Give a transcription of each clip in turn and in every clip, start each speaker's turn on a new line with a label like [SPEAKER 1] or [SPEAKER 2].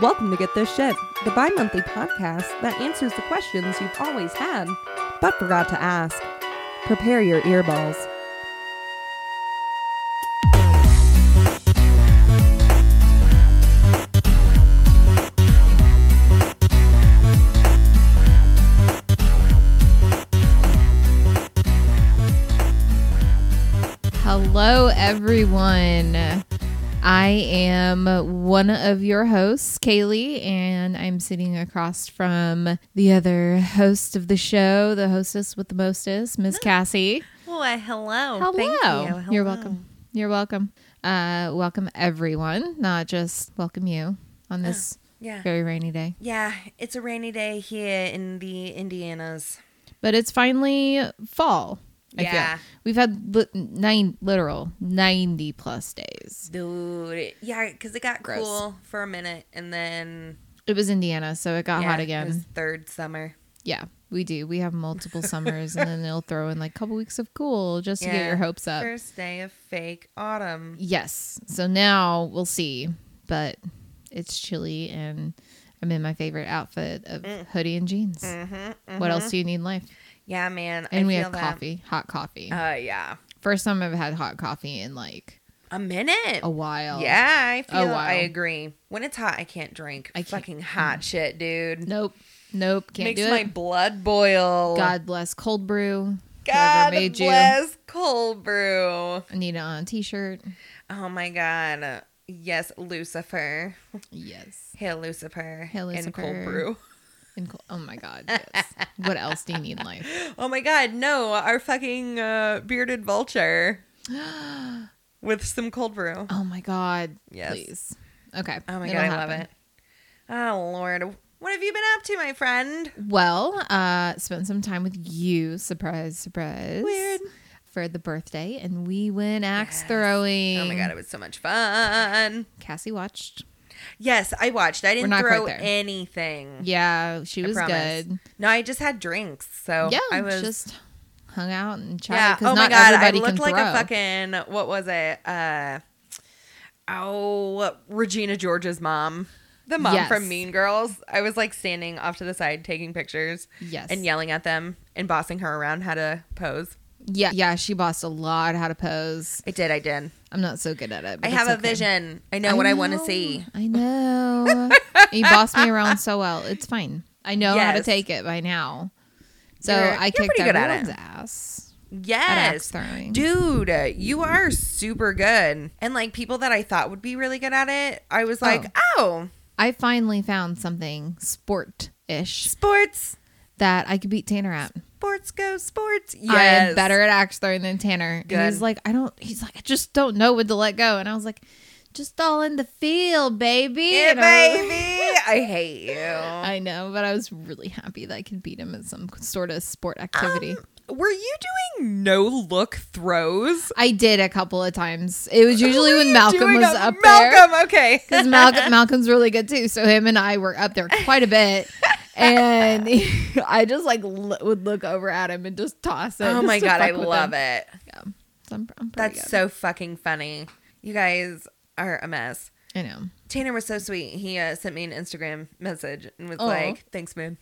[SPEAKER 1] Welcome to Get This Shit, the bi monthly podcast that answers the questions you've always had but forgot to ask. Prepare your earballs.
[SPEAKER 2] Hello, everyone. I am one of your hosts, Kaylee, and I'm sitting across from the other host of the show, the hostess with the mostest, Miss Cassie.
[SPEAKER 3] Well,
[SPEAKER 2] Hello.
[SPEAKER 3] hello. Oh, Thank you.
[SPEAKER 2] are
[SPEAKER 3] Hello.
[SPEAKER 2] welcome. You're welcome. Uh, welcome, everyone, not just welcome you on this
[SPEAKER 3] Yeah.
[SPEAKER 2] very rainy day.
[SPEAKER 3] Yeah, it's a rainy day here in the Indianas.
[SPEAKER 2] But it's finally fall. I feel.
[SPEAKER 3] Yeah.
[SPEAKER 2] We've had li- nine, literal 90 plus days.
[SPEAKER 3] Dude. Yeah, because it got
[SPEAKER 2] Gross.
[SPEAKER 3] cool for a minute and then
[SPEAKER 2] It was Indiana, so it got
[SPEAKER 3] yeah,
[SPEAKER 2] hot
[SPEAKER 3] It was
[SPEAKER 2] Uh-huh, again.
[SPEAKER 3] third summer.
[SPEAKER 2] Yeah, we do. We have multiple summers, and then they'll throw in like a couple weeks of cool just to get your hopes up.
[SPEAKER 3] First day of fake autumn.
[SPEAKER 2] Yes. So now we'll see, but it's chilly, and I'm in my favorite outfit of
[SPEAKER 3] Mm.
[SPEAKER 2] hoodie and jeans. What else do you need in life?
[SPEAKER 3] Yeah, man.
[SPEAKER 2] And
[SPEAKER 3] Mm-hmm, I
[SPEAKER 2] we
[SPEAKER 3] feel
[SPEAKER 2] have
[SPEAKER 3] that.
[SPEAKER 2] coffee, hot coffee.
[SPEAKER 3] Uh yeah.
[SPEAKER 2] First time I've had hot coffee in like
[SPEAKER 3] A minute.
[SPEAKER 2] a while.
[SPEAKER 3] yeah, I feel
[SPEAKER 2] Oh, wow.
[SPEAKER 3] I agree. When it's hot, I can't drink.
[SPEAKER 2] I can't-
[SPEAKER 3] Fucking hot shit, dude.
[SPEAKER 2] Nope. Nope. Can't
[SPEAKER 3] Makes
[SPEAKER 2] do
[SPEAKER 3] my
[SPEAKER 2] it.
[SPEAKER 3] blood boil.
[SPEAKER 2] God bless cold brew.
[SPEAKER 3] God
[SPEAKER 2] Whoever made you.
[SPEAKER 3] bless cold brew.
[SPEAKER 2] I need it on a t-shirt.
[SPEAKER 3] Oh my god. Yes, Lucifer.
[SPEAKER 2] Yes.
[SPEAKER 3] Hail Lucifer.
[SPEAKER 2] Hail
[SPEAKER 3] And cold
[SPEAKER 2] Lucifer.
[SPEAKER 3] brew.
[SPEAKER 2] And cl- oh my god, yes. what else do you need in life?
[SPEAKER 3] Oh my god, no, our fucking uh, bearded vulture with some cold brew.
[SPEAKER 2] Oh my god,
[SPEAKER 3] Yes.
[SPEAKER 2] please. Okay.
[SPEAKER 3] Oh my
[SPEAKER 2] it'll
[SPEAKER 3] god, I love
[SPEAKER 2] happen.
[SPEAKER 3] it. Oh lord. What have you been up to, my friend?
[SPEAKER 2] Well, uh, spent some time with you. Surprise, surprise.
[SPEAKER 3] Weird.
[SPEAKER 2] For the birthday, and we went axe
[SPEAKER 3] Yes.
[SPEAKER 2] throwing.
[SPEAKER 3] Oh my god, it was so much fun.
[SPEAKER 2] Cassie watched.
[SPEAKER 3] Yes, I watched. I didn't
[SPEAKER 2] not quite
[SPEAKER 3] throw
[SPEAKER 2] there.
[SPEAKER 3] anything.
[SPEAKER 2] Yeah, she
[SPEAKER 3] Mm-hmm. I
[SPEAKER 2] was
[SPEAKER 3] promise.
[SPEAKER 2] good.
[SPEAKER 3] No, I just had drinks. So
[SPEAKER 2] yeah,
[SPEAKER 3] I was
[SPEAKER 2] just hung out and
[SPEAKER 3] Yeah.
[SPEAKER 2] chatted. 'cause
[SPEAKER 3] Oh my
[SPEAKER 2] not
[SPEAKER 3] god, I
[SPEAKER 2] everybody
[SPEAKER 3] looked
[SPEAKER 2] can
[SPEAKER 3] like
[SPEAKER 2] throw.
[SPEAKER 3] a fucking what was it? Uh oh, Regina George's mom, the mom
[SPEAKER 2] Yes.
[SPEAKER 3] from Mean Girls. I was like standing off to the side taking pictures
[SPEAKER 2] Yes.
[SPEAKER 3] and yelling at them and bossing her around how to pose.
[SPEAKER 2] Yeah, yeah. She bossed a lot how to pose.
[SPEAKER 3] I did. I did.
[SPEAKER 2] I'm not so good at it.
[SPEAKER 3] I
[SPEAKER 2] but
[SPEAKER 3] have
[SPEAKER 2] it's
[SPEAKER 3] a
[SPEAKER 2] okay.
[SPEAKER 3] vision. I know what I want to
[SPEAKER 2] know.
[SPEAKER 3] see.
[SPEAKER 2] I know. you boss me around so well. It's fine. I know how to
[SPEAKER 3] Yes.
[SPEAKER 2] take it by now. So
[SPEAKER 3] You're-
[SPEAKER 2] I
[SPEAKER 3] you're
[SPEAKER 2] kicked
[SPEAKER 3] pretty good at
[SPEAKER 2] everyone's
[SPEAKER 3] it.
[SPEAKER 2] ass. axe
[SPEAKER 3] Yes,
[SPEAKER 2] throwing.
[SPEAKER 3] dude, you are super good. And like people that I thought would be really good at it, I was like, oh,
[SPEAKER 2] I finally found something sport-ish
[SPEAKER 3] sports,
[SPEAKER 2] that I could beat Tanner at.
[SPEAKER 3] sports go sports. Yes,
[SPEAKER 2] I am better at axe throwing than Tanner. And he's
[SPEAKER 3] Good.
[SPEAKER 2] like, I don't. He's like, I just don't know when to let go. And I was like, just all in the field, baby.
[SPEAKER 3] Yeah,
[SPEAKER 2] And I was-
[SPEAKER 3] baby. I hate you.
[SPEAKER 2] I know, but I was really happy that I could beat him at some sort of sport activity.
[SPEAKER 3] Um, Were you doing no look throws?
[SPEAKER 2] I did a couple of times. It was usually
[SPEAKER 3] Were
[SPEAKER 2] when
[SPEAKER 3] you
[SPEAKER 2] Malcolm
[SPEAKER 3] doing
[SPEAKER 2] was
[SPEAKER 3] a-
[SPEAKER 2] up there.
[SPEAKER 3] Malcolm, okay.
[SPEAKER 2] Because Malcolm, Malcolm's really good too. So him and I were up there quite a bit. And I just like lo- would look over at him and just toss it.
[SPEAKER 3] oh my god, I love it.
[SPEAKER 2] Yeah. So I'm, I'm pretty
[SPEAKER 3] That's
[SPEAKER 2] good.
[SPEAKER 3] so fucking funny. You guys are a mess.
[SPEAKER 2] I know.
[SPEAKER 3] Tanner was so sweet. He uh, sent me an Instagram message and was
[SPEAKER 2] Aw.
[SPEAKER 3] like, "Thanks, man."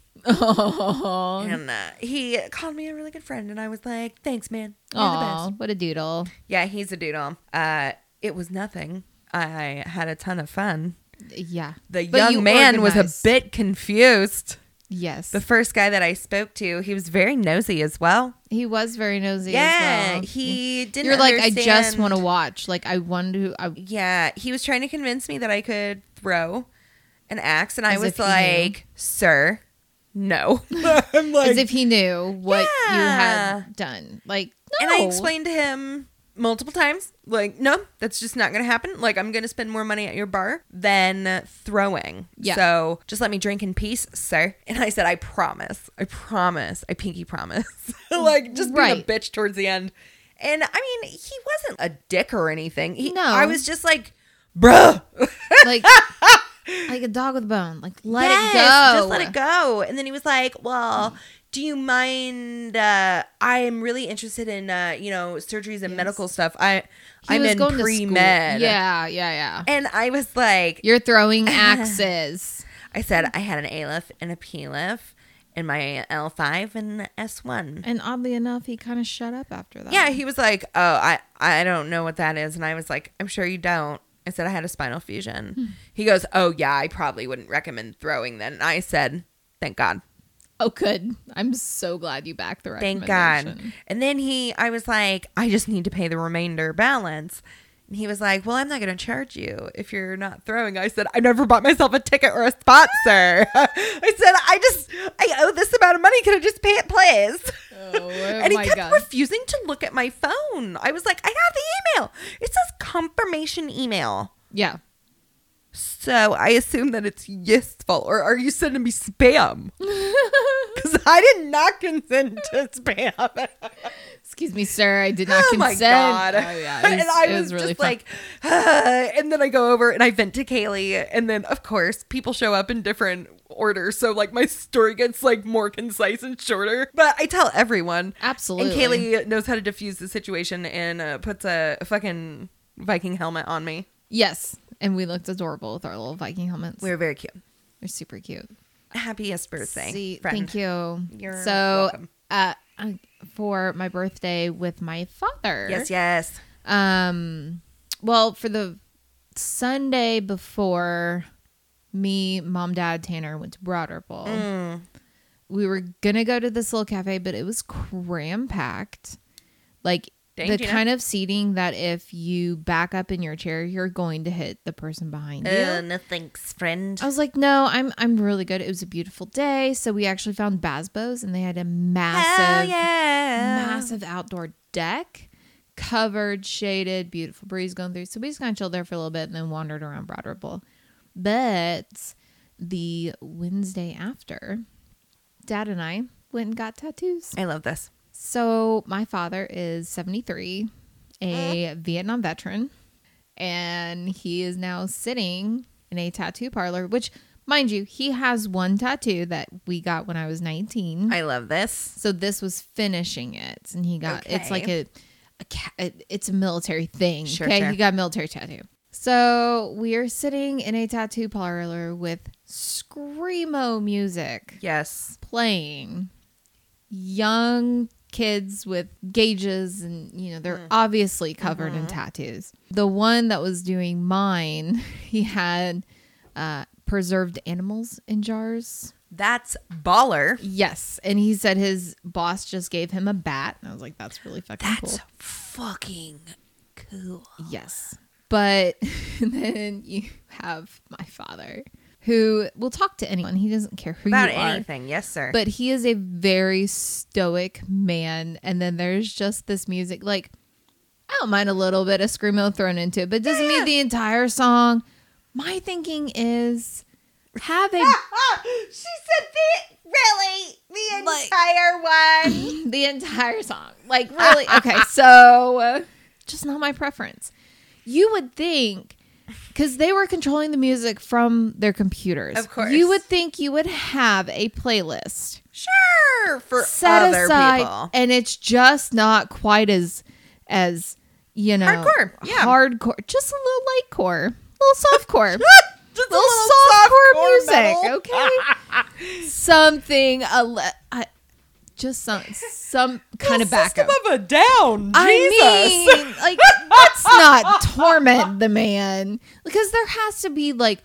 [SPEAKER 2] Oh,
[SPEAKER 3] And uh, he called me a really good friend, and I was like, "Thanks, man." You're the best.
[SPEAKER 2] what a doodle.
[SPEAKER 3] Yeah, he's a doodle. Uh, it was nothing. I had a ton of fun.
[SPEAKER 2] Yeah.
[SPEAKER 3] The
[SPEAKER 2] But you
[SPEAKER 3] young man was
[SPEAKER 2] organized.
[SPEAKER 3] a bit confused.
[SPEAKER 2] Yes.
[SPEAKER 3] The first guy that I spoke to, he was very nosy as well.
[SPEAKER 2] he was very nosy as
[SPEAKER 3] yeah,
[SPEAKER 2] well.
[SPEAKER 3] he didn't.
[SPEAKER 2] You're like, I just want to
[SPEAKER 3] understand-
[SPEAKER 2] watch. Like, I want to. I,
[SPEAKER 3] Yeah, he was trying to convince me that I could throw an axe, and I
[SPEAKER 2] As if
[SPEAKER 3] was
[SPEAKER 2] he knew.
[SPEAKER 3] like, "Sir, no." I'm like,
[SPEAKER 2] as if he knew what you
[SPEAKER 3] Yeah.
[SPEAKER 2] had done. Like,
[SPEAKER 3] and I
[SPEAKER 2] no.
[SPEAKER 3] explained to him multiple times, like, "No, that's just not going to happen. Like, I'm going to spend more money at your bar than throwing.
[SPEAKER 2] Yeah.
[SPEAKER 3] So just let me drink in peace, sir." And I said, "I promise. I promise. I pinky promise." like, just being
[SPEAKER 2] Right.
[SPEAKER 3] a bitch towards the end. And I mean, he wasn't a dick or anything. He,
[SPEAKER 2] No.
[SPEAKER 3] I was just like, "Bruh."
[SPEAKER 2] like like a dog with a bone. Like let
[SPEAKER 3] Yes,
[SPEAKER 2] it go.
[SPEAKER 3] Just let it go. And then he was like, Well, do you mind? Uh, I am really interested in, uh, you know, surgeries and medical stuff. I,
[SPEAKER 2] He
[SPEAKER 3] I'm
[SPEAKER 2] was
[SPEAKER 3] in
[SPEAKER 2] going to school.
[SPEAKER 3] pre med.
[SPEAKER 2] Yeah, yeah, yeah.
[SPEAKER 3] And I was like,
[SPEAKER 2] You're throwing axes.
[SPEAKER 3] I said I had an ALIF and a PLIF and my L5 and S1.
[SPEAKER 2] and um, oddly enough, he kind of shut up after that.
[SPEAKER 3] Yeah, he was like, "Oh, I I don't know what that is." And I was like, "I'm sure you don't." I said I had a spinal
[SPEAKER 2] Hmm.
[SPEAKER 3] fusion. He goes, "Oh, yeah, I probably wouldn't recommend throwing then." And I said, "Thank God."
[SPEAKER 2] Oh, good. I'm so glad you backed the
[SPEAKER 3] Thank
[SPEAKER 2] recommendation.
[SPEAKER 3] God. And then he I was like, "I just need to pay the remainder balance." And he was like, "Well, I'm not going to charge you if you're not throwing." I said, "I never bought myself a ticket or a spot,
[SPEAKER 2] Ah!
[SPEAKER 3] sir." I said, "I just I owe this amount of money. Can I just pay it, please?"
[SPEAKER 2] Oh,
[SPEAKER 3] and he
[SPEAKER 2] my
[SPEAKER 3] kept
[SPEAKER 2] God.
[SPEAKER 3] refusing to look at my phone. I was like, I got the email. It says confirmation email.
[SPEAKER 2] yeah.
[SPEAKER 3] So I assume that it's yesful, or are you sending me spam? Because I did not consent to spam.
[SPEAKER 2] Excuse me, sir. I did not
[SPEAKER 3] oh
[SPEAKER 2] consent.
[SPEAKER 3] my god!
[SPEAKER 2] Oh, yeah. It was,
[SPEAKER 3] and I
[SPEAKER 2] it
[SPEAKER 3] was,
[SPEAKER 2] was really
[SPEAKER 3] just
[SPEAKER 2] fun.
[SPEAKER 3] like, "Ah," and then I go over and I vent to Kaylee, and then of course people show up in different orders, so like my story gets like more concise and shorter. But I tell everyone,
[SPEAKER 2] Absolutely.
[SPEAKER 3] And Kaylee knows how to diffuse the situation and uh, puts a fucking Viking helmet on me.
[SPEAKER 2] yes. And we looked adorable with our little Viking helmets.
[SPEAKER 3] We
[SPEAKER 2] We're,
[SPEAKER 3] were very cute.
[SPEAKER 2] super cute.
[SPEAKER 3] Happiest birthday,
[SPEAKER 2] See,
[SPEAKER 3] friend.
[SPEAKER 2] Thank you.
[SPEAKER 3] You're
[SPEAKER 2] so,
[SPEAKER 3] welcome.
[SPEAKER 2] uh, I- for my birthday with my father.
[SPEAKER 3] Yes, yes.
[SPEAKER 2] Um, well, for the Sunday before me, mom, dad, Tanner went to Broad Ripple.
[SPEAKER 3] Mm.
[SPEAKER 2] We were gonna go to this little cafe, but it was cram packed. Like
[SPEAKER 3] Dang,
[SPEAKER 2] the
[SPEAKER 3] Gina.
[SPEAKER 2] kind of seating that if you back up in your chair, you're going to hit the person behind you.
[SPEAKER 3] Uh, Oh, no thanks, friend.
[SPEAKER 2] I was like, no, I'm I'm really good. It was a beautiful day, so we actually found Basbos, and they had a
[SPEAKER 3] Hell
[SPEAKER 2] massive
[SPEAKER 3] yeah.
[SPEAKER 2] massive outdoor deck, covered, shaded, beautiful breeze going through. So we just kind of chilled there for a little bit and then wandered around Broad Ripple. But the Wednesday after, Dad and I went and got tattoos.
[SPEAKER 3] I love this.
[SPEAKER 2] So my father is 73, a
[SPEAKER 3] Mm.
[SPEAKER 2] Vietnam veteran, and he is now sitting in a tattoo parlor, which, mind you, he has one tattoo that we got when I was 19.
[SPEAKER 3] I love this.
[SPEAKER 2] So this was finishing it, and he got it's
[SPEAKER 3] Okay.
[SPEAKER 2] like a, a ca- it- it's a military thing.
[SPEAKER 3] Sure,
[SPEAKER 2] okay,
[SPEAKER 3] sure.
[SPEAKER 2] he got a military tattoo. So we are sitting in a tattoo parlor with screamo music
[SPEAKER 3] Yes.
[SPEAKER 2] playing, young kids with gauges, and you know they're
[SPEAKER 3] Mm-hmm.
[SPEAKER 2] obviously covered in tattoos. The one that was doing mine, he had uh, preserved animals in jars.
[SPEAKER 3] That's baller.
[SPEAKER 2] Yes, and he said his boss just gave him a bat, and I was like, "That's really fucking
[SPEAKER 3] That's
[SPEAKER 2] cool."
[SPEAKER 3] fucking cool.
[SPEAKER 2] Yes, but then you have my father, who will talk to anyone. He doesn't care who
[SPEAKER 3] About
[SPEAKER 2] you are,
[SPEAKER 3] anything. Yes, sir.
[SPEAKER 2] but he is a very stoic man. And then there's just this music, like I don't mind a little bit of screamo thrown into it, but it doesn't mean the entire song. My thinking is have a
[SPEAKER 3] Ah! she said, the, really? The
[SPEAKER 2] Like-
[SPEAKER 3] entire one?
[SPEAKER 2] the entire song. Like,
[SPEAKER 3] Ah,
[SPEAKER 2] really? Okay, so uh, just not my preference. You would think, because they were controlling the music from their computers.
[SPEAKER 3] Of course.
[SPEAKER 2] You would think you would have a playlist
[SPEAKER 3] sure. For
[SPEAKER 2] set
[SPEAKER 3] other
[SPEAKER 2] aside,
[SPEAKER 3] people.
[SPEAKER 2] and it's just not quite as, as you know,
[SPEAKER 3] Hardcore, yeah.
[SPEAKER 2] hardcore. Just a little light core, a little soft core.
[SPEAKER 3] Just a
[SPEAKER 2] little softcore music, okay? something, a le- I- just some, some kind of backup.
[SPEAKER 3] of a down.
[SPEAKER 2] I mean, like, let's not torment the man because there has to be like,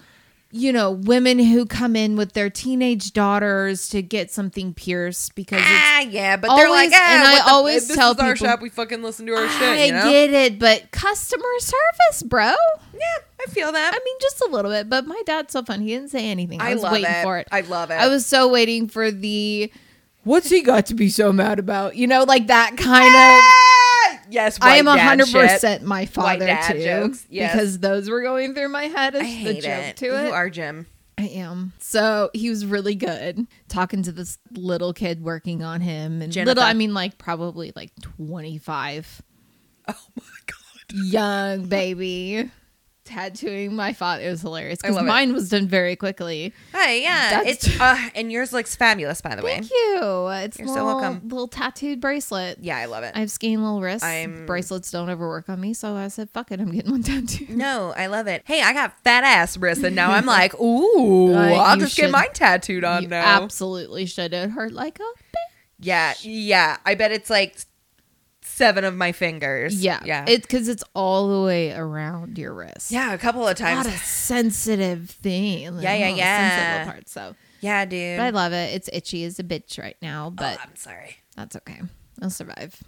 [SPEAKER 2] you know, women who come in with their teenage daughters to get something pierced because it's.
[SPEAKER 3] ah, yeah, but they're
[SPEAKER 2] always-
[SPEAKER 3] like, ah,
[SPEAKER 2] and I
[SPEAKER 3] what the-
[SPEAKER 2] always
[SPEAKER 3] this
[SPEAKER 2] tell
[SPEAKER 3] is our
[SPEAKER 2] people-
[SPEAKER 3] shop. We fucking listen to our
[SPEAKER 2] I
[SPEAKER 3] shit. You know?
[SPEAKER 2] get it, but customer service, bro.
[SPEAKER 3] yeah, I feel that.
[SPEAKER 2] I mean, just a little bit. But my dad's so fun. He didn't say anything. I,
[SPEAKER 3] I
[SPEAKER 2] was
[SPEAKER 3] love
[SPEAKER 2] waiting
[SPEAKER 3] it.
[SPEAKER 2] for it.
[SPEAKER 3] I love it.
[SPEAKER 2] I was so waiting for the. What's he got to be so mad about? You know, like that kind of.
[SPEAKER 3] Ah! yes,
[SPEAKER 2] I am
[SPEAKER 3] white dad
[SPEAKER 2] hundred
[SPEAKER 3] shit.
[SPEAKER 2] percent my father
[SPEAKER 3] dad
[SPEAKER 2] too,
[SPEAKER 3] jokes, yes.
[SPEAKER 2] because those were going through my head as
[SPEAKER 3] I
[SPEAKER 2] the
[SPEAKER 3] hate
[SPEAKER 2] joke
[SPEAKER 3] it.
[SPEAKER 2] to it.
[SPEAKER 3] You are Jim.
[SPEAKER 2] I am. So he was really good talking to this little kid working on him, and
[SPEAKER 3] Jennifer.
[SPEAKER 2] little I mean like probably like twenty five,
[SPEAKER 3] Oh my god.
[SPEAKER 2] young baby. tattooing my father. It was hilarious
[SPEAKER 3] I
[SPEAKER 2] because
[SPEAKER 3] love it.
[SPEAKER 2] mine was done very quickly.
[SPEAKER 3] Hey, yeah.
[SPEAKER 2] That's-
[SPEAKER 3] it's uh, and yours looks fabulous, by the way.
[SPEAKER 2] Thank you. It's
[SPEAKER 3] You're so
[SPEAKER 2] little,
[SPEAKER 3] welcome.
[SPEAKER 2] Little tattooed bracelet.
[SPEAKER 3] Yeah, I love it.
[SPEAKER 2] I have skinny little wrists.
[SPEAKER 3] I'm-
[SPEAKER 2] Bracelets don't ever work on me, so I said, "Fuck it, I'm getting one tattooed."
[SPEAKER 3] no, I love it. Hey, I got fat ass wrists, and now I'm like, ooh,
[SPEAKER 2] Uh,
[SPEAKER 3] I'll
[SPEAKER 2] you
[SPEAKER 3] just
[SPEAKER 2] should-
[SPEAKER 3] get mine tattooed on
[SPEAKER 2] You
[SPEAKER 3] now.
[SPEAKER 2] absolutely should. It hurt like a
[SPEAKER 3] yeah, yeah. I bet it's like seven of my fingers.
[SPEAKER 2] yeah,
[SPEAKER 3] yeah,
[SPEAKER 2] It's because it's all the way around your wrist.
[SPEAKER 3] yeah. A couple
[SPEAKER 2] not
[SPEAKER 3] of times.
[SPEAKER 2] a sensitive thing.
[SPEAKER 3] Yeah, yeah,
[SPEAKER 2] All the
[SPEAKER 3] yeah.
[SPEAKER 2] sensitive little parts, so,
[SPEAKER 3] yeah, dude.
[SPEAKER 2] but I love it. It's itchy as a bitch right now, but
[SPEAKER 3] oh, I'm sorry.
[SPEAKER 2] that's okay. I'll survive.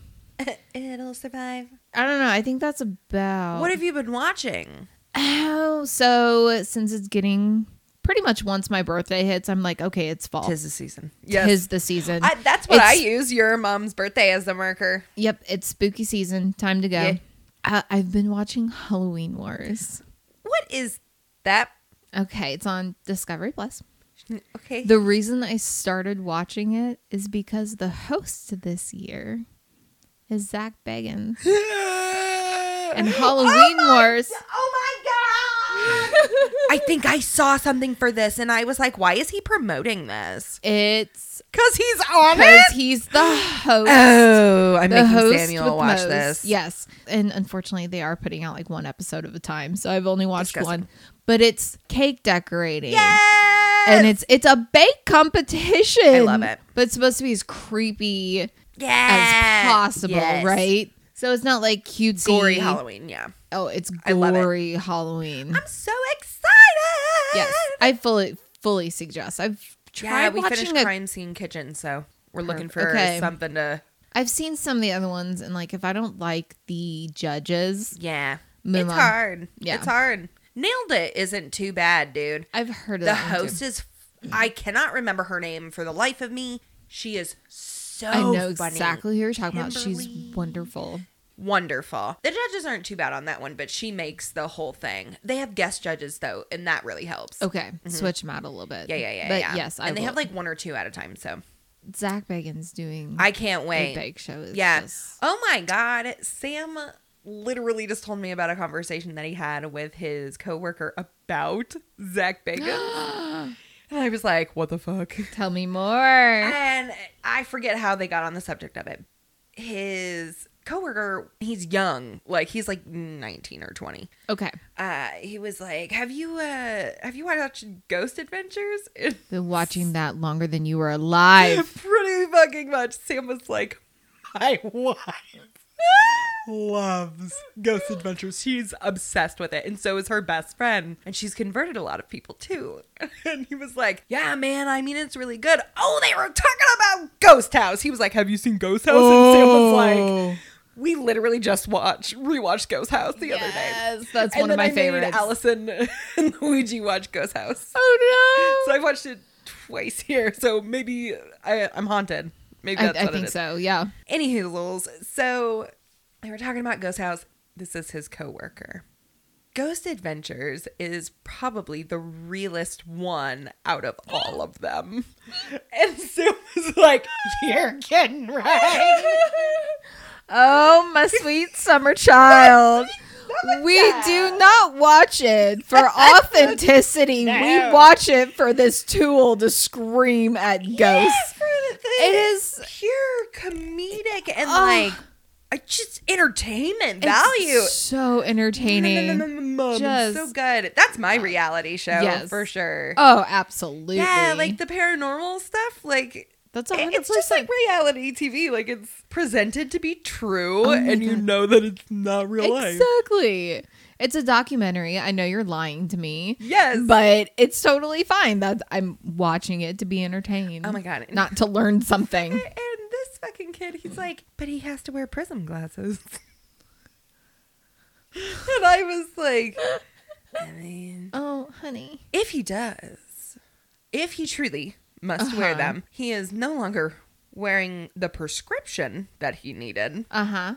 [SPEAKER 3] It'll survive.
[SPEAKER 2] I don't know. I think that's about.
[SPEAKER 3] What have you been watching?
[SPEAKER 2] Oh, so since it's getting pretty much once my birthday hits, I'm like, okay, it's fall.
[SPEAKER 3] Tis the season. Yes.
[SPEAKER 2] Oh. Tis the season.
[SPEAKER 3] I, that's what I
[SPEAKER 2] It's-
[SPEAKER 3] use your mom's birthday as the marker.
[SPEAKER 2] Yep, it's spooky season. Time to go.
[SPEAKER 3] Yeah.
[SPEAKER 2] I- I've been watching Halloween Wars.
[SPEAKER 3] What is that?
[SPEAKER 2] Okay, it's on Discovery Plus.
[SPEAKER 3] Okay.
[SPEAKER 2] The reason I started watching it is because the host this year is Zach Bagans. And Halloween Wars.
[SPEAKER 3] Oh my god! I think I saw something for this, and I was like, "Why is he promoting this?
[SPEAKER 2] It's
[SPEAKER 3] Because he's on
[SPEAKER 2] because
[SPEAKER 3] it."
[SPEAKER 2] he's the host.
[SPEAKER 3] oh, I'm
[SPEAKER 2] the
[SPEAKER 3] making
[SPEAKER 2] host
[SPEAKER 3] Samuel
[SPEAKER 2] with
[SPEAKER 3] watch
[SPEAKER 2] Moe's.
[SPEAKER 3] this.
[SPEAKER 2] Yes. And unfortunately, they are putting out like one episode at a time. So I've only watched
[SPEAKER 3] Disgusting.
[SPEAKER 2] one. But it's cake decorating.
[SPEAKER 3] Yes.
[SPEAKER 2] and it's it's a bake competition.
[SPEAKER 3] I love it.
[SPEAKER 2] But it's supposed to be as creepy
[SPEAKER 3] Yes.
[SPEAKER 2] as possible,
[SPEAKER 3] Yes.
[SPEAKER 2] right? So it's not like cutesy.
[SPEAKER 3] Gory Halloween. Yeah.
[SPEAKER 2] Oh, it's
[SPEAKER 3] I love it.
[SPEAKER 2] gory Halloween.
[SPEAKER 3] I'm so excited.
[SPEAKER 2] yes, I fully fully suggest. I've
[SPEAKER 3] Yeah,
[SPEAKER 2] tried
[SPEAKER 3] we
[SPEAKER 2] watching.
[SPEAKER 3] finished
[SPEAKER 2] a-
[SPEAKER 3] Crime Scene Kitchen, so we're looking for
[SPEAKER 2] Okay.
[SPEAKER 3] something to.
[SPEAKER 2] I've seen some of the other ones, and like if I don't like the judges,
[SPEAKER 3] Yeah.
[SPEAKER 2] Move
[SPEAKER 3] it's
[SPEAKER 2] on.
[SPEAKER 3] hard.
[SPEAKER 2] Yeah.
[SPEAKER 3] It's hard. Nailed It isn't too bad, dude.
[SPEAKER 2] I've heard of
[SPEAKER 3] The
[SPEAKER 2] that one, too.
[SPEAKER 3] host is. I cannot remember her name for the life of me. She is so
[SPEAKER 2] I know
[SPEAKER 3] Oh, funny.
[SPEAKER 2] exactly who you're talking about.
[SPEAKER 3] Kimberly.
[SPEAKER 2] She's wonderful.
[SPEAKER 3] Wonderful. The judges aren't too bad on that one, but she makes the whole thing. They have guest judges though, and that really helps.
[SPEAKER 2] Okay, switch them out a little bit.
[SPEAKER 3] Yeah, yeah, yeah.
[SPEAKER 2] Oh, But
[SPEAKER 3] yeah.
[SPEAKER 2] yes, I
[SPEAKER 3] and they have
[SPEAKER 2] will.
[SPEAKER 3] like one or two at a time, so
[SPEAKER 2] Zach Bagans doing.
[SPEAKER 3] I can't
[SPEAKER 2] a
[SPEAKER 3] wait.
[SPEAKER 2] bake show. Is
[SPEAKER 3] Yeah.
[SPEAKER 2] just-
[SPEAKER 3] Oh my God. Sam literally just told me about a conversation that he had with his coworker about Zach Bacon. and I was like, what the fuck?
[SPEAKER 2] Tell me more.
[SPEAKER 3] And I forget how they got on the subject of it. His coworker, he's young, like he's like 19 or 20.
[SPEAKER 2] Okay.
[SPEAKER 3] Uh, he was like, "Have you uh, have you watched Ghost Adventures?"
[SPEAKER 2] Been watching that longer than you were alive.
[SPEAKER 3] Pretty fucking much. Sam was like, my wife loves Ghost Adventures. She's obsessed with it. And so is her best friend. And she's converted a lot of people too. And he was like, yeah, man, I mean, it's really good. Oh, they were talking about Ghost House. He was like, have you seen Ghost House?
[SPEAKER 2] Oh.
[SPEAKER 3] And Sam was like, we literally just watched, rewatched Ghost House the other day.
[SPEAKER 2] Yes, that's
[SPEAKER 3] and
[SPEAKER 2] one of
[SPEAKER 3] then
[SPEAKER 2] my
[SPEAKER 3] I Made
[SPEAKER 2] favorites.
[SPEAKER 3] Allison and Luigi watch Ghost House.
[SPEAKER 2] Oh
[SPEAKER 3] So I watched it twice here. So maybe I, I'm haunted. Maybe
[SPEAKER 2] I,
[SPEAKER 3] that's
[SPEAKER 2] I
[SPEAKER 3] what it
[SPEAKER 2] think
[SPEAKER 3] is.
[SPEAKER 2] so. Yeah.
[SPEAKER 3] Any hoozles. So they were talking about Ghost House. This is his coworker. Ghost Adventures is probably the realest one out of all of them. And Sue was like, You're kidding, right?
[SPEAKER 2] Oh, my sweet summer child. We do not watch it for authenticity.
[SPEAKER 3] No.
[SPEAKER 2] We watch it for this tool to scream at ghosts.
[SPEAKER 3] for the thing.
[SPEAKER 2] It is-
[SPEAKER 3] pure comedic and
[SPEAKER 2] Oh.
[SPEAKER 3] like I just entertainment
[SPEAKER 2] It's
[SPEAKER 3] value.
[SPEAKER 2] so entertaining.
[SPEAKER 3] Mom,
[SPEAKER 2] Just- uh,
[SPEAKER 3] so good. That's my reality show
[SPEAKER 2] Yes.
[SPEAKER 3] for sure.
[SPEAKER 2] Oh, absolutely.
[SPEAKER 3] yeah, like the paranormal stuff. Like
[SPEAKER 2] that's
[SPEAKER 3] it-
[SPEAKER 2] hundred
[SPEAKER 3] it's just
[SPEAKER 2] percent.
[SPEAKER 3] like reality TV. Like it's presented to be true,
[SPEAKER 2] my
[SPEAKER 3] and you
[SPEAKER 2] God.
[SPEAKER 3] know that it's not real life.
[SPEAKER 2] Exactly. It's a documentary. I know you're lying to me.
[SPEAKER 3] Yes.
[SPEAKER 2] But it's totally fine. That I'm watching it to be entertained.
[SPEAKER 3] Oh my God.
[SPEAKER 2] Not to learn something.
[SPEAKER 3] and this fucking kid, he's like, but he has to wear prism glasses. and I was like, I mean,
[SPEAKER 2] Oh, honey.
[SPEAKER 3] if he does, if he truly must wear
[SPEAKER 2] Uh-huh.
[SPEAKER 3] them, he is no longer wearing the prescription that he needed
[SPEAKER 2] Uh huh.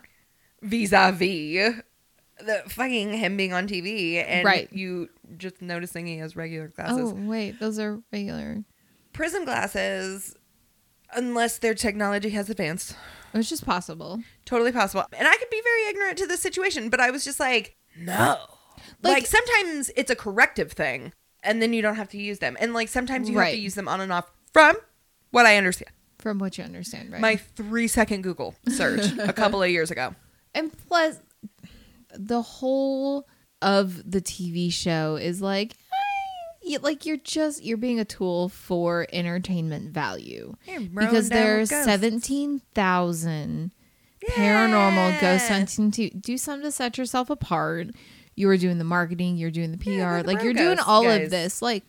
[SPEAKER 3] vis-a-vis the fucking him being on TV and
[SPEAKER 2] Right.
[SPEAKER 3] you just noticing he has regular glasses.
[SPEAKER 2] Oh wait, those are regular.
[SPEAKER 3] Prism glasses, unless their technology has advanced,
[SPEAKER 2] It's just possible.
[SPEAKER 3] totally possible. And I could be very ignorant to this situation, but I was just like, no.
[SPEAKER 2] Like-
[SPEAKER 3] Like, sometimes it's a corrective thing and then you don't have to use them. And like sometimes you have
[SPEAKER 2] Right.
[SPEAKER 3] to use them on and off from what I understand.
[SPEAKER 2] from what you understand, right?
[SPEAKER 3] My three second Google search a couple of years ago.
[SPEAKER 2] and plus, the whole of the TV show is like, eh, you- like you're just you're being a tool for entertainment value
[SPEAKER 3] Yeah,
[SPEAKER 2] because
[SPEAKER 3] rolling down
[SPEAKER 2] there's
[SPEAKER 3] ghosts.
[SPEAKER 2] seventeen thousand paranormal ghost
[SPEAKER 3] Yeah.
[SPEAKER 2] hunting to do something to set yourself apart. You were doing the marketing, you're doing the PR,
[SPEAKER 3] we're the
[SPEAKER 2] like
[SPEAKER 3] bro
[SPEAKER 2] you're doing
[SPEAKER 3] ghosts,
[SPEAKER 2] all of
[SPEAKER 3] guys.
[SPEAKER 2] this. Like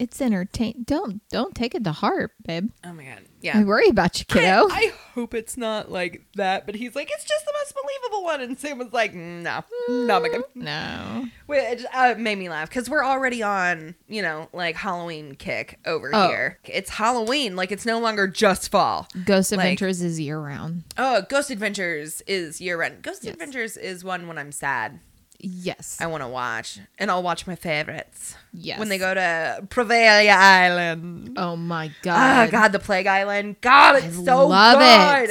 [SPEAKER 2] it's entertain. Don't don't take it to heart, babe.
[SPEAKER 3] Oh my god.
[SPEAKER 2] I
[SPEAKER 3] Yeah.
[SPEAKER 2] worry about you, kiddo.
[SPEAKER 3] I, I hope it's not like that, but he's like, it's just the most believable one. And Sam was like, no, no,
[SPEAKER 2] Mm.
[SPEAKER 3] my God.
[SPEAKER 2] no.
[SPEAKER 3] Which uh, made me laugh because we're already on, you know, like Halloween kick over
[SPEAKER 2] Oh.
[SPEAKER 3] here. It's Halloween. Like, it's no longer just fall.
[SPEAKER 2] Ghost
[SPEAKER 3] Like-
[SPEAKER 2] Adventures is year round.
[SPEAKER 3] Oh, Ghost Adventures is year round. Ghost
[SPEAKER 2] Yes.
[SPEAKER 3] Adventures is one when I'm sad.
[SPEAKER 2] Yes.
[SPEAKER 3] I want to watch, and I'll watch my favorites.
[SPEAKER 2] Yes.
[SPEAKER 3] When they go to Prevalia Island.
[SPEAKER 2] oh my
[SPEAKER 3] Ah,
[SPEAKER 2] god.
[SPEAKER 3] God, the Plague Island. God, it's
[SPEAKER 2] I
[SPEAKER 3] so
[SPEAKER 2] love
[SPEAKER 3] good.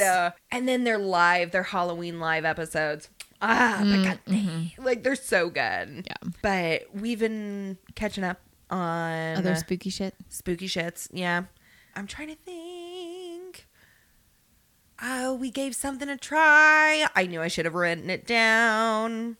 [SPEAKER 2] it.
[SPEAKER 3] Uh, And then their live, their Halloween live episodes. Ah, but God, like they're so good.
[SPEAKER 2] Mm, mm-hmm. Yeah.
[SPEAKER 3] But we've been catching up on
[SPEAKER 2] Other
[SPEAKER 3] uh,
[SPEAKER 2] spooky shit.
[SPEAKER 3] spooky shits. Yeah. I'm trying to think. Oh, we gave something a try. I knew I should have written it down.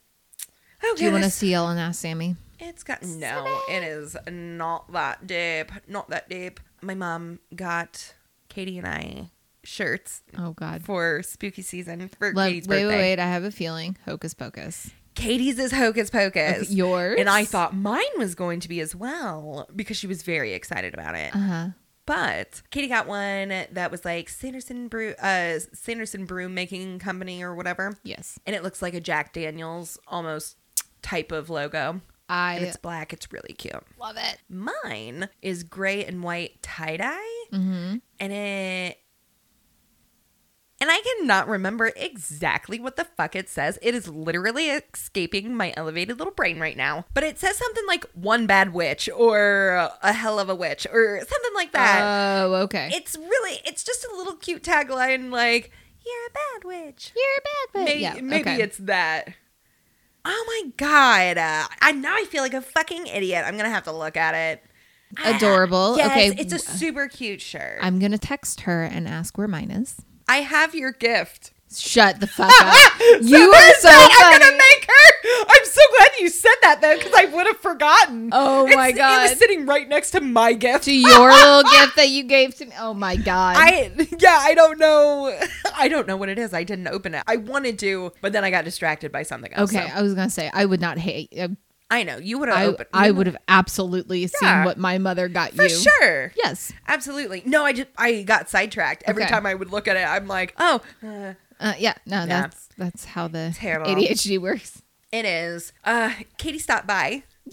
[SPEAKER 3] Oh,
[SPEAKER 2] Do you want to
[SPEAKER 3] goodness.
[SPEAKER 2] see Ellen ask Sammy?
[SPEAKER 3] It's got no. It is not that deep. Not that deep. My mom got Katie and I shirts
[SPEAKER 2] Oh god.
[SPEAKER 3] for spooky season for
[SPEAKER 2] Let-
[SPEAKER 3] Katie's
[SPEAKER 2] wait, wait,
[SPEAKER 3] birthday.
[SPEAKER 2] wait. I have a feeling. Hocus pocus.
[SPEAKER 3] Katie's is hocus pocus.
[SPEAKER 2] Okay, yours?
[SPEAKER 3] And I thought mine was going to be as well because she was very excited about it.
[SPEAKER 2] Uh huh.
[SPEAKER 3] But Katie got one that was like Sanderson Brew, uh, Sanderson Brew Making Company or whatever,
[SPEAKER 2] Yes.
[SPEAKER 3] and it looks like a Jack Daniels almost type of logo.
[SPEAKER 2] I
[SPEAKER 3] And it's black. It's really cute.
[SPEAKER 2] love it.
[SPEAKER 3] Mine is gray and white tie dye,
[SPEAKER 2] Mm-hmm.
[SPEAKER 3] and it. And I cannot remember exactly what the fuck it says. It is literally escaping my elevated little brain right now. But it says something like one bad witch or a hell of a witch or something like that.
[SPEAKER 2] Oh, okay.
[SPEAKER 3] it's really, it's just a little cute tagline like, you're a bad witch.
[SPEAKER 2] You're a bad but
[SPEAKER 3] Maybe,
[SPEAKER 2] yeah,
[SPEAKER 3] maybe
[SPEAKER 2] okay.
[SPEAKER 3] it's that. Oh my god! Uh, I now I feel like a fucking idiot. I'm gonna have to look at it. I-
[SPEAKER 2] Adorable.
[SPEAKER 3] Ah, yes,
[SPEAKER 2] Okay. uh,
[SPEAKER 3] it's a super cute shirt. i
[SPEAKER 2] I'm gonna text her and ask where mine is.
[SPEAKER 3] have your gift.
[SPEAKER 2] Shut the fuck up. you are
[SPEAKER 3] Someone's
[SPEAKER 2] so
[SPEAKER 3] like, I'm
[SPEAKER 2] funny.
[SPEAKER 3] gonna make her. I'm so glad you said that though, because I would have forgotten.
[SPEAKER 2] Oh
[SPEAKER 3] It's-
[SPEAKER 2] my
[SPEAKER 3] It
[SPEAKER 2] God.
[SPEAKER 3] was sitting right next to my gift.
[SPEAKER 2] to your little gift that you gave to me. Oh my god.
[SPEAKER 3] I yeah, I don't know. I don't know what it is. I didn't open it. I wanted to, but then I got distracted by something else.
[SPEAKER 2] Okay,
[SPEAKER 3] so-
[SPEAKER 2] I was gonna say I would not hate. I
[SPEAKER 3] I know you would have
[SPEAKER 2] I,
[SPEAKER 3] opened.
[SPEAKER 2] I would have absolutely seen
[SPEAKER 3] Yeah.
[SPEAKER 2] what my mother got
[SPEAKER 3] for
[SPEAKER 2] you.
[SPEAKER 3] sure.
[SPEAKER 2] Yes.
[SPEAKER 3] Absolutely. No, I just I got sidetracked. Every
[SPEAKER 2] Okay.
[SPEAKER 3] time I would look at it, I'm like, oh, uh,
[SPEAKER 2] Uh, yeah. No. That's that's how the
[SPEAKER 3] Terrible.
[SPEAKER 2] ADHD works.
[SPEAKER 3] it is. Uh, Katie stopped by.
[SPEAKER 2] Yay!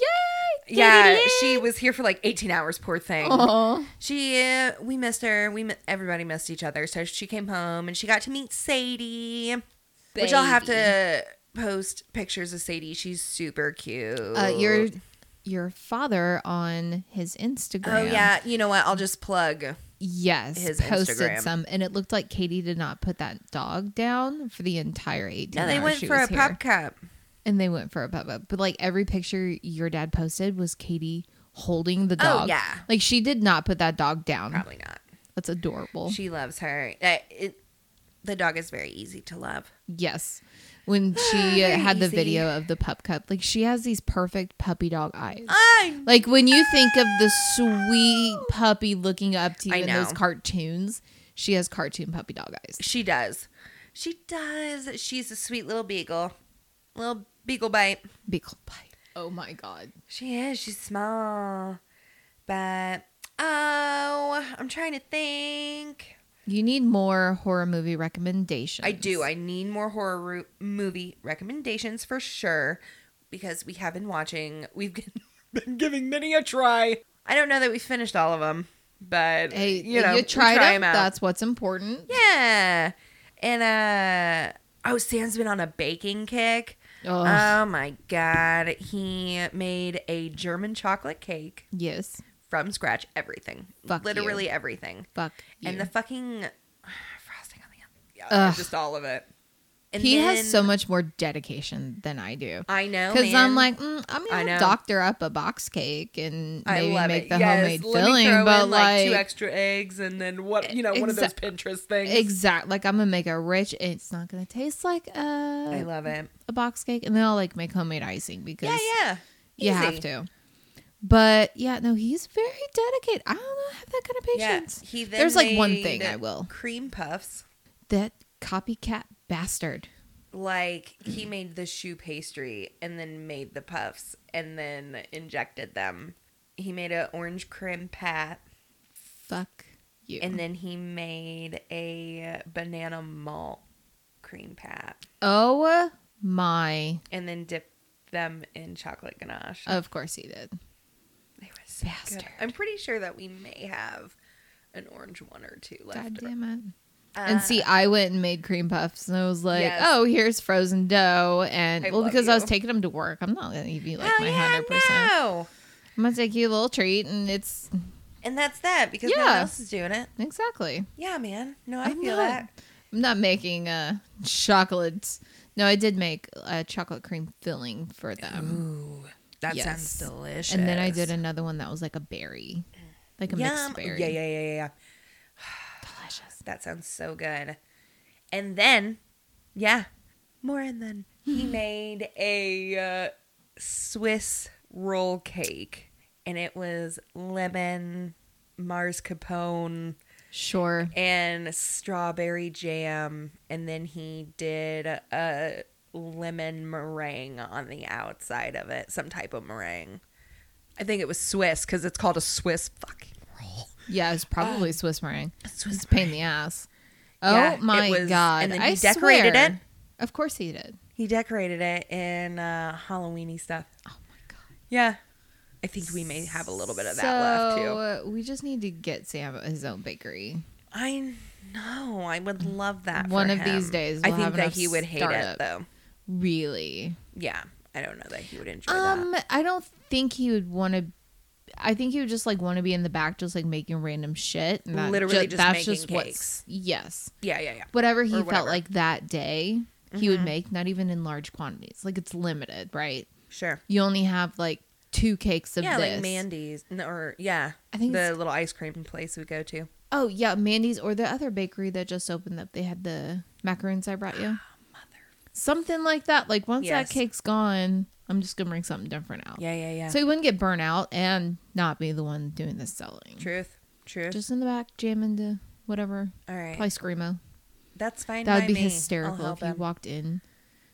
[SPEAKER 3] Yeah, she was here for like 18 hours. Poor thing.
[SPEAKER 2] Oh.
[SPEAKER 3] She, uh, we missed her. We mi- everybody missed each other. So she came home and she got to meet Sadie, which I'll have to post pictures of Sadie. She's super cute.
[SPEAKER 2] Uh, your your father on his
[SPEAKER 3] Oh
[SPEAKER 2] Instagram.
[SPEAKER 3] yeah, you know what? I'll just plug.
[SPEAKER 2] Yes.
[SPEAKER 3] His
[SPEAKER 2] posted
[SPEAKER 3] Instagram.
[SPEAKER 2] some, and it looked like Katie did not put that dog down for the entire eighteen.
[SPEAKER 3] No, they
[SPEAKER 2] hours
[SPEAKER 3] went
[SPEAKER 2] she
[SPEAKER 3] for a
[SPEAKER 2] was here.
[SPEAKER 3] pup cup.
[SPEAKER 2] and they went for a pub up. But like every picture your dad posted was Katie holding the
[SPEAKER 3] Oh,
[SPEAKER 2] dog.
[SPEAKER 3] yeah.
[SPEAKER 2] like she did not put that dog down.
[SPEAKER 3] Probably not.
[SPEAKER 2] That's adorable.
[SPEAKER 3] She loves her. Uh, it, the dog is very easy to love.
[SPEAKER 2] yes, when she uh,
[SPEAKER 3] Very
[SPEAKER 2] had the
[SPEAKER 3] easy.
[SPEAKER 2] video of the pup cup, like she has these perfect puppy dog eyes.
[SPEAKER 3] I
[SPEAKER 2] Like when you think of the sweet puppy looking up to you
[SPEAKER 3] I
[SPEAKER 2] in those
[SPEAKER 3] know.
[SPEAKER 2] cartoons, she has cartoon puppy dog eyes.
[SPEAKER 3] She does. She does. She's a sweet little beagle. Little beagle bite.
[SPEAKER 2] Beagle bite. Oh my god.
[SPEAKER 3] She is. She's small. But oh, I'm trying to think.
[SPEAKER 2] You need more horror movie recommendations.
[SPEAKER 3] I do. I need more horror ro- movie recommendations for sure because we have been watching. We've been giving many a try. I don't know that we finished all of them, but
[SPEAKER 2] Hey,
[SPEAKER 3] you know,
[SPEAKER 2] you
[SPEAKER 3] we
[SPEAKER 2] tried
[SPEAKER 3] try
[SPEAKER 2] them.
[SPEAKER 3] 'em out.
[SPEAKER 2] That's what's important.
[SPEAKER 3] Yeah. And uh oh, Sam's been on a baking kick.
[SPEAKER 2] Ugh.
[SPEAKER 3] Oh my god. He made a German chocolate cake
[SPEAKER 2] Yes.
[SPEAKER 3] from scratch, everything.
[SPEAKER 2] Fuck you.
[SPEAKER 3] Literally everything.
[SPEAKER 2] Fuck.
[SPEAKER 3] And
[SPEAKER 2] you.
[SPEAKER 3] the fucking frosting on the yeah,
[SPEAKER 2] Ugh.
[SPEAKER 3] just all of it. And
[SPEAKER 2] he
[SPEAKER 3] then-
[SPEAKER 2] has so much more dedication than I do.
[SPEAKER 3] I know
[SPEAKER 2] Because I'm
[SPEAKER 3] man.
[SPEAKER 2] like, mm, I'm
[SPEAKER 3] I
[SPEAKER 2] gonna
[SPEAKER 3] know.
[SPEAKER 2] doctor up a box cake and
[SPEAKER 3] I
[SPEAKER 2] maybe
[SPEAKER 3] love
[SPEAKER 2] make
[SPEAKER 3] it.
[SPEAKER 2] the
[SPEAKER 3] Yes,
[SPEAKER 2] homemade
[SPEAKER 3] let me
[SPEAKER 2] filling,
[SPEAKER 3] throw
[SPEAKER 2] but
[SPEAKER 3] in,
[SPEAKER 2] like,
[SPEAKER 3] two extra eggs and then what you know, one of those
[SPEAKER 2] Exact-
[SPEAKER 3] Pinterest things.
[SPEAKER 2] exact, like I'm gonna make a rich. It's not gonna taste like
[SPEAKER 3] I
[SPEAKER 2] a
[SPEAKER 3] love it.
[SPEAKER 2] a box cake, and then I'll like make homemade icing because
[SPEAKER 3] Yeah, yeah.
[SPEAKER 2] you have
[SPEAKER 3] Easy.
[SPEAKER 2] to. But yeah, no, he's very dedicated. I don't know, I have that kind of
[SPEAKER 3] Yeah.
[SPEAKER 2] patience.
[SPEAKER 3] He then
[SPEAKER 2] There's like one
[SPEAKER 3] made
[SPEAKER 2] thing I will.
[SPEAKER 3] cream puffs.
[SPEAKER 2] That copycat bastard.
[SPEAKER 3] Like he made the shoe pastry and then made the puffs and then injected them. He made an orange creme pat
[SPEAKER 2] Fuck you.
[SPEAKER 3] and then he made a banana malt cream pat
[SPEAKER 2] oh my!
[SPEAKER 3] and then dipped them in chocolate ganache.
[SPEAKER 2] Of course he did.
[SPEAKER 3] They were so good.
[SPEAKER 2] Oh, Bastard.
[SPEAKER 3] I'm pretty sure that we may have an orange one or two left.
[SPEAKER 2] God damn it.
[SPEAKER 3] Uh,
[SPEAKER 2] and see, I went and made cream puffs, and I was like,
[SPEAKER 3] Yes.
[SPEAKER 2] "Oh, here's frozen dough," and
[SPEAKER 3] I
[SPEAKER 2] well,
[SPEAKER 3] love
[SPEAKER 2] because I was
[SPEAKER 3] you.
[SPEAKER 2] taking them to work, I'm not gonna give you like
[SPEAKER 3] hell
[SPEAKER 2] my
[SPEAKER 3] yeah,
[SPEAKER 2] hundred percent.
[SPEAKER 3] no.
[SPEAKER 2] I'm gonna take you a little treat, and it's
[SPEAKER 3] And that's that because no one
[SPEAKER 2] Yeah.
[SPEAKER 3] else is doing it.
[SPEAKER 2] exactly.
[SPEAKER 3] Yeah, man. No, I
[SPEAKER 2] I'm
[SPEAKER 3] feel
[SPEAKER 2] not-
[SPEAKER 3] that.
[SPEAKER 2] I'm not making uh chocolate. No, I did make a chocolate cream filling for them,
[SPEAKER 3] Ooh, that
[SPEAKER 2] Yes.
[SPEAKER 3] sounds delicious.
[SPEAKER 2] and then I did another one that was like a berry, like a
[SPEAKER 3] Yum. Oh,
[SPEAKER 2] mixed
[SPEAKER 3] Yeah,
[SPEAKER 2] berry.
[SPEAKER 3] yeah, yeah, yeah, yeah.
[SPEAKER 2] delicious.
[SPEAKER 3] That sounds so good. And then, yeah, more and then he made a uh, Swiss roll cake, and it was lemon, Mars Capone,
[SPEAKER 2] Sure.
[SPEAKER 3] and strawberry jam and then he did a lemon meringue on the outside of it some type of meringue i think it was swiss because it's called a swiss fucking roll
[SPEAKER 2] Yeah, it's probably Swiss meringue.
[SPEAKER 3] Swiss
[SPEAKER 2] It's a pain in the ass. Oh
[SPEAKER 3] Yeah, it
[SPEAKER 2] my
[SPEAKER 3] was-
[SPEAKER 2] god!
[SPEAKER 3] and then
[SPEAKER 2] I
[SPEAKER 3] he decorated
[SPEAKER 2] swear.
[SPEAKER 3] it.
[SPEAKER 2] Of course he did.
[SPEAKER 3] he decorated it in uh halloweeny stuff
[SPEAKER 2] Oh my god!
[SPEAKER 3] yeah i think we may have a little bit of that left too
[SPEAKER 2] too. We just need to get Sam his own bakery.
[SPEAKER 3] i know i would love that for
[SPEAKER 2] One of these
[SPEAKER 3] him.
[SPEAKER 2] days
[SPEAKER 3] i
[SPEAKER 2] we'll
[SPEAKER 3] think
[SPEAKER 2] have
[SPEAKER 3] that
[SPEAKER 2] enough
[SPEAKER 3] he would hate it
[SPEAKER 2] startup.
[SPEAKER 3] though
[SPEAKER 2] Really?
[SPEAKER 3] yeah i don't know that he would enjoy that
[SPEAKER 2] Um, I don't think he would want to. I think he would just like want to be in the back, just like making random shit. And that
[SPEAKER 3] Literally
[SPEAKER 2] ju-
[SPEAKER 3] just
[SPEAKER 2] that's
[SPEAKER 3] making
[SPEAKER 2] just what's-
[SPEAKER 3] cakes.
[SPEAKER 2] Yes,
[SPEAKER 3] yeah yeah yeah
[SPEAKER 2] whatever he
[SPEAKER 3] Or
[SPEAKER 2] felt
[SPEAKER 3] whatever. Mm-hmm.
[SPEAKER 2] like that day, he would make. Not even in large quantities. Like it's limited, right?
[SPEAKER 3] sure
[SPEAKER 2] You only have like two cakes of
[SPEAKER 3] yeah,
[SPEAKER 2] this.
[SPEAKER 3] like Mandy's, no, or yeah,
[SPEAKER 2] I think
[SPEAKER 3] the
[SPEAKER 2] it's-
[SPEAKER 3] little ice cream place we go to.
[SPEAKER 2] Oh yeah, Mandy's or the other bakery that just opened up. They had the macaroons I brought you. Something like that. Like once
[SPEAKER 3] Ah, Yes.
[SPEAKER 2] that cake's gone, I'm just gonna bring something different out.
[SPEAKER 3] Yeah, yeah, yeah.
[SPEAKER 2] So he wouldn't get burnt out and not be the one doing the selling.
[SPEAKER 3] truth, truth.
[SPEAKER 2] Just in the back jamming to whatever.
[SPEAKER 3] All right,
[SPEAKER 2] Probably screamo.
[SPEAKER 3] that's fine.
[SPEAKER 2] That
[SPEAKER 3] by
[SPEAKER 2] would be
[SPEAKER 3] me. I'll
[SPEAKER 2] hysterical
[SPEAKER 3] help
[SPEAKER 2] if you
[SPEAKER 3] him.
[SPEAKER 2] walked in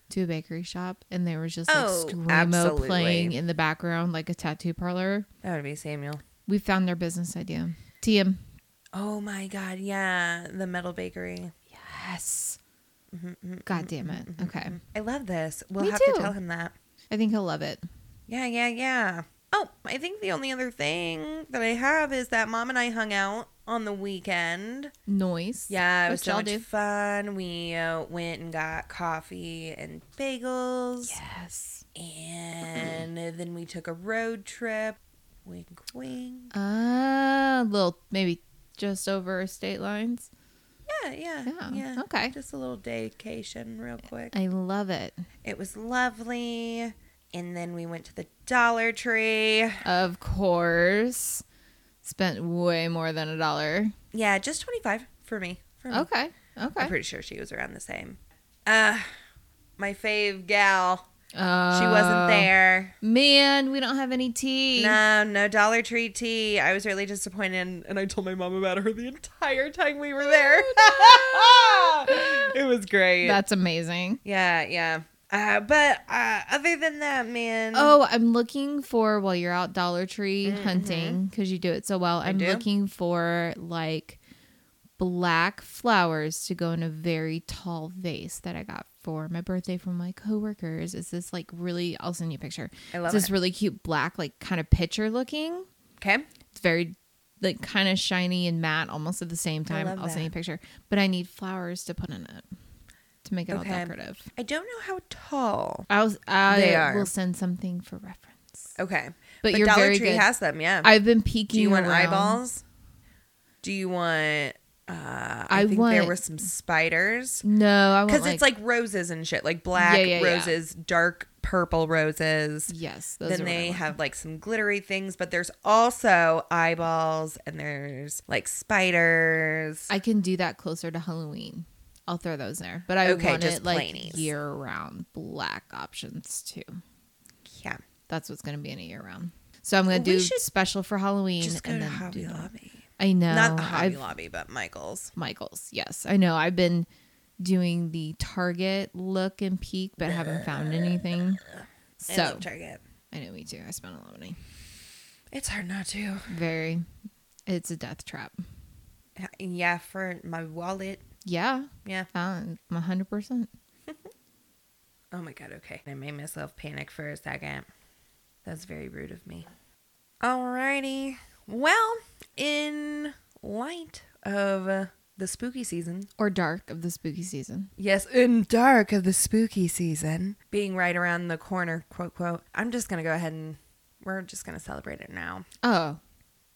[SPEAKER 2] to a bakery shop and there was just like
[SPEAKER 3] Oh,
[SPEAKER 2] screamo
[SPEAKER 3] absolutely.
[SPEAKER 2] playing in the background like a tattoo parlor.
[SPEAKER 3] That would be Samuel.
[SPEAKER 2] We found their business idea. TM.
[SPEAKER 3] Oh my God, yeah, the metal bakery.
[SPEAKER 2] Yes.
[SPEAKER 3] Mm-hmm,
[SPEAKER 2] God damn it. Okay.
[SPEAKER 3] I love this. We'll
[SPEAKER 2] Me
[SPEAKER 3] have to
[SPEAKER 2] too.
[SPEAKER 3] tell him that.
[SPEAKER 2] I think he'll love it.
[SPEAKER 3] Yeah, yeah, yeah. Oh, I think the only other thing that I have is that mom and I hung out on the weekend.
[SPEAKER 2] Noise.
[SPEAKER 3] Yeah, it was
[SPEAKER 2] Which
[SPEAKER 3] so
[SPEAKER 2] y'all
[SPEAKER 3] much
[SPEAKER 2] do.
[SPEAKER 3] fun. We uh, went and got coffee and bagels.
[SPEAKER 2] Yes.
[SPEAKER 3] And then we took a road trip. Wink, wink.
[SPEAKER 2] Uh, little maybe just over state lines.
[SPEAKER 3] Yeah, yeah, yeah.
[SPEAKER 2] Yeah, Oh, okay.
[SPEAKER 3] Just a little daycation, real quick.
[SPEAKER 2] I love it.
[SPEAKER 3] It was lovely. And then we went to the Dollar Tree.
[SPEAKER 2] Of course, spent way more than a dollar.
[SPEAKER 3] Yeah, just twenty five for me. For me.
[SPEAKER 2] Okay.
[SPEAKER 3] I'm
[SPEAKER 2] Okay.
[SPEAKER 3] pretty sure she was around the same. Uh, my fave gal.
[SPEAKER 2] Uh,
[SPEAKER 3] She wasn't there.
[SPEAKER 2] Man, we don't have any tea.
[SPEAKER 3] No, no Dollar Tree tea. I was really disappointed, and I told my mom about her the entire time we were there. it was great.
[SPEAKER 2] That's amazing.
[SPEAKER 3] Yeah, yeah. Uh, but uh, other than that, man.
[SPEAKER 2] Oh, I'm looking for while you're out Dollar Tree hunting because you do it so well. I'm
[SPEAKER 3] Mm-hmm. do.
[SPEAKER 2] looking for like black flowers to go in a very tall vase that I got for my birthday from my coworkers. It's this like really? I'll send you a picture.
[SPEAKER 3] I love
[SPEAKER 2] it's this
[SPEAKER 3] it.
[SPEAKER 2] really cute black, like kind of pitcher looking.
[SPEAKER 3] okay.
[SPEAKER 2] It's very like kind of shiny and matte almost at the same time.
[SPEAKER 3] love
[SPEAKER 2] I'll send you a
[SPEAKER 3] that.
[SPEAKER 2] picture, but I need flowers to put in it to make it
[SPEAKER 3] Okay.
[SPEAKER 2] all decorative.
[SPEAKER 3] I don't know how tall.
[SPEAKER 2] I'll I
[SPEAKER 3] They are.
[SPEAKER 2] will send something for reference.
[SPEAKER 3] Okay.
[SPEAKER 2] But you're
[SPEAKER 3] Dollar
[SPEAKER 2] very
[SPEAKER 3] Tree
[SPEAKER 2] good.
[SPEAKER 3] has them, yeah.
[SPEAKER 2] I've been peeking.
[SPEAKER 3] Do you want
[SPEAKER 2] around.
[SPEAKER 3] eyeballs? Do you want Uh, I,
[SPEAKER 2] I
[SPEAKER 3] think there
[SPEAKER 2] want-
[SPEAKER 3] were some spiders
[SPEAKER 2] No, I
[SPEAKER 3] because
[SPEAKER 2] want
[SPEAKER 3] it's like roses and shit, like black
[SPEAKER 2] Yeah, yeah, yeah.
[SPEAKER 3] roses, dark purple roses.
[SPEAKER 2] yes. Those
[SPEAKER 3] Then
[SPEAKER 2] are what I
[SPEAKER 3] they
[SPEAKER 2] want.
[SPEAKER 3] have like some glittery things, but there's also eyeballs and there's like spiders.
[SPEAKER 2] I can do that closer to Halloween. I'll throw those in there, but I
[SPEAKER 3] Okay,
[SPEAKER 2] want
[SPEAKER 3] just
[SPEAKER 2] it like
[SPEAKER 3] plainies.
[SPEAKER 2] year round black options too.
[SPEAKER 3] yeah,
[SPEAKER 2] That's what's going to be in a year round. So I'm going to
[SPEAKER 3] We
[SPEAKER 2] do
[SPEAKER 3] should
[SPEAKER 2] special for Halloween
[SPEAKER 3] just go
[SPEAKER 2] and
[SPEAKER 3] to
[SPEAKER 2] then
[SPEAKER 3] Hobby
[SPEAKER 2] do that.
[SPEAKER 3] Lobby.
[SPEAKER 2] I know.
[SPEAKER 3] Not Hobby
[SPEAKER 2] I've-
[SPEAKER 3] Lobby, but Michael's.
[SPEAKER 2] Michaels. Yes, I know. I've been doing the Target look and peek, but I haven't found anything.
[SPEAKER 3] I
[SPEAKER 2] So
[SPEAKER 3] love Target.
[SPEAKER 2] I know me too. I spent a lot of money.
[SPEAKER 3] It's hard not to.
[SPEAKER 2] Very. It's a death trap.
[SPEAKER 3] Yeah, for my wallet.
[SPEAKER 2] Yeah,
[SPEAKER 3] Yeah.
[SPEAKER 2] found hundred percent.
[SPEAKER 3] Oh my god, okay. I made myself panic for a second. That's very rude of me. Alrighty. Well, in light of uh, the spooky season,
[SPEAKER 2] Or dark of the spooky season.
[SPEAKER 3] yes, in dark of the spooky season, being right around the corner, quote, quote, I'm just going to go ahead and we're just going to celebrate it now.
[SPEAKER 2] Oh,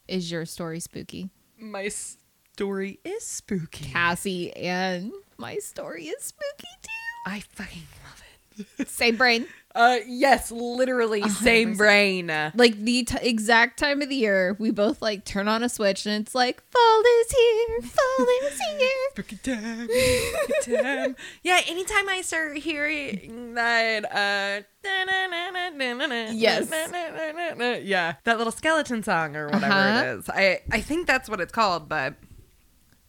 [SPEAKER 2] is your story spooky,
[SPEAKER 3] My story is spooky.
[SPEAKER 2] Cassie? And my story is spooky too.
[SPEAKER 3] I fucking love it.
[SPEAKER 2] Same brain.
[SPEAKER 3] Uh, yes, literally, same brain.
[SPEAKER 2] Like the t- exact time of the year, we both like turn on a switch and it's like fall is here, fall is here.
[SPEAKER 3] Spooky time, spooky time. yeah, anytime I start hearing that, uh, da-na-na-na-na-na-na,
[SPEAKER 2] Yes.
[SPEAKER 3] na-na-na-na-na, yeah, that little skeleton song or whatever
[SPEAKER 2] Uh-huh.
[SPEAKER 3] it is. I I think that's what it's called, but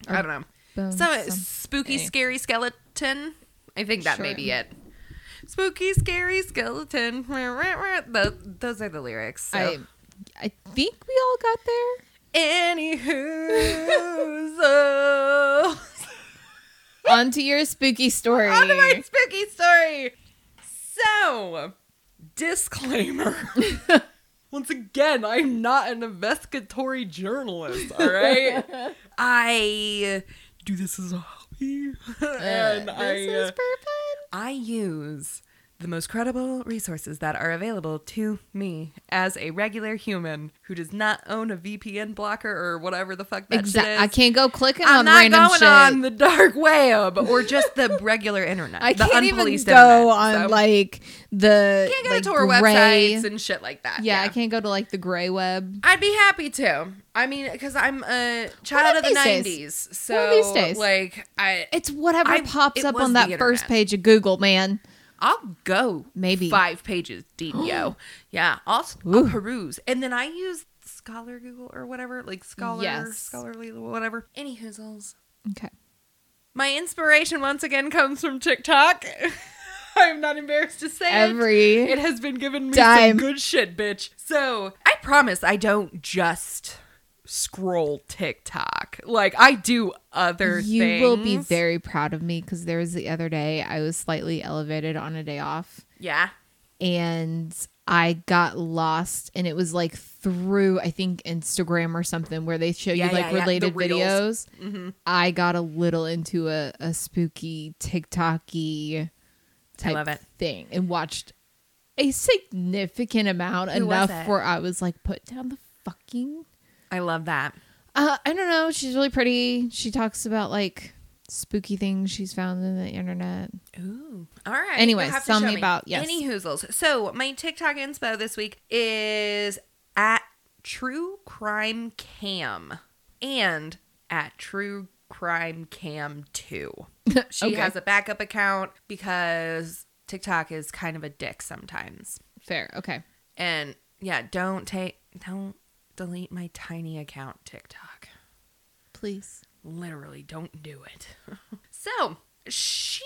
[SPEAKER 3] I don't know.
[SPEAKER 2] bone
[SPEAKER 3] So it's
[SPEAKER 2] some-
[SPEAKER 3] spooky,
[SPEAKER 2] anyway.
[SPEAKER 3] scary skeleton. I think that may
[SPEAKER 2] Sure.
[SPEAKER 3] be it. Spooky, scary skeleton. Tho- Those are the lyrics. So.
[SPEAKER 2] I I think we all got there.
[SPEAKER 3] Anywho, so
[SPEAKER 2] On to your spooky story.
[SPEAKER 3] on to my spooky story. So, disclaimer. Once again, I'm not an investigatory journalist, all right? I do this as a hobby. and
[SPEAKER 2] Uh,
[SPEAKER 3] I,
[SPEAKER 2] this is perfect.
[SPEAKER 3] I use the most credible resources that are available to me as a regular human who does not own a VPN blocker or whatever the fuck that shit
[SPEAKER 2] Exactly.
[SPEAKER 3] is.
[SPEAKER 2] I can't go clicking
[SPEAKER 3] I'm
[SPEAKER 2] on
[SPEAKER 3] not
[SPEAKER 2] random
[SPEAKER 3] going
[SPEAKER 2] shit.
[SPEAKER 3] on the dark web or just the regular internet.
[SPEAKER 2] I
[SPEAKER 3] the
[SPEAKER 2] can't even go
[SPEAKER 3] unpoliced
[SPEAKER 2] on
[SPEAKER 3] internet, so-
[SPEAKER 2] like the
[SPEAKER 3] can't go
[SPEAKER 2] like,
[SPEAKER 3] to our
[SPEAKER 2] gray.
[SPEAKER 3] websites and shit like that.
[SPEAKER 2] yeah, I can't go to like the gray web.
[SPEAKER 3] I'd be happy to. I mean, because I'm a
[SPEAKER 2] One
[SPEAKER 3] child of
[SPEAKER 2] of
[SPEAKER 3] the
[SPEAKER 2] these days.
[SPEAKER 3] '90s, so
[SPEAKER 2] One of these days.
[SPEAKER 3] like I,
[SPEAKER 2] It's whatever
[SPEAKER 3] I-
[SPEAKER 2] pops
[SPEAKER 3] it
[SPEAKER 2] up
[SPEAKER 3] was
[SPEAKER 2] on
[SPEAKER 3] the
[SPEAKER 2] that first
[SPEAKER 3] internet.
[SPEAKER 2] page of Google, man.
[SPEAKER 3] I'll go
[SPEAKER 2] Maybe.
[SPEAKER 3] five pages deep, yo. Yeah, I'll, I'll peruse, and then I use Scholar Google or whatever, like Scholar,
[SPEAKER 2] Yes.
[SPEAKER 3] Scholarly, whatever. Any hoozles.
[SPEAKER 2] Okay.
[SPEAKER 3] My inspiration once again comes from TikTok. I'm not embarrassed to say it.
[SPEAKER 2] Every
[SPEAKER 3] It has been given me
[SPEAKER 2] Dime.
[SPEAKER 3] some good shit, bitch. So I promise I don't just scroll TikTok. Like I do other
[SPEAKER 2] you
[SPEAKER 3] things.
[SPEAKER 2] will be very proud of me because there was the other day I was slightly elevated on a day off.
[SPEAKER 3] Yeah.
[SPEAKER 2] and I got lost and it was like through I think Instagram or something where they show
[SPEAKER 3] Yeah,
[SPEAKER 2] you like
[SPEAKER 3] yeah, yeah, the
[SPEAKER 2] related
[SPEAKER 3] Mm-hmm. reels.
[SPEAKER 2] videos. I got a little into a, a spooky TikToky type
[SPEAKER 3] love it.
[SPEAKER 2] thing and watched a significant amount
[SPEAKER 3] Who was
[SPEAKER 2] enough
[SPEAKER 3] it?
[SPEAKER 2] where I was like put down the fucking
[SPEAKER 3] I love that.
[SPEAKER 2] uh, I don't know, she's really pretty. She talks about like spooky things she's found in the internet.
[SPEAKER 3] Ooh. All right.
[SPEAKER 2] Anyways,
[SPEAKER 3] You'll have to
[SPEAKER 2] tell
[SPEAKER 3] show
[SPEAKER 2] me about- yes.
[SPEAKER 3] Any hoozles. So my TikTok inspo this week is at True Crime Cam and at True Crime Cam 2. She
[SPEAKER 2] Okay.
[SPEAKER 3] has a backup account because TikTok is kind of a dick sometimes.
[SPEAKER 2] Fair. Okay.
[SPEAKER 3] And yeah, don't take don't delete my tiny account TikTok.
[SPEAKER 2] Please.
[SPEAKER 3] Literally don't do it. so, she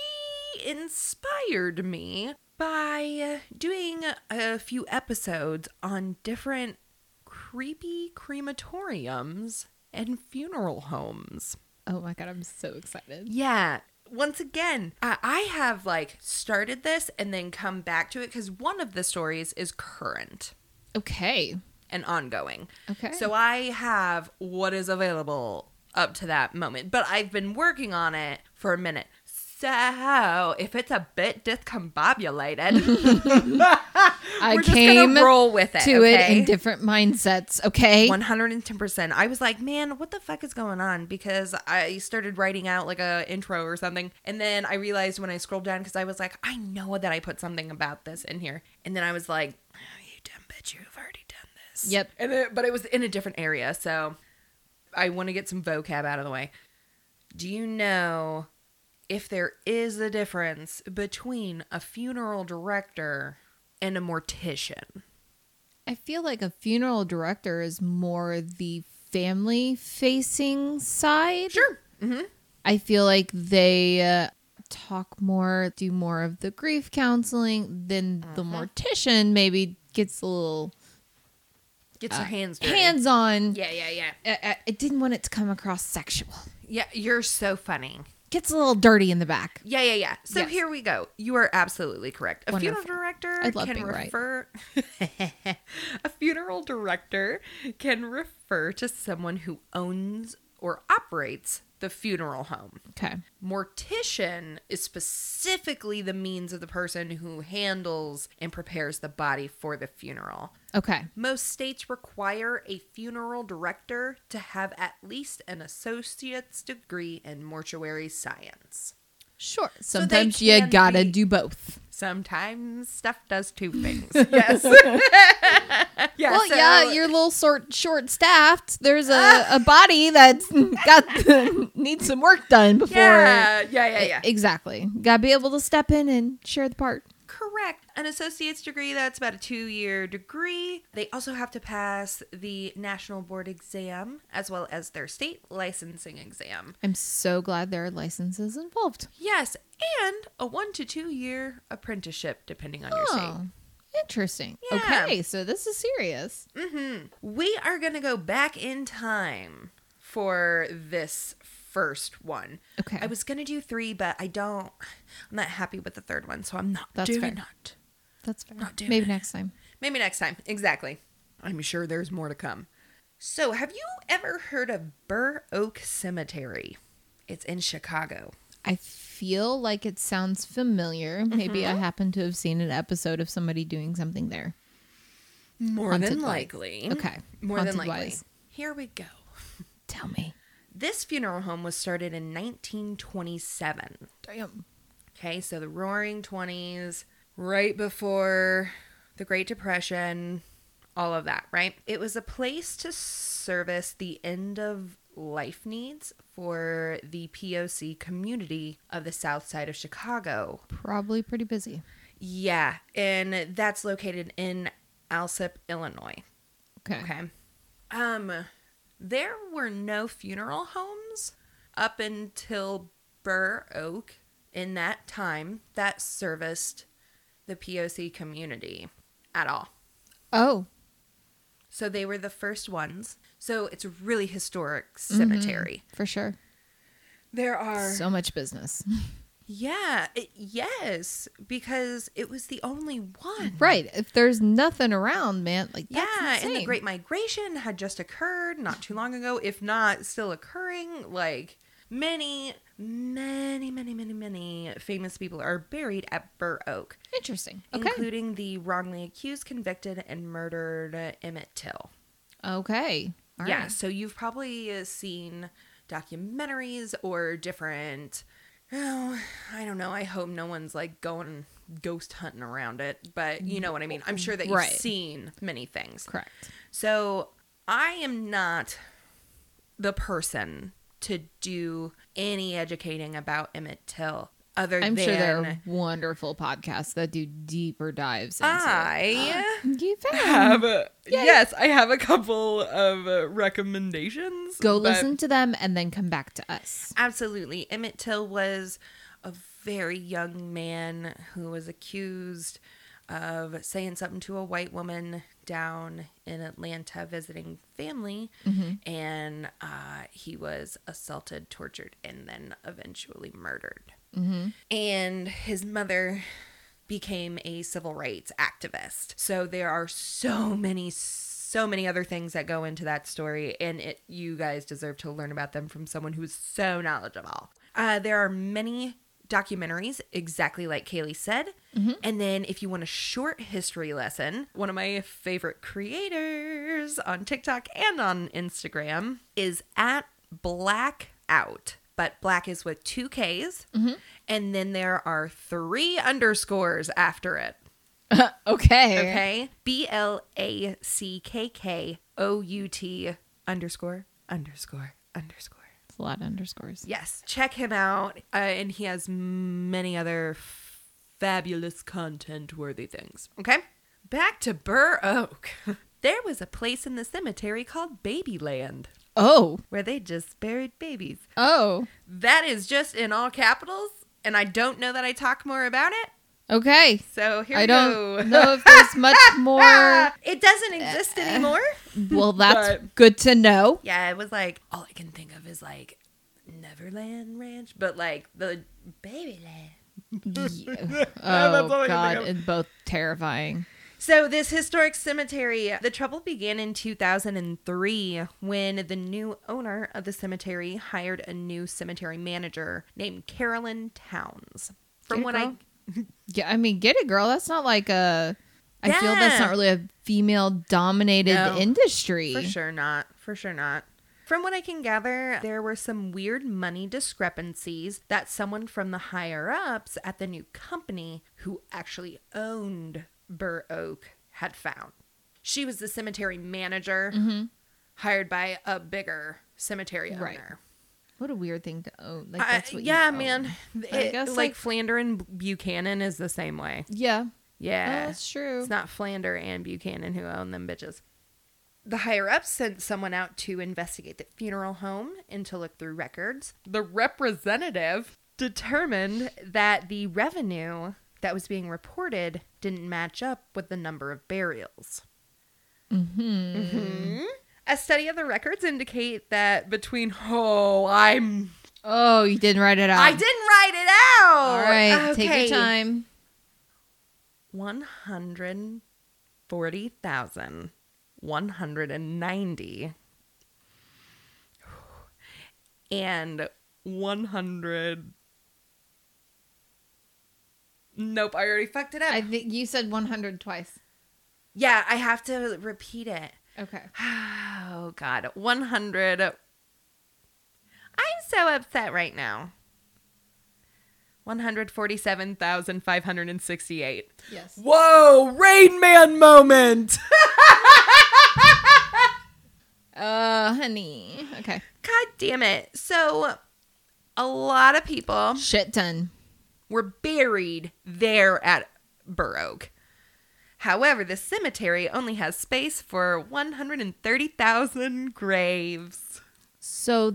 [SPEAKER 3] inspired me by doing a few episodes on different creepy crematoriums and funeral homes.
[SPEAKER 2] Oh my god, I'm so excited.
[SPEAKER 3] Yeah. Once again, I, I have like started this and then come back to it because one of the stories is current
[SPEAKER 2] Okay.
[SPEAKER 3] and ongoing.
[SPEAKER 2] Okay.
[SPEAKER 3] So I have what is available up to that moment, but I've been working on it for a minute. So if it's a bit discombobulated,
[SPEAKER 2] I
[SPEAKER 3] We're just
[SPEAKER 2] came
[SPEAKER 3] gonna roll with it
[SPEAKER 2] to it in
[SPEAKER 3] okay?
[SPEAKER 2] different mindsets. Okay.
[SPEAKER 3] 110%. I was like, man, what the fuck is going on? Because I started writing out like a intro or something. And then I realized when I scrolled down, because I was like, I know that I put something about this in here. And then I was like, oh, you dumb bitch, you've already done this.
[SPEAKER 2] Yep.
[SPEAKER 3] And then, but it was in a different area. So I want to get some vocab out of the way. Do you know if there is a difference between a funeral director and a mortician?
[SPEAKER 2] I feel like a funeral director is more the family facing side.
[SPEAKER 3] Sure.
[SPEAKER 2] I feel like they uh, talk more, do more of the grief counseling than the
[SPEAKER 3] Mm-hmm.
[SPEAKER 2] mortician maybe gets a little
[SPEAKER 3] Gets your Uh, hands dirty.
[SPEAKER 2] hands on.
[SPEAKER 3] Yeah, yeah, yeah.
[SPEAKER 2] I, I- I didn't want it to come across sexual.
[SPEAKER 3] Yeah, you're so funny.
[SPEAKER 2] Gets a little dirty in the back.
[SPEAKER 3] Yeah, yeah, yeah. So
[SPEAKER 2] Yes.
[SPEAKER 3] here we go. You are absolutely correct. A
[SPEAKER 2] Wonderful.
[SPEAKER 3] funeral director
[SPEAKER 2] I love
[SPEAKER 3] can
[SPEAKER 2] being right.
[SPEAKER 3] refer A funeral director can refer to someone who owns or operates the funeral home.
[SPEAKER 2] Okay.
[SPEAKER 3] Mortician is specifically the means of the person who handles and prepares the body for the funeral.
[SPEAKER 2] Okay.
[SPEAKER 3] Most states require a funeral director to have at least an associate's degree in mortuary science.
[SPEAKER 2] Sure.
[SPEAKER 3] they
[SPEAKER 2] Sometimes you
[SPEAKER 3] can
[SPEAKER 2] gotta
[SPEAKER 3] be-
[SPEAKER 2] do both.
[SPEAKER 3] Sometimes stuff does two things. yes. yeah,
[SPEAKER 2] Well,
[SPEAKER 3] so- Ah.
[SPEAKER 2] yeah, you're a little sort short staffed. There's a, a body that's got needs some work done before.
[SPEAKER 3] Yeah, yeah, yeah, yeah.
[SPEAKER 2] Exactly. Gotta be able to step in and share the part.
[SPEAKER 3] Correct. An associate's degree, that's about a two year degree. They also have to pass the National Board exam as well as their state licensing exam.
[SPEAKER 2] I'm so glad there are licenses involved.
[SPEAKER 3] Yes, and a one to two year apprenticeship, depending on your state.
[SPEAKER 2] Oh, interesting.
[SPEAKER 3] Yeah. Mm.
[SPEAKER 2] Okay, so this is serious.
[SPEAKER 3] We are going to go back in time for this first one.
[SPEAKER 2] Okay.
[SPEAKER 3] I was going to do three, but I don't. I'm not happy with the third one, so I'm not
[SPEAKER 2] That's
[SPEAKER 3] doing
[SPEAKER 2] fair.
[SPEAKER 3] it.
[SPEAKER 2] That's fair.
[SPEAKER 3] Not doing
[SPEAKER 2] Maybe
[SPEAKER 3] it.
[SPEAKER 2] next time.
[SPEAKER 3] Maybe next time. Exactly. I'm sure there's more to come. So, have you ever heard of Burr Oak Cemetery? It's in Chicago.
[SPEAKER 2] I feel like it sounds familiar.
[SPEAKER 3] Mm-hmm.
[SPEAKER 2] Maybe I happen to have seen an episode of somebody doing something there.
[SPEAKER 3] More
[SPEAKER 2] Haunted
[SPEAKER 3] than
[SPEAKER 2] li-
[SPEAKER 3] likely.
[SPEAKER 2] Okay.
[SPEAKER 3] More
[SPEAKER 2] Haunted
[SPEAKER 3] than likely.
[SPEAKER 2] wise.
[SPEAKER 3] Here we go.
[SPEAKER 2] Tell me.
[SPEAKER 3] This funeral home was started in 1927.
[SPEAKER 2] Damn.
[SPEAKER 3] Okay, so the roaring 20s, right before the Great Depression, all of that, right? It was a place to service the end of life needs for the POC community of the south side of Chicago.
[SPEAKER 2] Probably pretty busy.
[SPEAKER 3] Yeah, and that's located in Alsip, Illinois.
[SPEAKER 2] Okay.
[SPEAKER 3] Okay. Um, there were no funeral homes up until Burr Oak in that time that serviced the POC community at all.
[SPEAKER 2] Oh,
[SPEAKER 3] So they were the first ones. So it's a really historic cemetery.
[SPEAKER 2] for sure.
[SPEAKER 3] There are
[SPEAKER 2] So much business.
[SPEAKER 3] Yeah, it, yes, because it was the only one.
[SPEAKER 2] Right. If there's nothing around, man, like that's
[SPEAKER 3] Yeah, and the
[SPEAKER 2] insane.
[SPEAKER 3] Great Migration had just occurred not too long ago, if not still occurring. Like many, many, many, many, many famous people are buried at Burr Oak,
[SPEAKER 2] Interesting. Okay.
[SPEAKER 3] including the wrongly accused, convicted, and murdered uh, Emmett Till.
[SPEAKER 2] okay. All right.
[SPEAKER 3] yeah, so you've probably uh, seen documentaries or different. Oh, I don't know. I hope no one's like going ghost hunting around it, but you know what I mean. I'm sure that you've
[SPEAKER 2] Right.
[SPEAKER 3] seen many things.
[SPEAKER 2] Correct.
[SPEAKER 3] So I am not the person to do any educating about Emmett Till other
[SPEAKER 2] I'm
[SPEAKER 3] than
[SPEAKER 2] sure there are wonderful podcasts that do deeper dives into
[SPEAKER 3] I
[SPEAKER 2] it. You found.
[SPEAKER 3] have a, yes, I have a couple of uh, recommendations.
[SPEAKER 2] Go
[SPEAKER 3] but-
[SPEAKER 2] listen to them and then come back to us.
[SPEAKER 3] Absolutely. Emmett Till was a very young man who was accused of saying something to a white woman down in Atlanta visiting family. And uh, he was assaulted, tortured, and then eventually murdered. And his mother became a civil rights activist. So there are so many, so many other things that go into that story, and it you guys deserve to learn about them from someone who is so knowledgeable. Uh, there are many documentaries, exactly like Kaylee said. And then if you want a short history lesson, one of my favorite creators on TikTok and on Instagram is at blackout. But black is with two K's. And then there are three underscores after it.
[SPEAKER 2] Okay.
[SPEAKER 3] Okay. B L A C K K O U T underscore underscore underscore.
[SPEAKER 2] It's a lot of underscores.
[SPEAKER 3] Yes. Check him out. Uh, and he has many other f- fabulous content worthy things. Okay. Back to Burr Oak. there was a place in the cemetery called Babyland
[SPEAKER 2] Oh.
[SPEAKER 3] where they just buried babies.
[SPEAKER 2] Oh.
[SPEAKER 3] That is just in all capitals. And I don't know that I talk more about it.
[SPEAKER 2] Okay.
[SPEAKER 3] So here
[SPEAKER 2] I
[SPEAKER 3] we
[SPEAKER 2] don't
[SPEAKER 3] go.
[SPEAKER 2] know if there's much more. Uh,
[SPEAKER 3] Ah, it doesn't exist anymore.
[SPEAKER 2] Well, that's
[SPEAKER 3] Mm-hmm. But-
[SPEAKER 2] good to know.
[SPEAKER 3] Yeah, it was like all I can think of is like Neverland Ranch, but like the Babyland.
[SPEAKER 2] Yeah.
[SPEAKER 3] all
[SPEAKER 2] Oh
[SPEAKER 3] I can
[SPEAKER 2] God,
[SPEAKER 3] think
[SPEAKER 2] it's both terrifying.
[SPEAKER 3] So this historic cemetery, the trouble began in 2003 when the new owner of the cemetery hired a new cemetery manager named Carolyn Towns. From
[SPEAKER 2] Good
[SPEAKER 3] what I
[SPEAKER 2] girl. Yeah, I mean, get it, girl. That's not like a. I feel
[SPEAKER 3] Yeah.
[SPEAKER 2] that's not really a female-dominated
[SPEAKER 3] No.
[SPEAKER 2] industry.
[SPEAKER 3] For sure not. For sure not. From what I can gather, there were some weird money discrepancies that someone from the higher ups at the new company who actually owned Burr Oak had found. She was the cemetery manager hired by a bigger cemetery
[SPEAKER 2] Mm-hmm. Right.
[SPEAKER 3] owner.
[SPEAKER 2] What a weird thing to own. Like
[SPEAKER 3] I-
[SPEAKER 2] that's what. you
[SPEAKER 3] yeah,
[SPEAKER 2] own.
[SPEAKER 3] man.
[SPEAKER 2] I
[SPEAKER 3] It-
[SPEAKER 2] guess,
[SPEAKER 3] like,
[SPEAKER 2] like-
[SPEAKER 3] Flander and Buchanan is the same way.
[SPEAKER 2] Yeah, Oh,
[SPEAKER 3] Yeah.
[SPEAKER 2] that's true.
[SPEAKER 3] It's not Flander and Buchanan who own them bitches. The higher ups sent someone out to investigate the funeral home and to look through records. The representative determined that the revenue that was being reported didn't match up with the number of burials. Mm-hmm. A study of the records indicate that between oh I'm
[SPEAKER 2] oh, you didn't write it out.
[SPEAKER 3] I didn't write it out.
[SPEAKER 2] All right, take
[SPEAKER 3] Okay.
[SPEAKER 2] your time.
[SPEAKER 3] One hundred forty thousand one hundred and ninety, and 100 Nope, I already fucked it up.
[SPEAKER 2] I think you said 100 twice.
[SPEAKER 3] yeah, I have to repeat it.
[SPEAKER 2] Okay.
[SPEAKER 3] Oh god, 100 I'm so upset right now. 147,568.
[SPEAKER 2] Yes.
[SPEAKER 3] Whoa, Rain Man moment.
[SPEAKER 2] Uh, honey. Okay.
[SPEAKER 3] God damn it. So, a lot of people
[SPEAKER 2] Shit ton.
[SPEAKER 3] were buried there at Burr Oak. However, the cemetery only has space for 130,000 graves.
[SPEAKER 2] So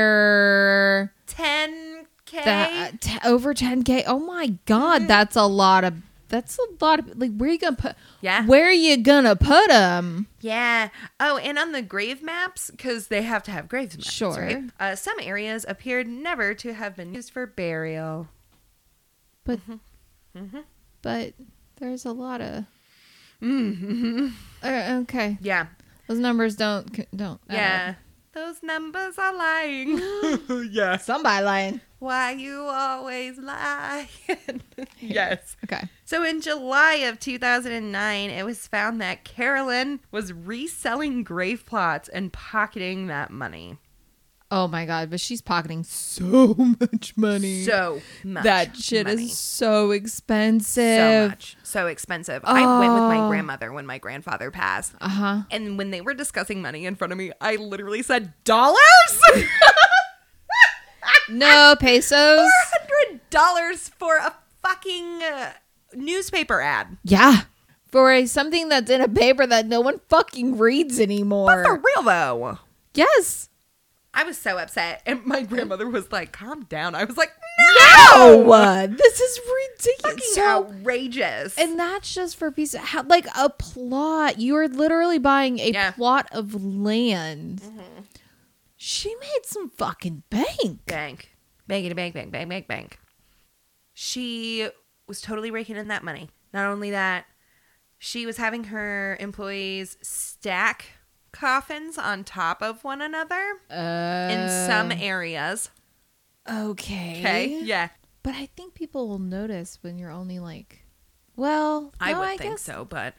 [SPEAKER 2] there
[SPEAKER 3] 10K?
[SPEAKER 2] that uh, t- over 10k. Oh my
[SPEAKER 3] Mm.
[SPEAKER 2] god, that's a lot of that's a lot of like where you going to put
[SPEAKER 3] Yeah.
[SPEAKER 2] Where are you going to put them?
[SPEAKER 3] Yeah. Oh, and on the grave maps, because they have to have grave maps.
[SPEAKER 2] Sure.
[SPEAKER 3] right? Uh, some areas appeared never to have been used for burial.
[SPEAKER 2] But
[SPEAKER 3] Mm-hmm.
[SPEAKER 2] But there's a lot of
[SPEAKER 3] Mm-hmm.
[SPEAKER 2] Uh, okay.
[SPEAKER 3] Yeah.
[SPEAKER 2] Those numbers don't c- don't add
[SPEAKER 3] Yeah.
[SPEAKER 2] up.
[SPEAKER 3] Those numbers are lying. yes.
[SPEAKER 2] Somebody lying.
[SPEAKER 3] Why you always lie? yes.
[SPEAKER 2] Okay.
[SPEAKER 3] So in July of 2009, it was found that Carolyn was reselling grave plots and pocketing that money.
[SPEAKER 2] Oh my god, but she's pocketing so much money.
[SPEAKER 3] So much.
[SPEAKER 2] that shit
[SPEAKER 3] money.
[SPEAKER 2] is so
[SPEAKER 3] so
[SPEAKER 2] expensive.
[SPEAKER 3] much so expensive i went with my
[SPEAKER 2] Oh.
[SPEAKER 3] grandmother when my grandfather passed
[SPEAKER 2] Uh huh.
[SPEAKER 3] and when they were discussing money in front of me i literally said dollars Ah!
[SPEAKER 2] No pesos.
[SPEAKER 3] hundred dollars for a fucking uh, newspaper ad
[SPEAKER 2] yeah. For a something that's in a paper that no one fucking reads anymore.
[SPEAKER 3] for real though
[SPEAKER 2] yes.
[SPEAKER 3] i was so upset and my grandmother was like calm down i was like no,
[SPEAKER 2] No. Uh, this is
[SPEAKER 3] fucking
[SPEAKER 2] ridiculous. So,
[SPEAKER 3] outrageous
[SPEAKER 2] and that's just for a piece of how, like a plot. You are literally buying a
[SPEAKER 3] Yeah.
[SPEAKER 2] plot of land. She made some fucking bank.
[SPEAKER 3] bank bang bang bang bang bang bang she was totally raking in that money not only that she was having her employees stack coffins on top of one another
[SPEAKER 2] Uh, eh?
[SPEAKER 3] in some areas
[SPEAKER 2] Okay.
[SPEAKER 3] okay yeah
[SPEAKER 2] But I think people will notice when you're only like, well,
[SPEAKER 3] I
[SPEAKER 2] no,
[SPEAKER 3] would
[SPEAKER 2] I
[SPEAKER 3] think
[SPEAKER 2] guess,
[SPEAKER 3] so, but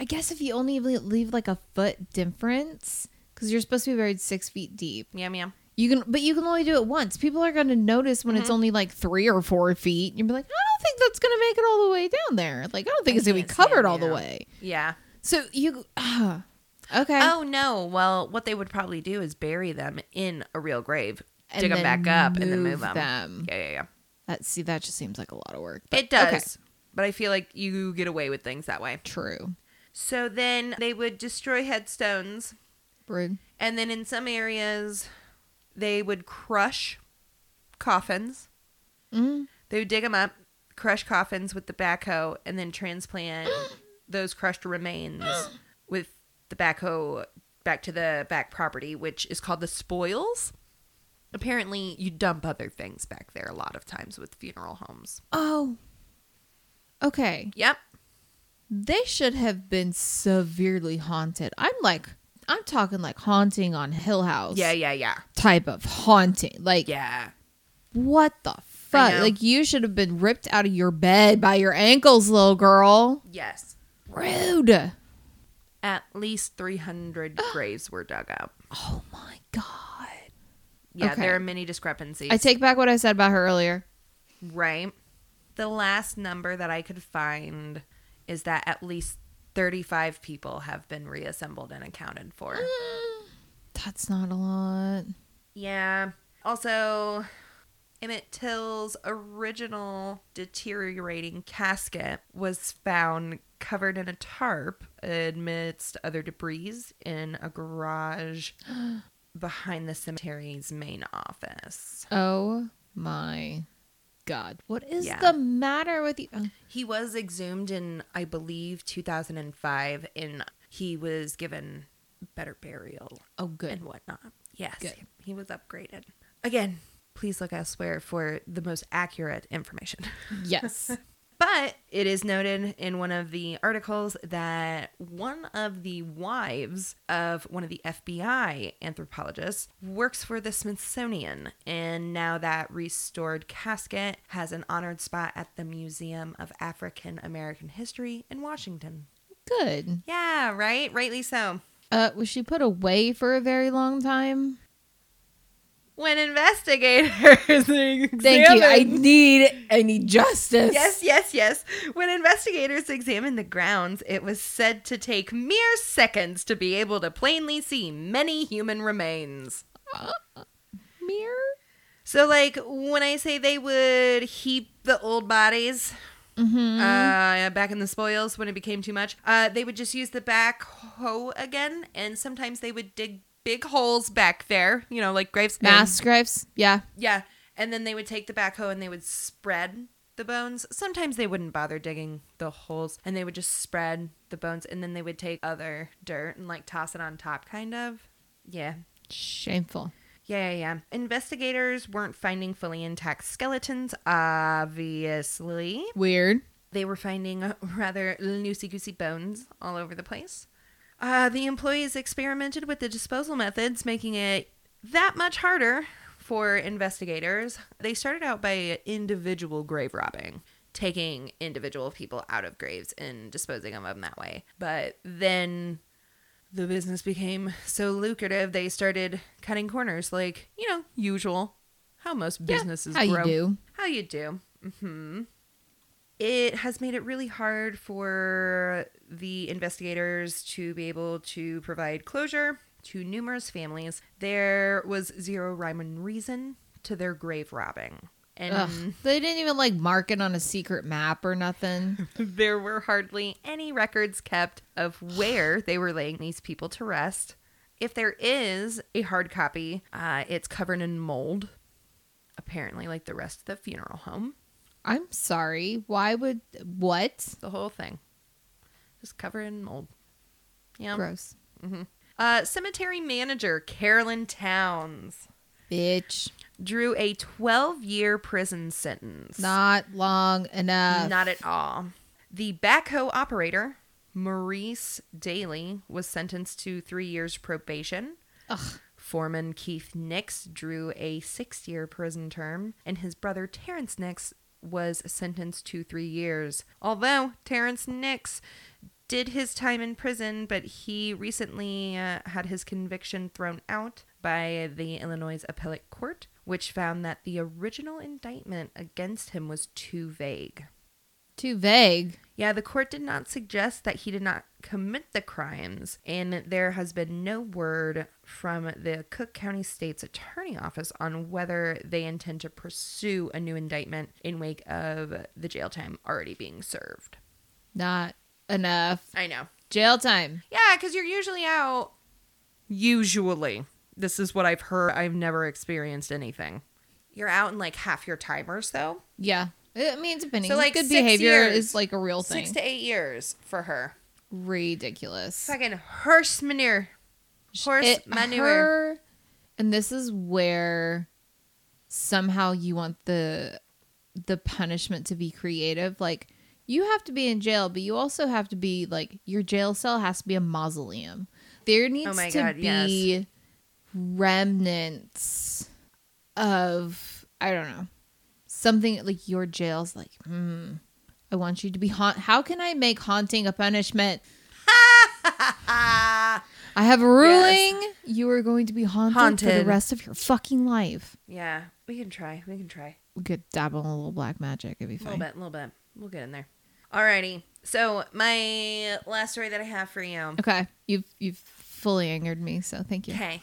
[SPEAKER 2] I guess if you only le- leave like a foot difference, because you're supposed to be buried six feet deep,
[SPEAKER 3] yeah, yeah.
[SPEAKER 2] you can, but you can only do it once. People are going to notice when
[SPEAKER 3] Mm-hmm.
[SPEAKER 2] it's only like three or four feet. You'll be like, I don't think that's going to make it all the way down there. Like, I don't think it's going to be
[SPEAKER 3] can't stand
[SPEAKER 2] covered all the
[SPEAKER 3] down.
[SPEAKER 2] way.
[SPEAKER 3] Yeah.
[SPEAKER 2] So you, uh, okay.
[SPEAKER 3] Oh no. Well, what they would probably do is bury them in a real grave,
[SPEAKER 2] And
[SPEAKER 3] dig them
[SPEAKER 2] then
[SPEAKER 3] back up, and then
[SPEAKER 2] move
[SPEAKER 3] move them.
[SPEAKER 2] them.
[SPEAKER 3] Yeah, yeah, yeah.
[SPEAKER 2] That see, that just seems like a lot of work. but
[SPEAKER 3] It does.
[SPEAKER 2] okay.
[SPEAKER 3] But I feel like you get away with things that way.
[SPEAKER 2] True.
[SPEAKER 3] So then they would destroy headstones,
[SPEAKER 2] Rude.
[SPEAKER 3] and then in some areas, they would crush coffins.
[SPEAKER 2] Mm.
[SPEAKER 3] They would dig them up, crush coffins with the backhoe, and then transplant those crushed remains with the backhoe back to the back property, which is called the spoils. Apparently, you dump other things back there a lot of times with funeral homes.
[SPEAKER 2] Oh. Okay.
[SPEAKER 3] Yep.
[SPEAKER 2] They should have been severely haunted. I'm like, I'm talking like haunting on Hill House.
[SPEAKER 3] Yeah, yeah, yeah.
[SPEAKER 2] Type of haunting. Like,
[SPEAKER 3] Yeah.
[SPEAKER 2] what the
[SPEAKER 3] I
[SPEAKER 2] fuck?
[SPEAKER 3] know.
[SPEAKER 2] Like, you should have been ripped out of your bed by your ankles, little girl.
[SPEAKER 3] Yes.
[SPEAKER 2] Rude.
[SPEAKER 3] At least 300 graves were dug up.
[SPEAKER 2] Oh my god.
[SPEAKER 3] Yeah,
[SPEAKER 2] Okay.
[SPEAKER 3] there are many discrepancies.
[SPEAKER 2] I take back what I said about her earlier.
[SPEAKER 3] Right. The last number that I could find is that at least 35 people have been reassembled and accounted for.
[SPEAKER 2] That's not a lot.
[SPEAKER 3] Yeah. Also, Emmett Till's original deteriorating casket was found covered in a tarp amidst other debris in a garage behind the cemetery's main office.
[SPEAKER 2] Oh my god. What is
[SPEAKER 3] Yeah.
[SPEAKER 2] the matter with you? Oh,
[SPEAKER 3] He was exhumed in, I believe, 2005, and he was given better burial
[SPEAKER 2] oh, good.
[SPEAKER 3] and whatnot. Yes,
[SPEAKER 2] Good.
[SPEAKER 3] he was upgraded. Again, please look elsewhere for the most accurate information.
[SPEAKER 2] Yes.
[SPEAKER 3] But it is noted in one of the articles that one of the wives of one of the FBI anthropologists works for the Smithsonian, and now that restored casket has an honored spot at the Museum of African American History in Washington.
[SPEAKER 2] good.
[SPEAKER 3] Yeah, right? Rightly so.
[SPEAKER 2] Uh, was she put away for a very long time?
[SPEAKER 3] When investigators
[SPEAKER 2] Thank you. I
[SPEAKER 3] examined-
[SPEAKER 2] need I need justice.
[SPEAKER 3] Yes, yes, yes. When investigators examined the grounds, it was said to take mere seconds to be able to plainly see many human remains.
[SPEAKER 2] Mirror.
[SPEAKER 3] So, like, when I say they would heap the old bodies
[SPEAKER 2] Mm-hmm.
[SPEAKER 3] uh, back in the spoils when it became too much, uh, they would just use the back hoe again, and sometimes they would dig big holes back there, you know, like graves.
[SPEAKER 2] Mass graves. Yeah.
[SPEAKER 3] Yeah. And then they would take the backhoe and they would spread the bones. Sometimes they wouldn't bother digging the holes and they would just spread the bones and then they would take other dirt and like toss it on top, kind of. Yeah.
[SPEAKER 2] Shameful.
[SPEAKER 3] Yeah, yeah, yeah. Investigators weren't finding fully intact skeletons, obviously.
[SPEAKER 2] Weird.
[SPEAKER 3] They were finding uh, rather loosey goosey bones all over the place. Uh, the employees experimented with the disposal methods, making it that much harder for investigators. They started out by individual grave robbing, taking individual people out of graves and disposing of them that way. But then the business became so lucrative, they started cutting corners, like, you know, usual. How most
[SPEAKER 2] Yeah,
[SPEAKER 3] businesses
[SPEAKER 2] how you
[SPEAKER 3] grow.
[SPEAKER 2] do.
[SPEAKER 3] How you do. hmm it has made it really hard for the investigators to be able to provide closure to numerous families. There was zero rhyme and reason to their grave robbing. And
[SPEAKER 2] Ugh. They didn't even like mark it on a secret map or nothing.
[SPEAKER 3] there were hardly any records kept of where they were laying these people to rest. If there is a hard copy, uh, it's covered in mold, apparently, like the rest of the funeral home.
[SPEAKER 2] I'm sorry. Why would what?
[SPEAKER 3] The whole thing. Just covered in mold. Yeah.
[SPEAKER 2] Gross.
[SPEAKER 3] Uh, cemetery manager Carolyn Towns
[SPEAKER 2] Bitch.
[SPEAKER 3] drew a 12 year prison sentence.
[SPEAKER 2] Not long enough.
[SPEAKER 3] Not at all. The backhoe operator, Maurice Daly, was sentenced to three years probation.
[SPEAKER 2] Ugh.
[SPEAKER 3] Foreman Keith Nix drew a six year prison term, and his brother Terrence Nix was sentenced to three years. Although Terrence Nix did his time in prison, but he recently uh, had his conviction thrown out by the Illinois Appellate Court, which found that the original indictment against him was too vague.
[SPEAKER 2] Too vague.
[SPEAKER 3] Yeah, the court did not suggest that he did not commit the crimes, and there has been no word from the Cook County State's Attorney Office on whether they intend to pursue a new indictment in wake of the jail time already being served.
[SPEAKER 2] Not enough.
[SPEAKER 3] I know.
[SPEAKER 2] Jail time.
[SPEAKER 3] Yeah, because you're usually out. Usually. This is what I've heard. I've never experienced anything. You're out in like half your time or so.
[SPEAKER 2] Yeah. It means depending.
[SPEAKER 3] So, like,
[SPEAKER 2] good
[SPEAKER 3] six
[SPEAKER 2] behavior
[SPEAKER 3] years.
[SPEAKER 2] is like a real thing.
[SPEAKER 3] Six to eight years for her.
[SPEAKER 2] Ridiculous.
[SPEAKER 3] Fucking horse manure. Horse
[SPEAKER 2] It-
[SPEAKER 3] manure.
[SPEAKER 2] her- and this is where somehow you want the the punishment to be creative. Like you have to be in jail, but you also have to be like your jail cell has to be a mausoleum. There needs
[SPEAKER 3] Oh my
[SPEAKER 2] to
[SPEAKER 3] God, yes.
[SPEAKER 2] be remnants of I don't know something like your jail's like. Hmm, I want you to be haunt. How can I make haunting a punishment? I have a ruling. You are going to be haunted, for the
[SPEAKER 3] Haunted.
[SPEAKER 2] rest of your fucking life.
[SPEAKER 3] Yeah, we can try. We can try.
[SPEAKER 2] We could dabble in a little black magic. It'd be
[SPEAKER 3] A little
[SPEAKER 2] fine.
[SPEAKER 3] bit, a little bit. We'll get in there. Alrighty. So my last story that I have for you.
[SPEAKER 2] Okay, you've you've fully angered me, so thank you.
[SPEAKER 3] Okay.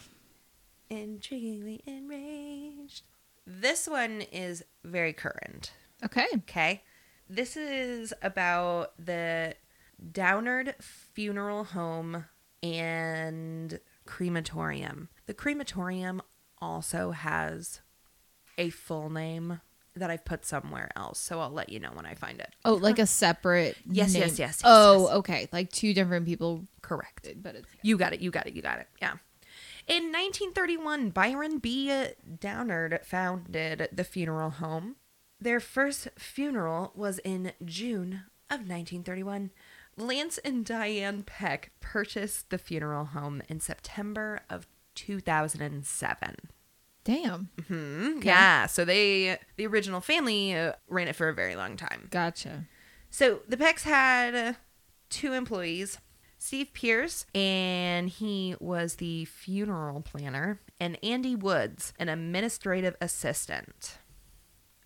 [SPEAKER 3] Intriguingly enraged. This one is very current.
[SPEAKER 2] Okay.
[SPEAKER 3] Okay. This is about the Downard Funeral Home and Crematorium. The crematorium also has a full name that I've put somewhere else, so I'll let you know when I find it.
[SPEAKER 2] Oh, like a separate.
[SPEAKER 3] Yes,
[SPEAKER 2] name.
[SPEAKER 3] yes, yes, yes,
[SPEAKER 2] Oh,
[SPEAKER 3] yes.
[SPEAKER 2] okay. Like two different people,
[SPEAKER 3] Correct.
[SPEAKER 2] but it's
[SPEAKER 3] You got it. You got it. You got it. Yeah. In 1931, Byron B. Downard founded the funeral home. Their first funeral was in June of 1931. Lance and Diane Peck purchased the funeral home in September of 2007.
[SPEAKER 2] damn.
[SPEAKER 3] Hmm? Yeah, so they the original family uh, ran it for a very long time.
[SPEAKER 2] Gotcha.
[SPEAKER 3] So the Pecks had uh, two employees, Steve Pierce, and he was the funeral planner, and Andy Woods, an administrative assistant.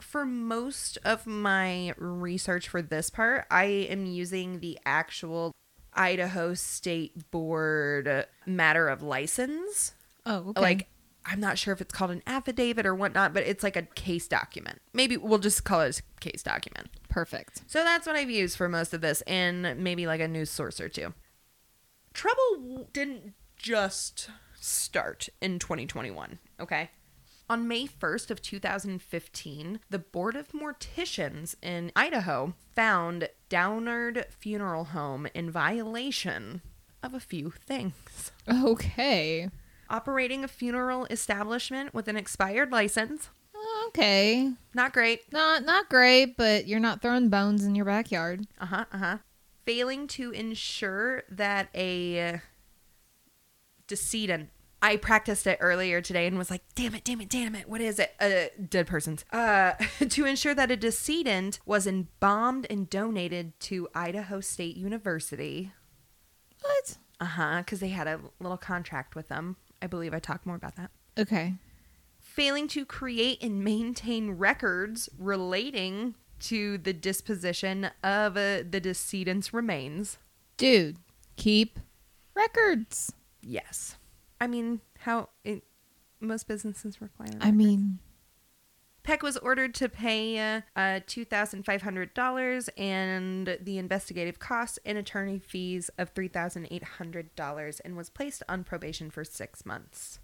[SPEAKER 3] For most of my research for this part, I am using the actual Idaho State Board matter of license.
[SPEAKER 2] Oh, okay.
[SPEAKER 3] Like, I'm not sure if it's called an affidavit or whatnot, but it's like a case document. Maybe we'll just call it a case document.
[SPEAKER 2] perfect.
[SPEAKER 3] So that's what I've used for most of this, and maybe like a news source or two. Trouble w- didn't just start in 2021, okay? On May 1st of 2015, the Board of Morticians in Idaho found Downard Funeral Home in violation of a few things
[SPEAKER 2] Okay.
[SPEAKER 3] operating a funeral establishment with an expired license.
[SPEAKER 2] Okay.
[SPEAKER 3] Not great.
[SPEAKER 2] Not not great, but you're not throwing bones in your backyard.
[SPEAKER 3] Uh huh. Uh huh. Failing to ensure that a decedent. I practiced it earlier today and was like, damn it, damn it, damn it. What is it? Uh, dead persons. Uh, to ensure that a decedent was embalmed and donated to Idaho State University.
[SPEAKER 2] What?
[SPEAKER 3] Uh huh. Because they had a little contract with them. I believe I talked more about that.
[SPEAKER 2] Okay.
[SPEAKER 3] failing to create and maintain records relating to the disposition of uh, the decedent's remains.
[SPEAKER 2] Dude, keep records.
[SPEAKER 3] Yes. I mean, how it, most businesses require that.
[SPEAKER 2] I mean,
[SPEAKER 3] Peck was ordered to pay uh, uh, $2,500 and the investigative costs and attorney fees of $3,800 and was placed on probation for six months.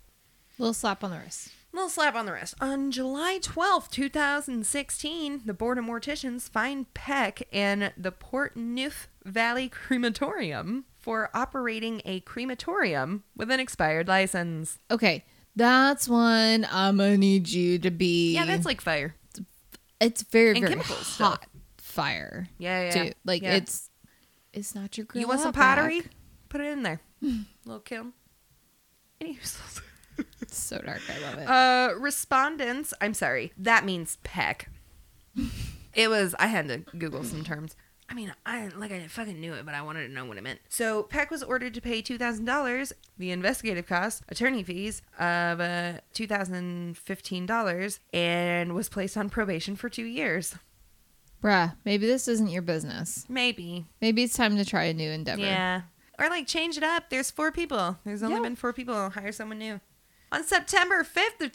[SPEAKER 2] little slap on the wrist.
[SPEAKER 3] Little slap on the wrist. On July twelfth, two 2016, the Board of Morticians fined Peck and the Port Neuf Valley Crematorium for operating a crematorium with an expired license.
[SPEAKER 2] Okay, that's one I'm gonna need you to be.
[SPEAKER 3] Yeah, that's like fire.
[SPEAKER 2] it's very
[SPEAKER 3] and
[SPEAKER 2] very
[SPEAKER 3] chemicals still.
[SPEAKER 2] hot fire.
[SPEAKER 3] Yeah, yeah, yeah.
[SPEAKER 2] Dude, like
[SPEAKER 3] Yeah.
[SPEAKER 2] it's it's not your grill.
[SPEAKER 3] You want some
[SPEAKER 2] out back.
[SPEAKER 3] pottery? Put it in there. Little kiln. Any useless-
[SPEAKER 2] It's so dark. I love it.
[SPEAKER 3] Uh, respondents, I'm sorry, that means Peck. It was. I had to Google some terms. I mean, I like I fucking knew it, but I wanted to know what it meant. So Peck was ordered to pay two thousand dollars, the investigative costs, attorney fees of uh, two thousand fifteen dollars, and was placed on probation for two years.
[SPEAKER 2] Bruh, maybe this isn't your business.
[SPEAKER 3] Maybe.
[SPEAKER 2] Maybe it's time to try a new endeavor.
[SPEAKER 3] Yeah. Or like change it up. There's four people. There's only
[SPEAKER 2] Yeah.
[SPEAKER 3] been four people. Hire someone new. On September 5th of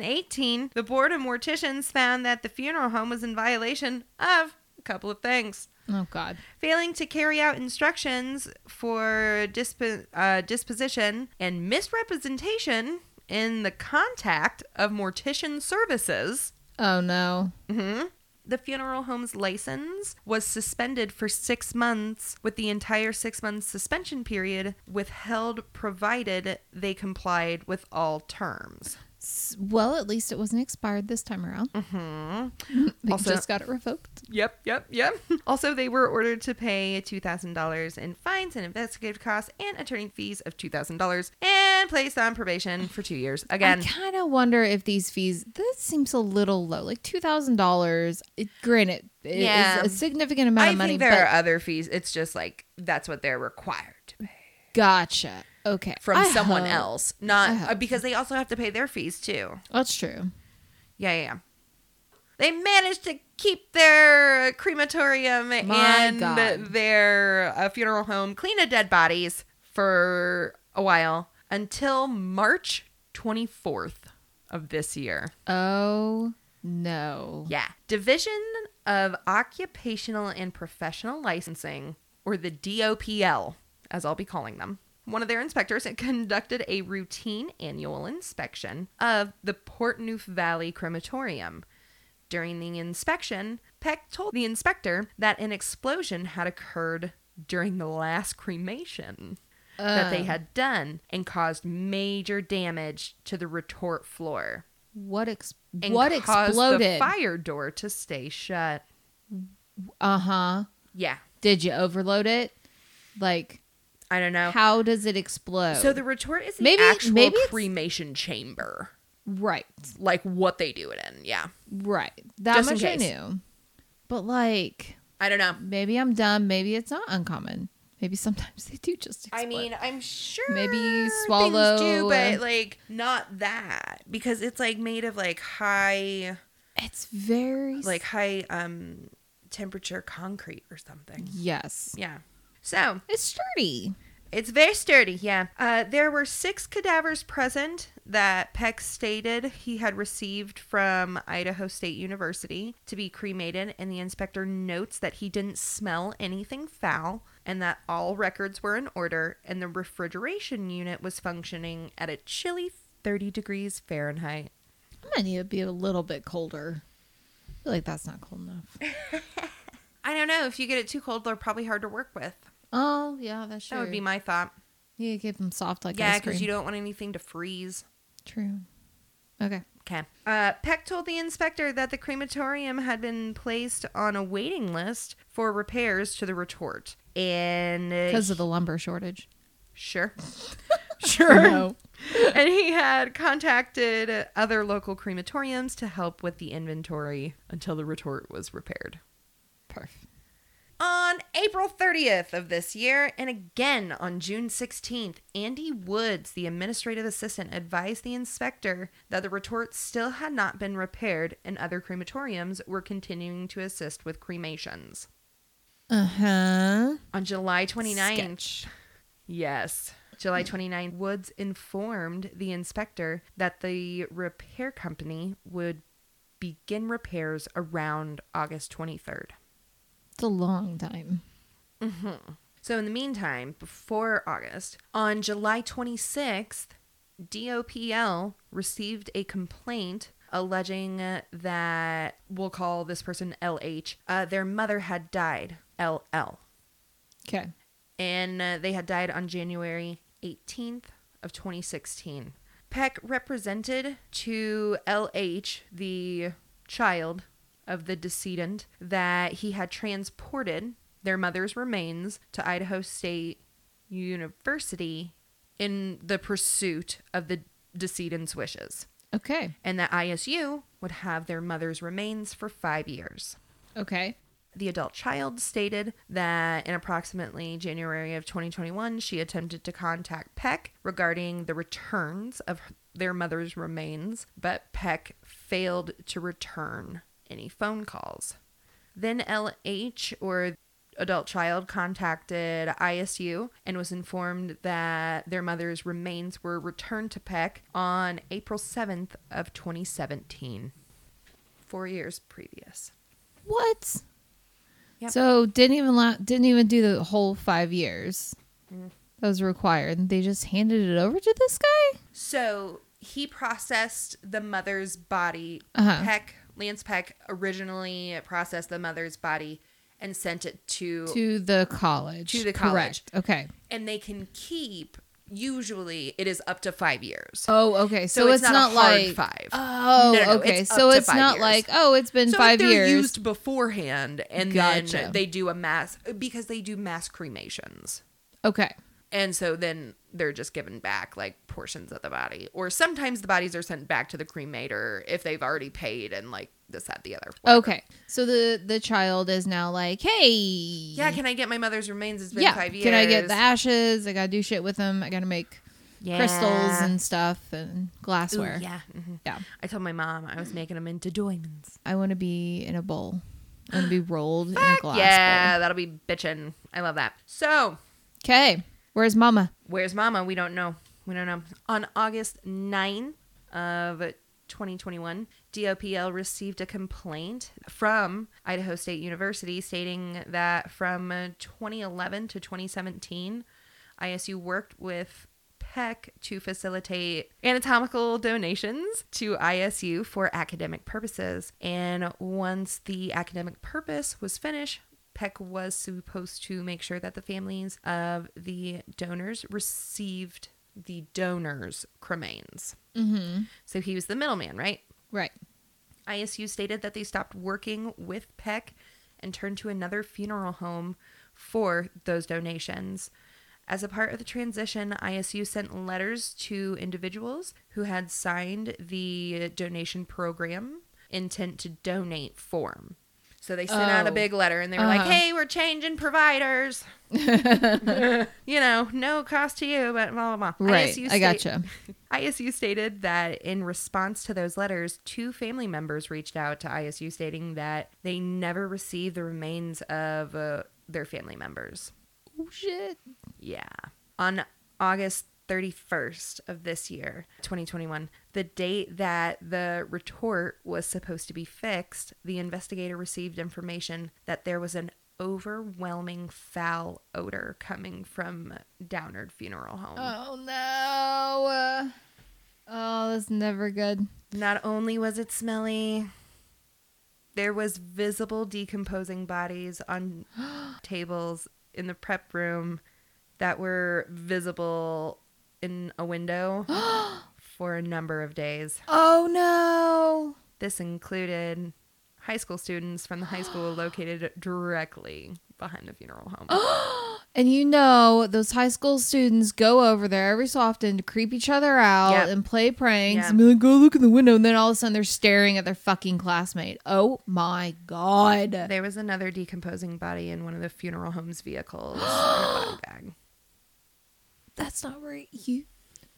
[SPEAKER 3] 2018, the board of morticians found that the funeral home was in violation of a couple of things.
[SPEAKER 2] Oh God.
[SPEAKER 3] Failing to carry out instructions for disp- uh, disposition and misrepresentation in the contact of mortician services.
[SPEAKER 2] Oh no.
[SPEAKER 3] hmm The funeral home's license was suspended for six months, with the entire six month suspension period withheld provided they complied with all terms.
[SPEAKER 2] S- Well, at least it wasn't expired this time around.
[SPEAKER 3] Mm-hmm.
[SPEAKER 2] They
[SPEAKER 3] Also-
[SPEAKER 2] just got it revoked.
[SPEAKER 3] Yep, yep, yep. also, they were ordered to pay $2,000 in fines and investigative costs and attorney fees of $2,000 and placed on probation for two years. Again,
[SPEAKER 2] I kind of wonder if these fees. This seems a little low, like two thousand dollars. Granted, it is
[SPEAKER 3] Yeah.
[SPEAKER 2] a significant amount of
[SPEAKER 3] I
[SPEAKER 2] money.
[SPEAKER 3] think there
[SPEAKER 2] but
[SPEAKER 3] are other fees. It's just like that's what they're required to pay.
[SPEAKER 2] gotcha. Okay,
[SPEAKER 3] uh, from
[SPEAKER 2] I
[SPEAKER 3] someone
[SPEAKER 2] hope-
[SPEAKER 3] else, not
[SPEAKER 2] I hope.
[SPEAKER 3] uh, because they also have to pay their fees too.
[SPEAKER 2] That's true.
[SPEAKER 3] Yeah, yeah. yeah. They managed to keep their crematorium and
[SPEAKER 2] God.
[SPEAKER 3] their uh, funeral home clean of dead bodies for a while until March 24th of this year.
[SPEAKER 2] Oh no.
[SPEAKER 3] Yeah. Division of Occupational and Professional Licensing, or the DOPL, as I'll be calling them. One of their inspectors conducted a routine annual inspection of the Portneuf Valley Crematorium. During the inspection, Peck told the inspector that an explosion had occurred during the last cremation that they
[SPEAKER 2] Um,
[SPEAKER 3] had done and caused major damage to the retort floor
[SPEAKER 2] What ex-
[SPEAKER 3] and
[SPEAKER 2] what
[SPEAKER 3] caused the
[SPEAKER 2] exploded?
[SPEAKER 3] fire door to stay shut.
[SPEAKER 2] Uh huh.
[SPEAKER 3] Yeah,
[SPEAKER 2] Did you overload it? Like,
[SPEAKER 3] I don't know.
[SPEAKER 2] how does it explode?
[SPEAKER 3] so the retort is the
[SPEAKER 2] Maybe-
[SPEAKER 3] actual
[SPEAKER 2] maybe it's-
[SPEAKER 3] cremation chamber,
[SPEAKER 2] right,
[SPEAKER 3] like what they do it in. Yeah,
[SPEAKER 2] right. That
[SPEAKER 3] Just in
[SPEAKER 2] much I
[SPEAKER 3] case.
[SPEAKER 2] knew. But like,
[SPEAKER 3] I don't know.
[SPEAKER 2] maybe I'm dumb. Maybe it's not uncommon. Maybe sometimes they do just. Explode.
[SPEAKER 3] I mean, I'm sure
[SPEAKER 2] Maybe you
[SPEAKER 3] things
[SPEAKER 2] swallow
[SPEAKER 3] do,
[SPEAKER 2] a-
[SPEAKER 3] but like not that because it's like made of like high,
[SPEAKER 2] it's very s-
[SPEAKER 3] like high um temperature concrete or something.
[SPEAKER 2] yes,
[SPEAKER 3] Yeah. So
[SPEAKER 2] it's sturdy.
[SPEAKER 3] It's very sturdy, yeah. Uh, there were six cadavers present that Peck stated he had received from Idaho State University to be cremated, and the inspector notes that he didn't smell anything foul and that all records were in order and the refrigeration unit was functioning at a chilly 30 degrees Fahrenheit.
[SPEAKER 2] I'm gonna need to be a little bit colder. I feel like that's not cold enough.
[SPEAKER 3] I don't know, if you get it too cold, they're probably hard to work with.
[SPEAKER 2] Oh yeah, that's true.
[SPEAKER 3] That would be my thought.
[SPEAKER 2] you give them soft like
[SPEAKER 3] yeah,
[SPEAKER 2] ice cream.
[SPEAKER 3] because you don't want anything to freeze.
[SPEAKER 2] True. Okay.
[SPEAKER 3] Okay. Uh, Peck told the inspector that the crematorium had been placed on a waiting list for repairs to the retort. And uh,
[SPEAKER 2] Because of the lumber shortage. Oh,
[SPEAKER 3] sure, sure.
[SPEAKER 2] No.
[SPEAKER 3] And he had contacted other local crematoriums to help with the inventory until the retort was repaired.
[SPEAKER 2] Perf.
[SPEAKER 3] On April 30th of this year, and again on June 16th, Andy Woods, the administrative assistant, advised the inspector that the retort still had not been repaired and other crematoriums were continuing to assist with cremations.
[SPEAKER 2] Uh huh.
[SPEAKER 3] On July 29th,
[SPEAKER 2] Sketch.
[SPEAKER 3] yes, July 29th, Woods informed the inspector that the repair company would begin repairs around August 23rd.
[SPEAKER 2] It's a long time.
[SPEAKER 3] So, in the meantime, before August, on July 26th, DOPL received a complaint alleging uh, that we'll call this person LH. Uh, their mother had died, LL,
[SPEAKER 2] Okay.
[SPEAKER 3] and uh, they had died on January 18th of 2016. Peck represented to LH, the child of the decedent, that he had transported their mother's remains to Idaho State University in the pursuit of the decedent's wishes,
[SPEAKER 2] Okay.
[SPEAKER 3] and that ISU would have their mother's remains for five years.
[SPEAKER 2] Okay.
[SPEAKER 3] The adult child stated that in approximately January of 2021, she attempted to contact Peck regarding the returns of their mother's remains, but Peck failed to return any phone calls. Then LH, or adult child, contacted ISU and was informed that their mother's remains were returned to Peck on April 7th of 2017, four years previous.
[SPEAKER 2] What?
[SPEAKER 3] Yep.
[SPEAKER 2] So didn't even la- didn't even do the whole five years
[SPEAKER 3] Mm-hmm.
[SPEAKER 2] that was required. and They just handed it over to this guy.
[SPEAKER 3] So he processed the mother's body.
[SPEAKER 2] Uh-huh.
[SPEAKER 3] Peck, Lance Peck, originally processed the mother's body and sent it to,
[SPEAKER 2] to the college.
[SPEAKER 3] To the
[SPEAKER 2] Correct. Okay.
[SPEAKER 3] and they can keep. Usually, it is up to five years.
[SPEAKER 2] Oh, okay. So, it's, not,
[SPEAKER 3] a hard
[SPEAKER 2] like
[SPEAKER 3] five.
[SPEAKER 2] Oh,
[SPEAKER 3] No, no, no,
[SPEAKER 2] okay.
[SPEAKER 3] it's up
[SPEAKER 2] so
[SPEAKER 3] to
[SPEAKER 2] it's
[SPEAKER 3] five
[SPEAKER 2] not
[SPEAKER 3] years.
[SPEAKER 2] like oh, it's been
[SPEAKER 3] so if
[SPEAKER 2] five
[SPEAKER 3] they're
[SPEAKER 2] years.
[SPEAKER 3] used beforehand, and
[SPEAKER 2] Gotcha.
[SPEAKER 3] then they do a mass because they do mass cremations.
[SPEAKER 2] okay.
[SPEAKER 3] And so then they're just given back like portions of the body. Or sometimes the bodies are sent back to the cremator if they've already paid and like this, that, the other. whatever.
[SPEAKER 2] Okay. So the the child is now like, hey, yeah,
[SPEAKER 3] Yeah, can I get my mother's remains? It's been
[SPEAKER 2] Mm-hmm. yeah.
[SPEAKER 3] five years.
[SPEAKER 2] Can I get the ashes? I gotta do shit with them. I gotta make crystals and stuff and
[SPEAKER 3] Ooh,
[SPEAKER 2] glassware.
[SPEAKER 3] yeah. mhm.
[SPEAKER 2] Yeah.
[SPEAKER 3] I told my mom I was making them into diamonds.
[SPEAKER 2] I want to be in a bowl. I want to be rolled in a
[SPEAKER 3] Heck
[SPEAKER 2] glass
[SPEAKER 3] yeah, that'll be bitchin'. I love that. So,
[SPEAKER 2] Okay. Where's Mama?
[SPEAKER 3] where's Mama? We don't know. We don't know. On August 9 of 2021, DOPL received a complaint from Idaho State University stating that from 2011 to 2017, ISU worked with Peck E to facilitate anatomical donations to ISU for academic purposes. And once the academic purpose was finished, Peck was supposed to make sure that the families of the donors received the donors' cremains.
[SPEAKER 2] Mm-hmm.
[SPEAKER 3] So he was the middleman, right?
[SPEAKER 2] Right.
[SPEAKER 3] ISU stated that they stopped working with Peck and turned to another funeral home for those donations. As a part of the transition, ISU sent letters to individuals who had signed the donation program intent to donate form. So they sent out a
[SPEAKER 2] Oh.
[SPEAKER 3] big letter and they were like,
[SPEAKER 2] Uh-huh.
[SPEAKER 3] hey, we're changing providers. you know, no cost to you, but blah, blah, blah.
[SPEAKER 2] Right.
[SPEAKER 3] ISU
[SPEAKER 2] I
[SPEAKER 3] sta-
[SPEAKER 2] gotcha.
[SPEAKER 3] ISU stated that in response to those letters, two family members reached out to ISU stating that they never received the remains of uh, their family members.
[SPEAKER 2] Oh shit.
[SPEAKER 3] Yeah. On August 31st of this year, 2021, the date that the retort was supposed to be fixed, the investigator received information that there was an overwhelming foul odor coming from Downard Funeral Home.
[SPEAKER 2] Oh no. Oh, that's never good.
[SPEAKER 3] Not only was it smelly, there was visible decomposing bodies on tables in the prep room that were visible in a window for a number of days.
[SPEAKER 2] Oh no.
[SPEAKER 3] This included high school students from the high school located directly behind the funeral
[SPEAKER 2] Oh.
[SPEAKER 3] home.
[SPEAKER 2] And you know, those high school students go over there every so often to creep each other out
[SPEAKER 3] Yep.
[SPEAKER 2] and play pranks
[SPEAKER 3] Yep.
[SPEAKER 2] and be like, go look in the window. And then all of a sudden they're staring at their fucking classmate. Oh my God.
[SPEAKER 3] there was another decomposing body in one of the funeral home's vehicles in a body bag.
[SPEAKER 2] That's not right. You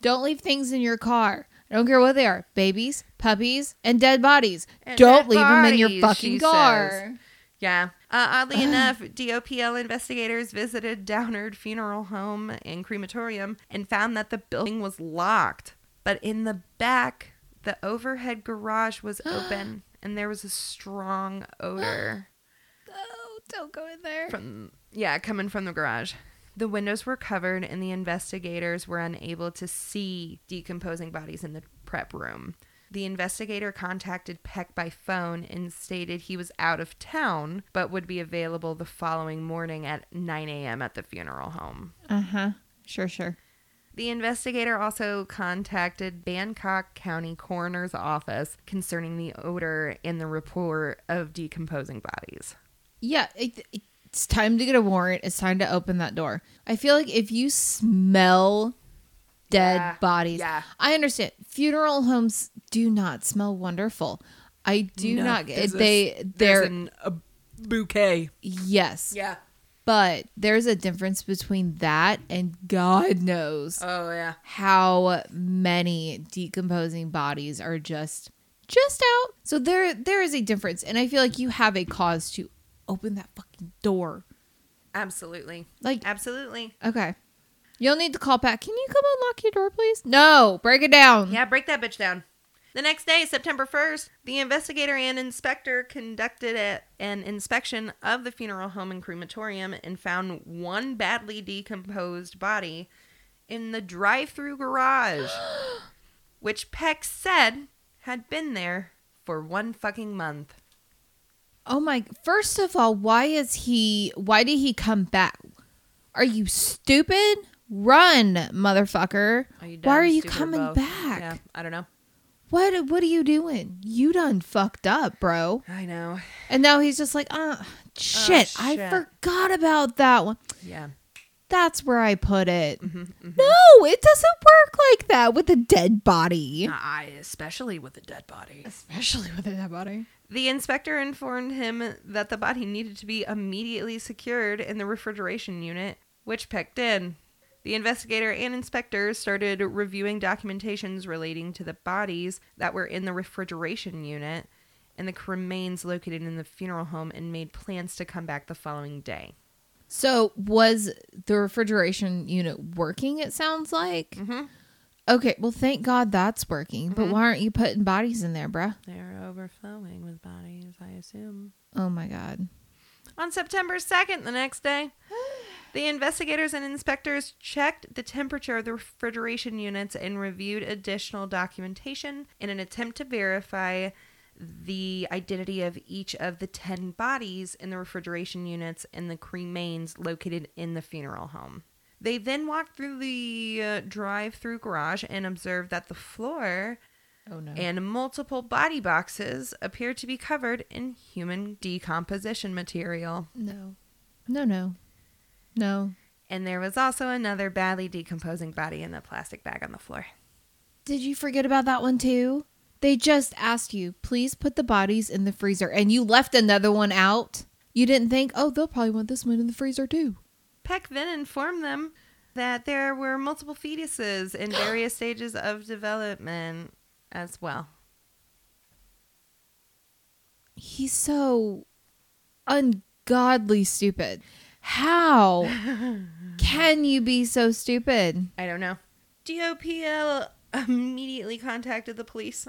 [SPEAKER 2] don't leave things in your car. I don't care what they are babies, puppies, and dead bodies.
[SPEAKER 3] And
[SPEAKER 2] don't
[SPEAKER 3] dead
[SPEAKER 2] leave them in your
[SPEAKER 3] bodies,
[SPEAKER 2] fucking
[SPEAKER 3] she
[SPEAKER 2] car.
[SPEAKER 3] says. Yeah. Uh, oddly enough, DOPL investigators visited Downard Funeral Home and Crematorium and found that the building was locked. But in the back, the overhead garage was open and there was a strong odor
[SPEAKER 2] Oh, don't go in there.
[SPEAKER 3] from, yeah, coming from the garage. The windows were covered and the investigators were unable to see decomposing bodies in the prep room. The investigator contacted Peck by phone and stated he was out of town but would be available the following morning at 9 a.m. at the funeral home.
[SPEAKER 2] Uh huh. Sure, sure.
[SPEAKER 3] The investigator also contacted Bangkok County Coroner's Office concerning the odor and the report of decomposing bodies.
[SPEAKER 2] Yeah, it, it's time to get a warrant. It's time to open that door. I feel like if you smell dead
[SPEAKER 3] Yeah,
[SPEAKER 2] bodies,
[SPEAKER 3] yeah.
[SPEAKER 2] I understand. Funeral homes do not smell wonderful. I do not.
[SPEAKER 3] There's a-
[SPEAKER 2] They
[SPEAKER 3] there's
[SPEAKER 2] they're
[SPEAKER 3] an bouquet.
[SPEAKER 2] Yes.
[SPEAKER 3] Yeah.
[SPEAKER 2] But there's a difference between that and God knows
[SPEAKER 3] Oh yeah.
[SPEAKER 2] how many decomposing bodies are just just out. So there there is a difference and I feel like you have a cause to open that fucking door.
[SPEAKER 3] Absolutely.
[SPEAKER 2] Like
[SPEAKER 3] Absolutely.
[SPEAKER 2] okay. You'll need to call back. Can you come unlock your door, please? No, break it down.
[SPEAKER 3] Yeah, break that bitch down. The next day, September 1st, the investigator and inspector conducted a, an inspection of the funeral home and crematorium and found one badly decomposed body in the drive through garage, which Peck said had been there for one fucking month.
[SPEAKER 2] Oh my! First of all, why is he? Why did he come back? Are you stupid? Run, motherfucker! why are you coming back?
[SPEAKER 3] Yeah, I don't know.
[SPEAKER 2] What What are you doing? You done fucked up, bro.
[SPEAKER 3] I know.
[SPEAKER 2] And now he's just like, uh, shit, I
[SPEAKER 3] shit.
[SPEAKER 2] forgot about that one.
[SPEAKER 3] Yeah.
[SPEAKER 2] That's where I put it. No, it doesn't work like that with a dead body,
[SPEAKER 3] I especially with a dead body.
[SPEAKER 2] especially with a dead body.
[SPEAKER 3] The inspector informed him that the body needed to be immediately secured in the refrigeration unit, which Peck did. The investigator and inspector started reviewing documentations relating to the bodies that were in the refrigeration unit and the remains located in the funeral home and made plans to come back the following day.
[SPEAKER 2] So was the refrigeration unit working? It sounds like. Okay, well, thank God that's working. But why aren't you putting bodies in there, bruh?
[SPEAKER 3] They're overflowing with bodies, I assume.
[SPEAKER 2] Oh my God.
[SPEAKER 3] On September 2nd, the next day, the investigators and inspectors checked the temperature of the refrigeration units and reviewed additional documentation in an attempt to verify the identity of each of the 10 bodies in the refrigeration units and the cremains located in the funeral home. They then walked through the uh, drive through garage and observed that the floor
[SPEAKER 2] Oh no.
[SPEAKER 3] and multiple body boxes appeared to be covered in human decomposition material.
[SPEAKER 2] no. No, no. No.
[SPEAKER 3] And there was also another badly decomposing body in the plastic bag on the floor.
[SPEAKER 2] Did you forget about that one too? They just asked you, please put the bodies in the freezer, and you left another one out. You didn't think, oh, they'll probably want this one in the freezer too.
[SPEAKER 3] Peck then informed them that there were multiple fetuses in various stages of development as well.
[SPEAKER 2] He's so ungodly stupid. How can you be so stupid?
[SPEAKER 3] I don't know. DOPL immediately contacted the police.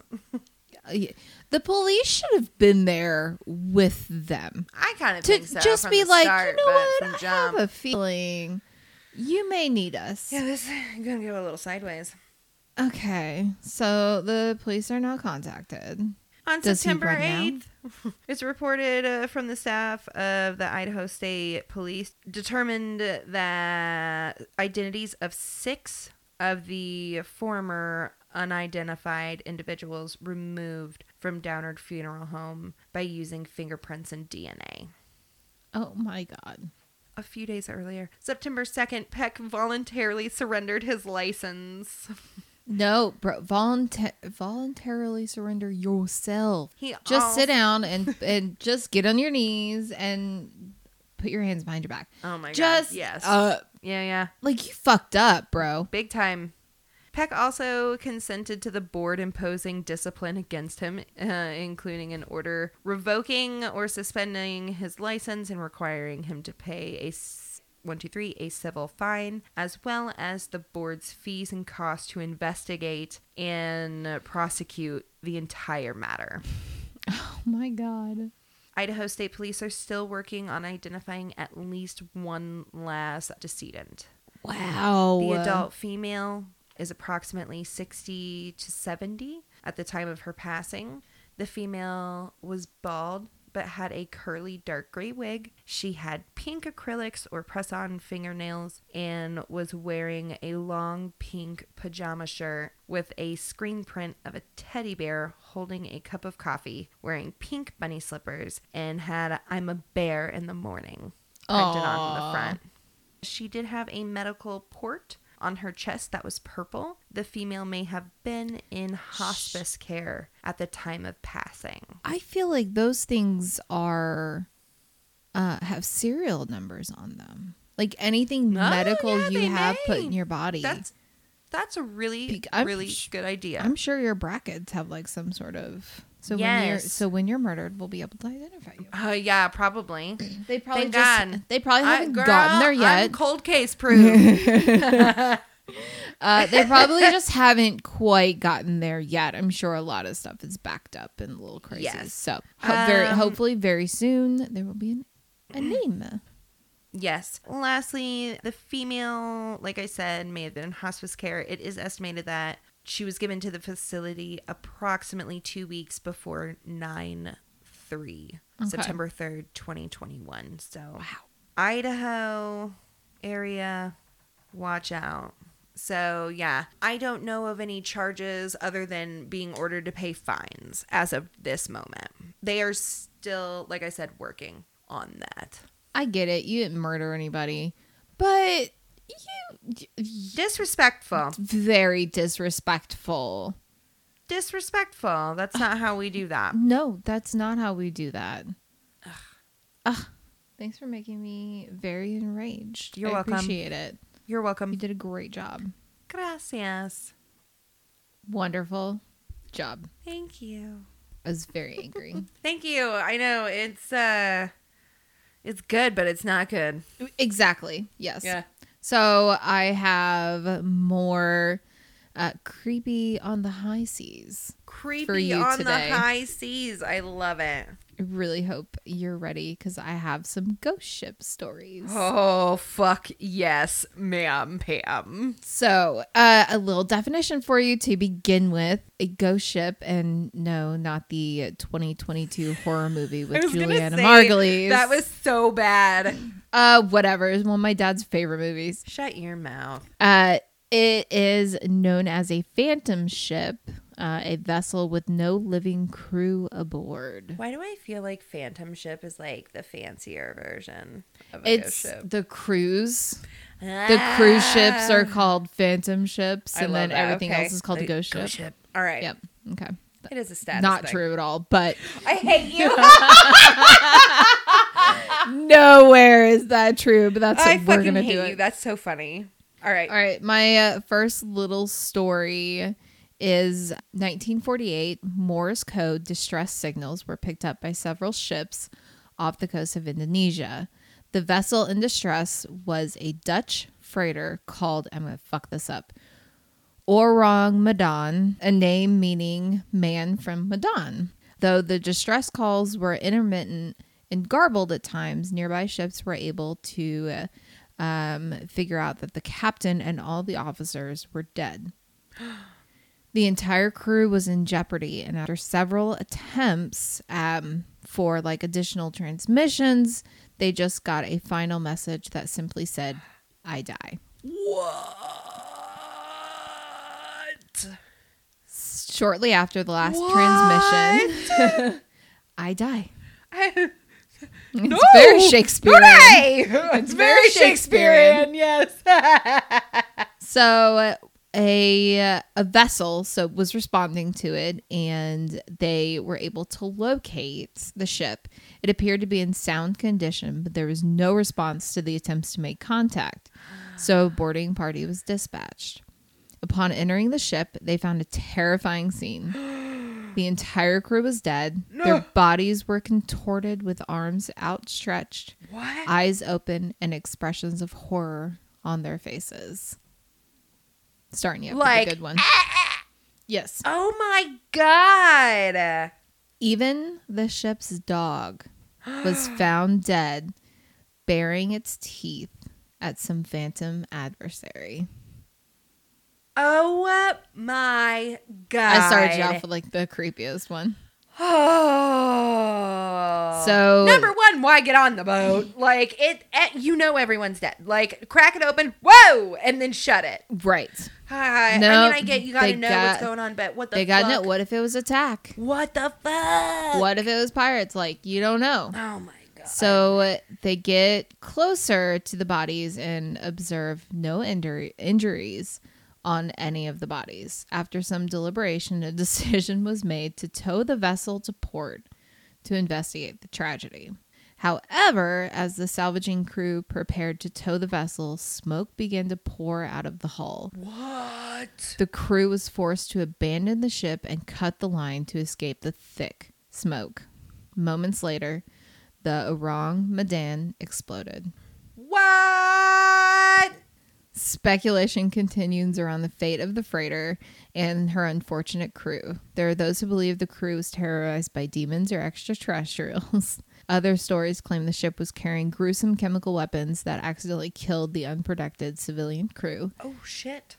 [SPEAKER 2] The police should have been there with them.
[SPEAKER 3] I kind of
[SPEAKER 2] to
[SPEAKER 3] think so.
[SPEAKER 2] just
[SPEAKER 3] from
[SPEAKER 2] be
[SPEAKER 3] the
[SPEAKER 2] like,
[SPEAKER 3] start,
[SPEAKER 2] you know
[SPEAKER 3] but
[SPEAKER 2] what?
[SPEAKER 3] from
[SPEAKER 2] I have
[SPEAKER 3] jump-
[SPEAKER 2] a feeling you may need us.
[SPEAKER 3] yeah, this is gonna go a little sideways.
[SPEAKER 2] Okay, so the police are now contacted.
[SPEAKER 3] On
[SPEAKER 2] Does he
[SPEAKER 3] September
[SPEAKER 2] run now?
[SPEAKER 3] 8th, it's reported uh, from the staff of the Idaho State Police determined that identities of six of the former unidentified individuals removed from Downard Funeral Home by using fingerprints and DNA.
[SPEAKER 2] Oh my god.
[SPEAKER 3] A few days earlier, September 2nd, Peck voluntarily surrendered his license.
[SPEAKER 2] No, bro, volunta- voluntarily surrender yourself.
[SPEAKER 3] He
[SPEAKER 2] Just sit
[SPEAKER 3] also-
[SPEAKER 2] down and and just get on your knees and put your hands behind your back.
[SPEAKER 3] Oh my
[SPEAKER 2] just
[SPEAKER 3] god. Yes.
[SPEAKER 2] uh
[SPEAKER 3] yeah, yeah.
[SPEAKER 2] like you fucked up, bro.
[SPEAKER 3] Big time. Peck also consented to the board imposing discipline against him, uh, including an order revoking or suspending his license and requiring him to pay a s- one two three a civil fine, as well as the board's fees and costs to investigate and prosecute the entire matter.
[SPEAKER 2] Oh my god.
[SPEAKER 3] Idaho State Police are still working on identifying at least one last decedent.
[SPEAKER 2] Wow.
[SPEAKER 3] The adult female is approximately 60 to 70 at the time of her passing. The female was bald but had a curly dark gray wig. She had pink acrylics or press on fingernails and was wearing a long pink pajama shirt with a screen print of a teddy bear holding a cup of coffee, wearing pink bunny slippers, and had I'm a bear in the morning printed on the
[SPEAKER 2] Aw.
[SPEAKER 3] front. She did have a medical port on her chest that was purple. The female may have been in hospice care at the time of passing.
[SPEAKER 2] I feel like those things are uh, have serial numbers on them. Like anything
[SPEAKER 3] Oh,
[SPEAKER 2] medical
[SPEAKER 3] yeah,
[SPEAKER 2] you
[SPEAKER 3] they
[SPEAKER 2] have put in
[SPEAKER 3] may.
[SPEAKER 2] your body.
[SPEAKER 3] That's that's a really
[SPEAKER 2] Bec- I'm
[SPEAKER 3] really
[SPEAKER 2] sh-
[SPEAKER 3] good idea.
[SPEAKER 2] I'm sure your brackets have like some sort of. So when you're
[SPEAKER 3] Yes.
[SPEAKER 2] so when you're murdered, we'll be able to identify you.
[SPEAKER 3] uh, yeah, probably.
[SPEAKER 2] They probably
[SPEAKER 3] Thank
[SPEAKER 2] just
[SPEAKER 3] God.
[SPEAKER 2] they probably
[SPEAKER 3] I-
[SPEAKER 2] haven't
[SPEAKER 3] girl,
[SPEAKER 2] gotten there
[SPEAKER 3] I'm
[SPEAKER 2] yet.
[SPEAKER 3] cold case proof.
[SPEAKER 2] Uh, they probably just haven't quite gotten there yet. I'm sure a lot of stuff is backed up and a little crazy.
[SPEAKER 3] Yes.
[SPEAKER 2] So ho- very
[SPEAKER 3] Um,
[SPEAKER 2] hopefully very soon there will be an, a name.
[SPEAKER 3] yes. Lastly, the female, like I said, may have been in hospice care. It is estimated that she was given to the facility approximately two weeks before 9 3,
[SPEAKER 2] Okay.
[SPEAKER 3] September 3rd, 2021. So, wow. Idaho area, watch out. So, yeah, I don't know of any charges other than being ordered to pay fines as of this moment. They are still, like I said, working on that.
[SPEAKER 2] I get it. You didn't murder anybody, but you
[SPEAKER 3] Disrespectful.
[SPEAKER 2] very disrespectful.
[SPEAKER 3] Disrespectful. That's not how we do that.
[SPEAKER 2] No, that's not how we do that. Ugh. Thanks for making me very enraged.
[SPEAKER 3] You're
[SPEAKER 2] I
[SPEAKER 3] welcome.
[SPEAKER 2] Appreciate it.
[SPEAKER 3] You're
[SPEAKER 2] You
[SPEAKER 3] welcome.
[SPEAKER 2] did a great job.
[SPEAKER 3] Gracias.
[SPEAKER 2] Wonderful job.
[SPEAKER 3] Thank you.
[SPEAKER 2] I was very angry.
[SPEAKER 3] Thank you. I know it's uh it's good, but it's not good.
[SPEAKER 2] exactly. Yes. So I have more uh, creepy on the high seas.
[SPEAKER 3] Creepy
[SPEAKER 2] you
[SPEAKER 3] on
[SPEAKER 2] today.
[SPEAKER 3] the high seas. I love it.
[SPEAKER 2] I really hope you're ready because I have some ghost ship stories.
[SPEAKER 3] Oh fuck yes, ma'am Pam.
[SPEAKER 2] So, uh, a little definition for you to begin with: a ghost ship, and no, not the 2022 horror movie with Juliana Margulies.
[SPEAKER 3] That was so bad.
[SPEAKER 2] uh, whatever. It's one of my dad's favorite movies.
[SPEAKER 3] Shut your mouth.
[SPEAKER 2] Uh, it is known as a phantom ship, uh, a vessel with no living crew aboard.
[SPEAKER 3] Why do I feel like Phantom Ship is like the fancier version of a
[SPEAKER 2] It's
[SPEAKER 3] ghost ship? Ah.
[SPEAKER 2] the cruise. The cruise ships are called phantom ships,
[SPEAKER 3] I
[SPEAKER 2] and
[SPEAKER 3] love
[SPEAKER 2] then
[SPEAKER 3] that.
[SPEAKER 2] everything
[SPEAKER 3] Okay.
[SPEAKER 2] else is called a
[SPEAKER 3] Like,
[SPEAKER 2] ghost ship.
[SPEAKER 3] Ah. All right.
[SPEAKER 2] Yep. Okay.
[SPEAKER 3] It is a status.
[SPEAKER 2] Not
[SPEAKER 3] thing.
[SPEAKER 2] true at all, but
[SPEAKER 3] I hate you.
[SPEAKER 2] nowhere is that true. But that's
[SPEAKER 3] I
[SPEAKER 2] what we're
[SPEAKER 3] fucking
[SPEAKER 2] gonna
[SPEAKER 3] hate
[SPEAKER 2] do.
[SPEAKER 3] you.
[SPEAKER 2] It.
[SPEAKER 3] That's so funny. All right.
[SPEAKER 2] All right, my uh, first little story is 1948. Morse code distress signals were picked up by several ships off the coast of Indonesia. The vessel in distress was a Dutch freighter called I'm gonna fuck this up. Orang Madan, a name meaning man from Madan. Though the distress calls were intermittent and garbled at times, nearby ships were able to uh, um, figure out that the captain and all the officers were dead. The entire crew was in jeopardy, and after several attempts um, for like additional transmissions, they just got a final message that simply said, "I die."
[SPEAKER 3] What?
[SPEAKER 2] shortly after the last transmission, I die. It's very Shakespearean.
[SPEAKER 3] Hooray! It's very
[SPEAKER 2] Shakespearean.
[SPEAKER 3] Shakespearean. Yes.
[SPEAKER 2] So a a vessel so was responding to it, and they were able to locate the ship. It appeared to be in sound condition, but there was no response to the attempts to make contact. So a boarding party was dispatched. Upon entering the ship, they found a terrifying scene. The entire crew was dead. Their bodies were contorted with arms outstretched,
[SPEAKER 3] What?
[SPEAKER 2] eyes open, and expressions of horror on their faces. Starting you up
[SPEAKER 3] Like, ah,
[SPEAKER 2] with a good one. Yes.
[SPEAKER 3] Oh my god.
[SPEAKER 2] Even the ship's dog was found dead, baring its teeth at some phantom adversary.
[SPEAKER 3] Oh my god.
[SPEAKER 2] I started you off with like the creepiest one.
[SPEAKER 3] Oh.
[SPEAKER 2] So-
[SPEAKER 3] number one, why get on the boat? Like it, eh, you know, everyone's dead. Like crack it open, whoa, and then shut it.
[SPEAKER 2] Right.
[SPEAKER 3] Hi. I
[SPEAKER 2] No,
[SPEAKER 3] mean, I get you gotta
[SPEAKER 2] they
[SPEAKER 3] know
[SPEAKER 2] got-
[SPEAKER 3] what's going on, but what the
[SPEAKER 2] they got
[SPEAKER 3] fuck?
[SPEAKER 2] no. What if it was attack?
[SPEAKER 3] What the fuck?
[SPEAKER 2] What if it was pirates? Like you don't know.
[SPEAKER 3] Oh my god.
[SPEAKER 2] So uh, they get closer to the bodies and observe no injury- injuries on any of the bodies. After some deliberation, a decision was made to tow the vessel to port to investigate the tragedy. However, as the salvaging crew prepared to tow the vessel, smoke began to pour out of the hull.
[SPEAKER 3] What?
[SPEAKER 2] The crew was forced to abandon the ship and cut the line to escape the thick smoke. Moments later, the Orang Medan exploded.
[SPEAKER 3] What?
[SPEAKER 2] Speculation continues around the fate of the freighter and her unfortunate crew. There are those who believe the crew was terrorized by demons or extraterrestrials. Other stories claim the ship was carrying gruesome chemical weapons that accidentally killed the unprotected civilian crew.
[SPEAKER 3] Oh shit.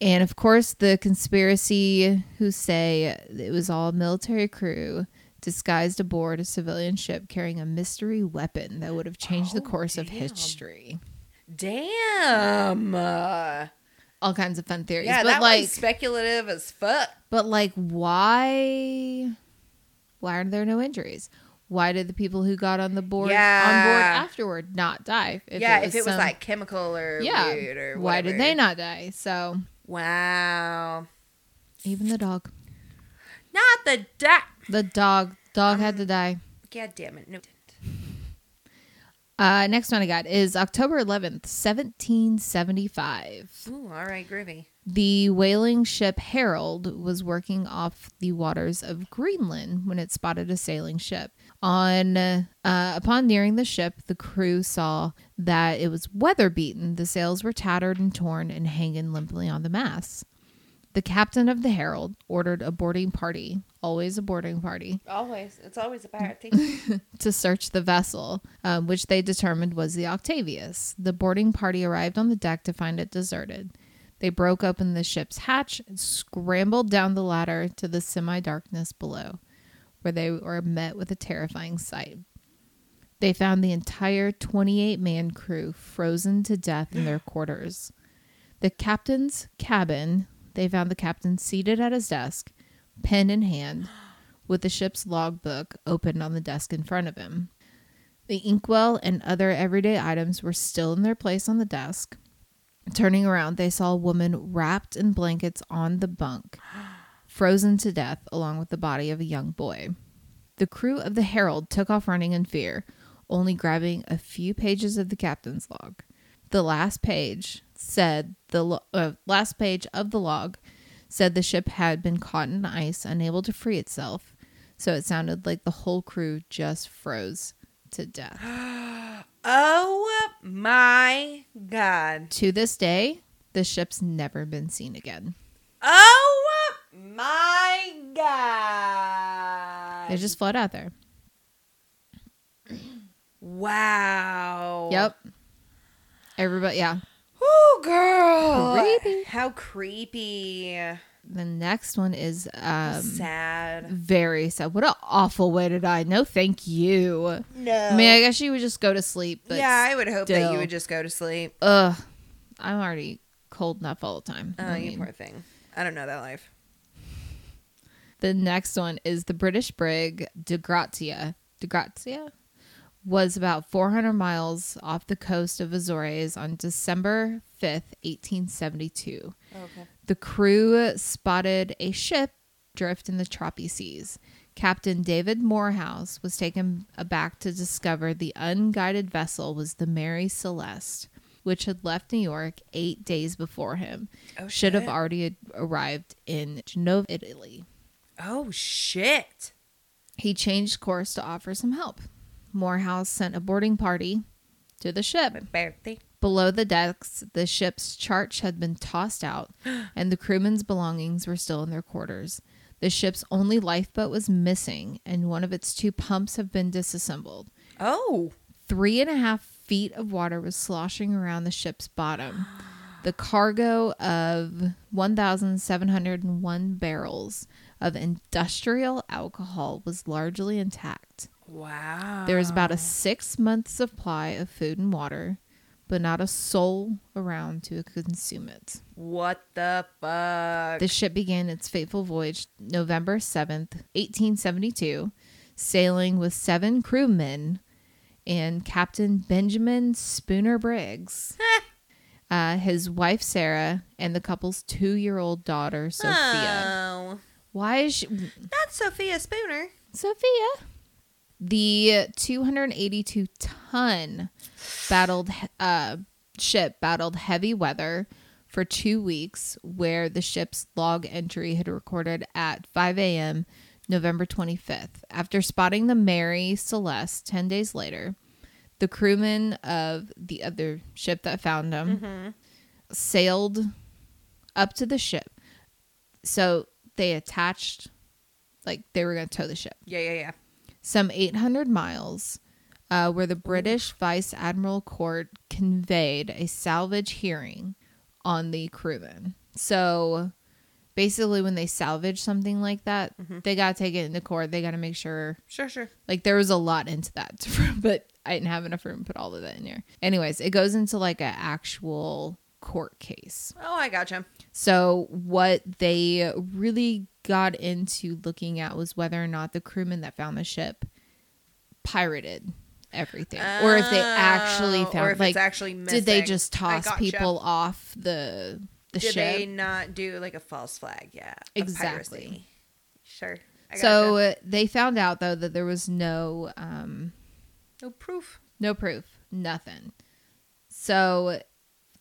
[SPEAKER 2] And of course, the conspiracy who say it was all a military crew disguised aboard a civilian ship carrying a mystery weapon that would have changed the
[SPEAKER 3] Oh,
[SPEAKER 2] course of
[SPEAKER 3] damn.
[SPEAKER 2] history.
[SPEAKER 3] Damn. Uh,
[SPEAKER 2] All kinds of fun theories.
[SPEAKER 3] yeah,
[SPEAKER 2] but
[SPEAKER 3] that
[SPEAKER 2] like
[SPEAKER 3] was speculative as fuck.
[SPEAKER 2] But like, why? Why are there no injuries? Why did the people who got on the board on board
[SPEAKER 3] Yeah.
[SPEAKER 2] afterward not die? If
[SPEAKER 3] yeah, if it was
[SPEAKER 2] some-
[SPEAKER 3] like chemical or
[SPEAKER 2] yeah,
[SPEAKER 3] weird or
[SPEAKER 2] why did
[SPEAKER 3] whatever.
[SPEAKER 2] they not die? So
[SPEAKER 3] Wow.
[SPEAKER 2] even the dog,
[SPEAKER 3] Not the duck.
[SPEAKER 2] the dog, dog
[SPEAKER 3] Um,
[SPEAKER 2] had to die.
[SPEAKER 3] God damn it. No. it didn't.
[SPEAKER 2] Uh, next one I got is October eleventh, seventeen seventy five.
[SPEAKER 3] Ooh, all right, groovy.
[SPEAKER 2] The whaling ship Herald was working off the waters of Greenland when it spotted a sailing ship. On uh, upon nearing the ship, the crew saw that it was weather beaten. The sails were tattered and torn and hanging limply on the masts. The captain of the Herald ordered a boarding party, always a boarding party,
[SPEAKER 3] Always. It's always a pirate thing.
[SPEAKER 2] to search the vessel, um, which they determined was the Octavius. The boarding party arrived on the deck to find it deserted. They broke open the ship's hatch and scrambled down the ladder to the semi darkness below, where they were met with a terrifying sight. They found the entire 28 man crew frozen to death in their quarters. The captain's cabin, they found the captain seated at his desk, pen in hand, with the ship's logbook open on the desk in front of him. The inkwell and other everyday items were still in their place on the desk. Turning around, they saw a woman wrapped in blankets on the bunk, frozen to death along with the body of a young boy. The crew of the Herald took off running in fear, only grabbing a few pages of the captain's log. The last page said the lo- uh, last page of the log said the ship had been caught in ice, unable to free itself. So it sounded like the whole crew just froze to death.
[SPEAKER 3] oh my god.
[SPEAKER 2] to this day, the ship's never been seen again.
[SPEAKER 3] Oh my god.
[SPEAKER 2] They just float out there.
[SPEAKER 3] Wow.
[SPEAKER 2] Yep. Everybody, yeah.
[SPEAKER 3] Oh, girl.
[SPEAKER 2] Creepy.
[SPEAKER 3] How creepy.
[SPEAKER 2] The next one is um,
[SPEAKER 3] Sad.
[SPEAKER 2] very sad. What an awful way to die. No, thank you.
[SPEAKER 3] No.
[SPEAKER 2] I mean, I guess you would just go to sleep. But
[SPEAKER 3] yeah, I would hope that
[SPEAKER 2] still.
[SPEAKER 3] you would just go to sleep.
[SPEAKER 2] Ugh, I'm already cold enough all the time.
[SPEAKER 3] Oh,
[SPEAKER 2] I
[SPEAKER 3] you
[SPEAKER 2] mean,
[SPEAKER 3] poor thing. I don't know that life.
[SPEAKER 2] The next one is the British brig De Grazia. De Grazia was about 400 miles off the coast of Azores on December 5th, 1872.
[SPEAKER 3] Okay.
[SPEAKER 2] The crew spotted a ship drift in the choppy seas. Captain David Morehouse was taken aback to discover the unguided vessel was the Mary Celeste, which had left New York eight days before him.
[SPEAKER 3] Oh,
[SPEAKER 2] should have
[SPEAKER 3] shit.
[SPEAKER 2] already arrived in Genova, Italy.
[SPEAKER 3] Oh, shit.
[SPEAKER 2] He changed course to offer some help. Morehouse sent a boarding party to the ship.
[SPEAKER 3] Bertie.
[SPEAKER 2] Below the decks, the ship's chart had been tossed out, and the crewmen's belongings were still in their quarters. The ship's only lifeboat was missing, and one of its two pumps had been disassembled.
[SPEAKER 3] Oh.
[SPEAKER 2] Three and a half feet of water was sloshing around the ship's bottom. The cargo of 1,701 barrels of industrial alcohol was largely intact.
[SPEAKER 3] Wow.
[SPEAKER 2] There is about a six month supply of food and water, but not a soul around to consume it.
[SPEAKER 3] What the fuck?
[SPEAKER 2] The ship began its fateful voyage November 7th, 1872, sailing with seven crewmen and Captain Benjamin Spooner Briggs, uh, his wife Sarah, and the couple's two year old daughter Sophia.
[SPEAKER 3] Oh.
[SPEAKER 2] Why is she.
[SPEAKER 3] That's Sophia Spooner.
[SPEAKER 2] Sophia? The 282 ton battled uh, ship battled heavy weather for two weeks, where the ship's log entry had recorded at 5 a.m. November 25th. After spotting the Mary Celeste 10 days later, the crewmen of the other ship that found them sailed up to the ship. So they attached, like they were going to tow the ship
[SPEAKER 3] Yeah, yeah, yeah.
[SPEAKER 2] some 800 miles, uh, where the British Vice Admiral Court conveyed a salvage hearing on the crewmen. So basically, when they salvage something like that, they got to take it into court. They got to make sure
[SPEAKER 3] Sure, sure.
[SPEAKER 2] like there was a lot into that, but I didn't have enough room to put all of that in there. Anyways, it goes into like an actual court case.
[SPEAKER 3] Oh, I gotcha.
[SPEAKER 2] So, what they really got into looking at was whether or not the crewmen that found the ship pirated everything, or if they actually
[SPEAKER 3] Oh,
[SPEAKER 2] found,
[SPEAKER 3] or if
[SPEAKER 2] like,
[SPEAKER 3] it's actually
[SPEAKER 2] did they
[SPEAKER 3] missing.
[SPEAKER 2] just
[SPEAKER 3] I
[SPEAKER 2] toss
[SPEAKER 3] gotcha.
[SPEAKER 2] people off the the
[SPEAKER 3] Did
[SPEAKER 2] ship?
[SPEAKER 3] they not do like a false flag? Yeah. of
[SPEAKER 2] Exactly.
[SPEAKER 3] piracy. Sure. I
[SPEAKER 2] so
[SPEAKER 3] gotcha.
[SPEAKER 2] uh, they found out though that there was no um,
[SPEAKER 3] no Oh, proof.
[SPEAKER 2] No proof. Nothing. So,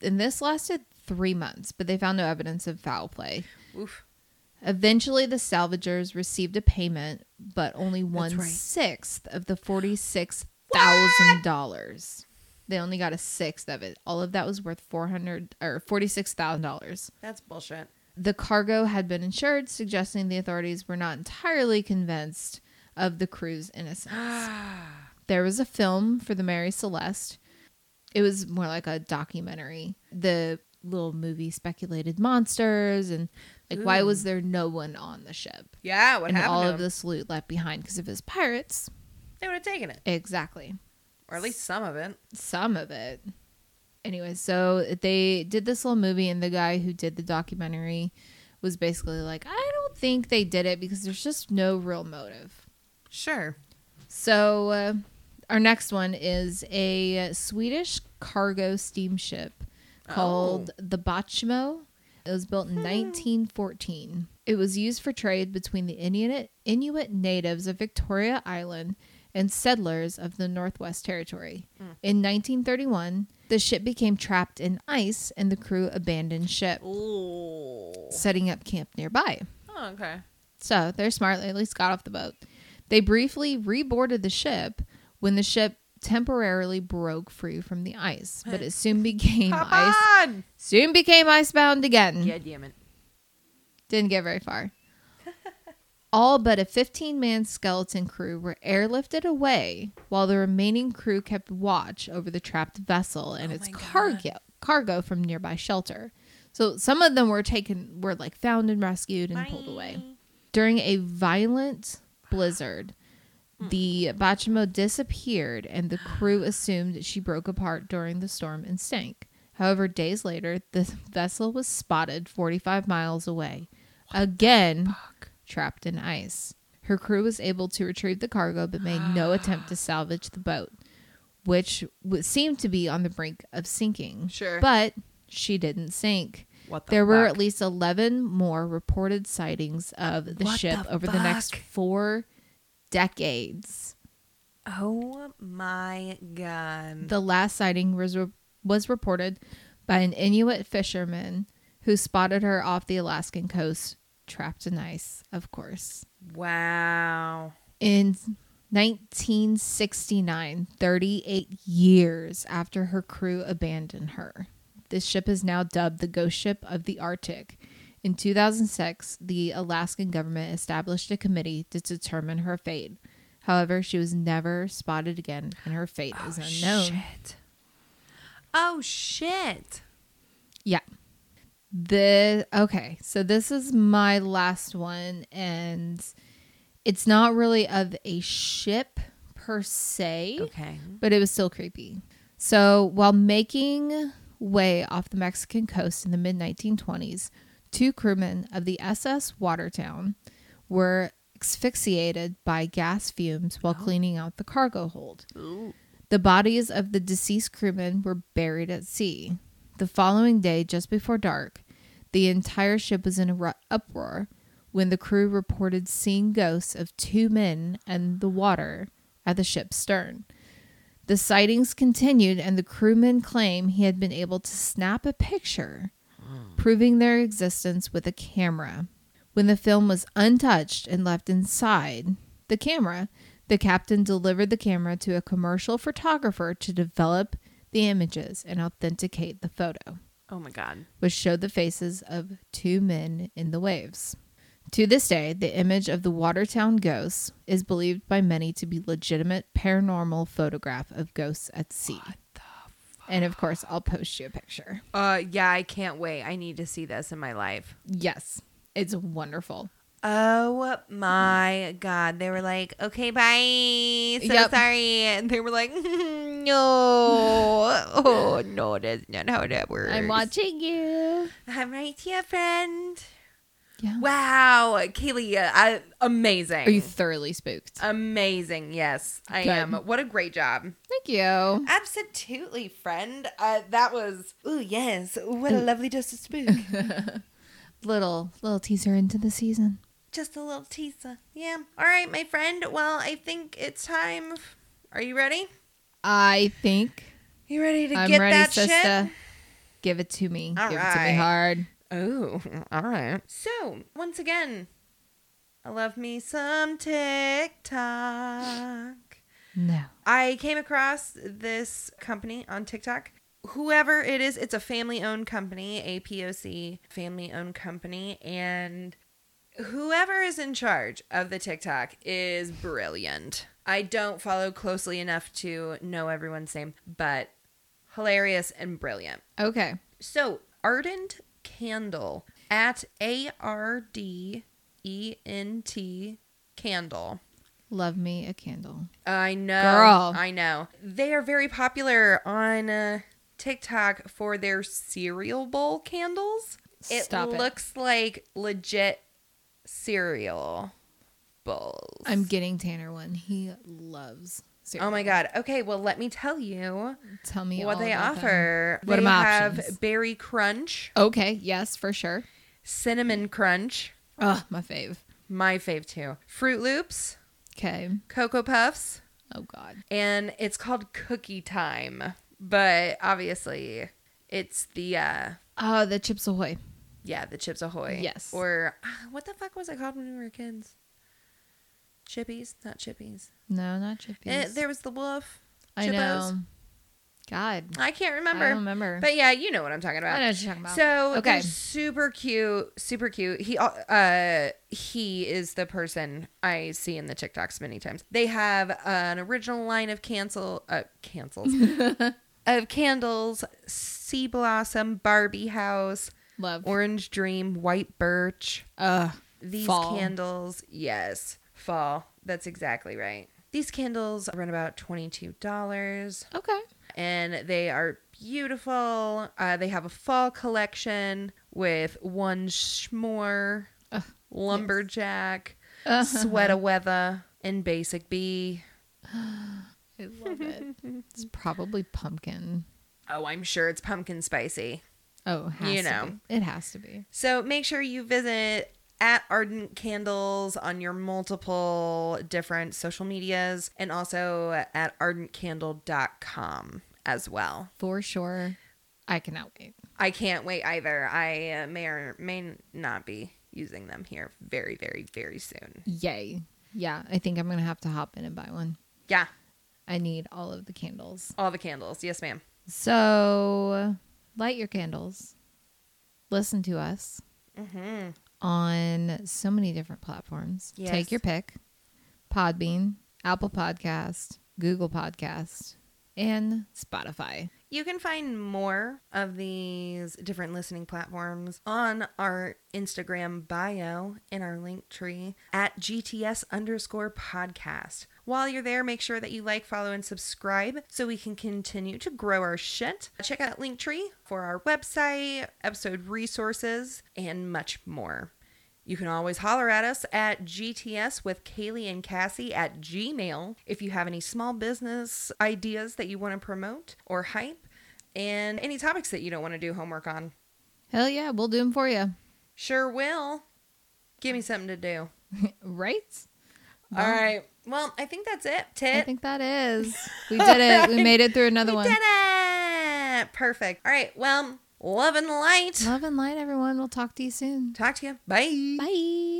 [SPEAKER 2] and this lasted three months, but they found no evidence of foul play.
[SPEAKER 3] Oof.
[SPEAKER 2] Eventually, the salvagers received a payment, but only one
[SPEAKER 3] right.
[SPEAKER 2] sixth of the forty-six thousand dollars. They only got a sixth of it. All of that was worth four hundred or forty-six thousand dollars.
[SPEAKER 3] That's bullshit.
[SPEAKER 2] The cargo had been insured, suggesting the authorities were not entirely convinced of the crew's innocence. there was a film for the Mary Celeste. It was more like a documentary. The little movie speculated monsters and like why was there no one on the ship
[SPEAKER 3] Yeah, what
[SPEAKER 2] and
[SPEAKER 3] happened?
[SPEAKER 2] all
[SPEAKER 3] to
[SPEAKER 2] of
[SPEAKER 3] them?
[SPEAKER 2] this loot left behind because if it was pirates
[SPEAKER 3] They would have taken it,
[SPEAKER 2] exactly
[SPEAKER 3] or at least some of it.
[SPEAKER 2] some of it. Anyway, so they did this little movie, and the guy who did the documentary was basically like, I don't think they did it because there's just no real motive.
[SPEAKER 3] Sure.
[SPEAKER 2] So, uh, our next one is a Swedish cargo steamship called the Bachmo. It was built in 1914. It was used for trade between the Inuit, Inuit natives of Victoria Island and settlers of the Northwest Territory. In 1931, the ship became trapped in ice and the crew abandoned ship,
[SPEAKER 3] Ooh.
[SPEAKER 2] setting up camp nearby.
[SPEAKER 3] Oh, okay.
[SPEAKER 2] So they're smart. They at least got off the boat. They briefly reboarded the ship when the ship temporarily broke free from the ice, but it soon became
[SPEAKER 3] Pop
[SPEAKER 2] ice.
[SPEAKER 3] on.
[SPEAKER 2] Soon became icebound again.
[SPEAKER 3] Yeah, damn it.
[SPEAKER 2] Didn't get very far. All but a 15 man skeleton crew were airlifted away while the remaining crew kept watch over the trapped vessel and
[SPEAKER 3] Oh
[SPEAKER 2] its
[SPEAKER 3] my God.
[SPEAKER 2] cargo, cargo from nearby shelter. So some of them were taken, were like found and rescued and pulled away. During a violent blizzard, the Bachimo disappeared and the crew assumed she broke apart during the storm and sank. However, days later, the vessel was spotted 45 miles away, again trapped in ice. Her crew was able to retrieve the cargo but made no attempt to salvage the boat, which w- seemed to be on the brink of sinking.
[SPEAKER 3] Sure.
[SPEAKER 2] But she didn't sink.
[SPEAKER 3] What the
[SPEAKER 2] There were
[SPEAKER 3] fuck?
[SPEAKER 2] at least 11 more reported sightings of the
[SPEAKER 3] What
[SPEAKER 2] ship
[SPEAKER 3] the
[SPEAKER 2] over the next
[SPEAKER 3] fuck?
[SPEAKER 2] four decades.
[SPEAKER 3] Oh my god.
[SPEAKER 2] The last sighting was, re- was reported by an Inuit fisherman who spotted her off the Alaskan coast, trapped in ice, of course.
[SPEAKER 3] Wow.
[SPEAKER 2] In 1969, 38 years after her crew abandoned her. This ship is now dubbed the Ghost Ship of the Arctic. In 2006, the Alaskan government established a committee to determine her fate. However, she was never spotted again, and her fate is unknown.
[SPEAKER 3] Shit. Oh shit.
[SPEAKER 2] Yeah. The okay, so this is my last one, and it's not really of a ship per se,
[SPEAKER 3] Okay.
[SPEAKER 2] but it was still creepy. So while making way off the Mexican coast in the mid 1920s, two crewmen of the SS Watertown were asphyxiated by gas fumes while cleaning out the cargo hold. The bodies of the deceased crewmen were buried at sea. The following day, just before dark, the entire ship was in a ru- uproar when the crew reported seeing ghosts of two men in the water at the ship's stern. The sightings continued, and the crewmen claim he had been able to snap a picture, proving their existence with a camera. When the film was untouched and left inside the camera, the captain delivered the camera to a commercial photographer to develop the images and authenticate the photo
[SPEAKER 3] Oh my god.
[SPEAKER 2] which showed the faces of two men in the waves. To this day, the image of the Watertown ghosts is believed by many to be legitimate paranormal photograph of ghosts at sea. And of course, I'll post you a picture.
[SPEAKER 3] Uh yeah, I can't wait. I need to see this in my life.
[SPEAKER 2] Yes, it's wonderful.
[SPEAKER 3] Oh my god. They were like, "Okay, bye. So
[SPEAKER 2] Yep.
[SPEAKER 3] sorry." And they were like, "No. Oh, no, that's not how that works."
[SPEAKER 2] I'm watching you.
[SPEAKER 3] I'm right here, friend.
[SPEAKER 2] Yeah.
[SPEAKER 3] Wow, Kaylee, uh, I, amazing.
[SPEAKER 2] Are you thoroughly spooked?
[SPEAKER 3] amazing. Yes, I
[SPEAKER 2] Good.
[SPEAKER 3] am. What a great job.
[SPEAKER 2] Thank you.
[SPEAKER 3] Absolutely, friend. Uh, that was. Oh yes, what a lovely dose of spook.
[SPEAKER 2] Little little teaser into the season.
[SPEAKER 3] Just a little teaser. Yeah. All right, my friend. Well, I think it's time. Are you ready?
[SPEAKER 2] I think
[SPEAKER 3] You ready to
[SPEAKER 2] I'm
[SPEAKER 3] get
[SPEAKER 2] ready,
[SPEAKER 3] that
[SPEAKER 2] sister.
[SPEAKER 3] shit?
[SPEAKER 2] Give it to me.
[SPEAKER 3] All
[SPEAKER 2] Give it to me
[SPEAKER 3] right.
[SPEAKER 2] hard.
[SPEAKER 3] Oh, all right. So, once again, I love me some TikTok.
[SPEAKER 2] No.
[SPEAKER 3] I came across this company on TikTok. Whoever it is, it's a family owned company, APOC, family owned company. And whoever is in charge of the TikTok is brilliant. I don't follow closely enough to know everyone's name, but hilarious and brilliant.
[SPEAKER 2] Okay.
[SPEAKER 3] So, Ardent Candle at A R D E N T Candle.
[SPEAKER 2] Love me a candle.
[SPEAKER 3] I know.
[SPEAKER 2] Girl.
[SPEAKER 3] I know. They are very popular on uh, TikTok for their cereal bowl candles. It
[SPEAKER 2] Stop it.
[SPEAKER 3] looks like legit cereal bowls.
[SPEAKER 2] I'm getting Tanner one. He loves cereal.
[SPEAKER 3] Oh my god. Okay, well let me tell you
[SPEAKER 2] Tell me
[SPEAKER 3] what
[SPEAKER 2] all
[SPEAKER 3] they
[SPEAKER 2] about them.
[SPEAKER 3] offer.
[SPEAKER 2] What
[SPEAKER 3] they
[SPEAKER 2] are my
[SPEAKER 3] have
[SPEAKER 2] options?
[SPEAKER 3] berry crunch,
[SPEAKER 2] Okay, yes, for sure.
[SPEAKER 3] cinnamon crunch,
[SPEAKER 2] Oh, my fave.
[SPEAKER 3] my fave too. Fruit Loops,
[SPEAKER 2] Okay.
[SPEAKER 3] Cocoa Puffs,
[SPEAKER 2] Oh god.
[SPEAKER 3] and it's called Cookie Time. But obviously, it's the uh
[SPEAKER 2] Oh, the Chips Ahoy.
[SPEAKER 3] yeah, the Chips Ahoy.
[SPEAKER 2] Yes.
[SPEAKER 3] Or ah, what the fuck was it called when we were kids? Chippies, not chippies.
[SPEAKER 2] No, not Chippies.
[SPEAKER 3] Eh, there was the wolf.
[SPEAKER 2] I
[SPEAKER 3] Chippos.
[SPEAKER 2] know. God.
[SPEAKER 3] I can't remember.
[SPEAKER 2] I don't remember.
[SPEAKER 3] But yeah, you know what I'm talking about.
[SPEAKER 2] I know what you're talking about.
[SPEAKER 3] So
[SPEAKER 2] Okay.
[SPEAKER 3] okay, super cute, super cute. He al- uh he is the person I see in the TikToks many times. They have an original line of cancel uh cancels of candles, sea blossom, Barbie house,
[SPEAKER 2] Love.
[SPEAKER 3] orange dream, white birch.
[SPEAKER 2] Ugh.
[SPEAKER 3] These
[SPEAKER 2] Fall.
[SPEAKER 3] candles, yes, fall. That's exactly right. These candles run about twenty two dollars
[SPEAKER 2] Okay.
[SPEAKER 3] and they are beautiful. Uh, they have a fall collection with one schmore,
[SPEAKER 2] Ugh,
[SPEAKER 3] lumberjack,
[SPEAKER 2] Uh,
[SPEAKER 3] sweater weather, and basic bee.
[SPEAKER 2] I love it. It's probably pumpkin.
[SPEAKER 3] Oh, I'm sure it's pumpkin spicy.
[SPEAKER 2] Oh, it has
[SPEAKER 3] You
[SPEAKER 2] to
[SPEAKER 3] know.
[SPEAKER 2] be. It has to be.
[SPEAKER 3] So make sure you visit at Ardent Candles on your multiple different social medias and also at ardentcandle.com as well.
[SPEAKER 2] For sure. I cannot wait.
[SPEAKER 3] I can't wait either. I uh, may or may not be using them here very, very, very soon.
[SPEAKER 2] Yay. Yeah, I think I'm going to have to hop in and buy one.
[SPEAKER 3] Yeah,
[SPEAKER 2] I need all of the candles.
[SPEAKER 3] all the candles. Yes, ma'am.
[SPEAKER 2] So light your candles. Listen to us on so many different platforms.
[SPEAKER 3] Mm-hmm. Yes.
[SPEAKER 2] Take your pick. Podbean, Apple Podcast, Google Podcast, and Spotify.
[SPEAKER 3] You can find more of these different listening platforms on our Instagram bio in our link tree at GTS underscore podcast. While you're there, make sure that you like, follow, and subscribe so we can continue to grow our shit. Check out Linktree for our website, episode resources, and much more. You can always holler at us at GTS with Kaylee and Cassie at Gmail if you have any small business ideas that you want to promote or hype and any topics that you don't want to do homework on.
[SPEAKER 2] Hell yeah, we'll do them for you.
[SPEAKER 3] Sure will. Give me something to do.
[SPEAKER 2] right?
[SPEAKER 3] All right. Well, I think that's it. Tit.
[SPEAKER 2] I think that is. We did it. We made it through another
[SPEAKER 3] we
[SPEAKER 2] one.
[SPEAKER 3] did it. Perfect. All right. Well, love and light.
[SPEAKER 2] Love and light, everyone. We'll talk to you soon.
[SPEAKER 3] Talk to you. Bye.
[SPEAKER 2] Bye.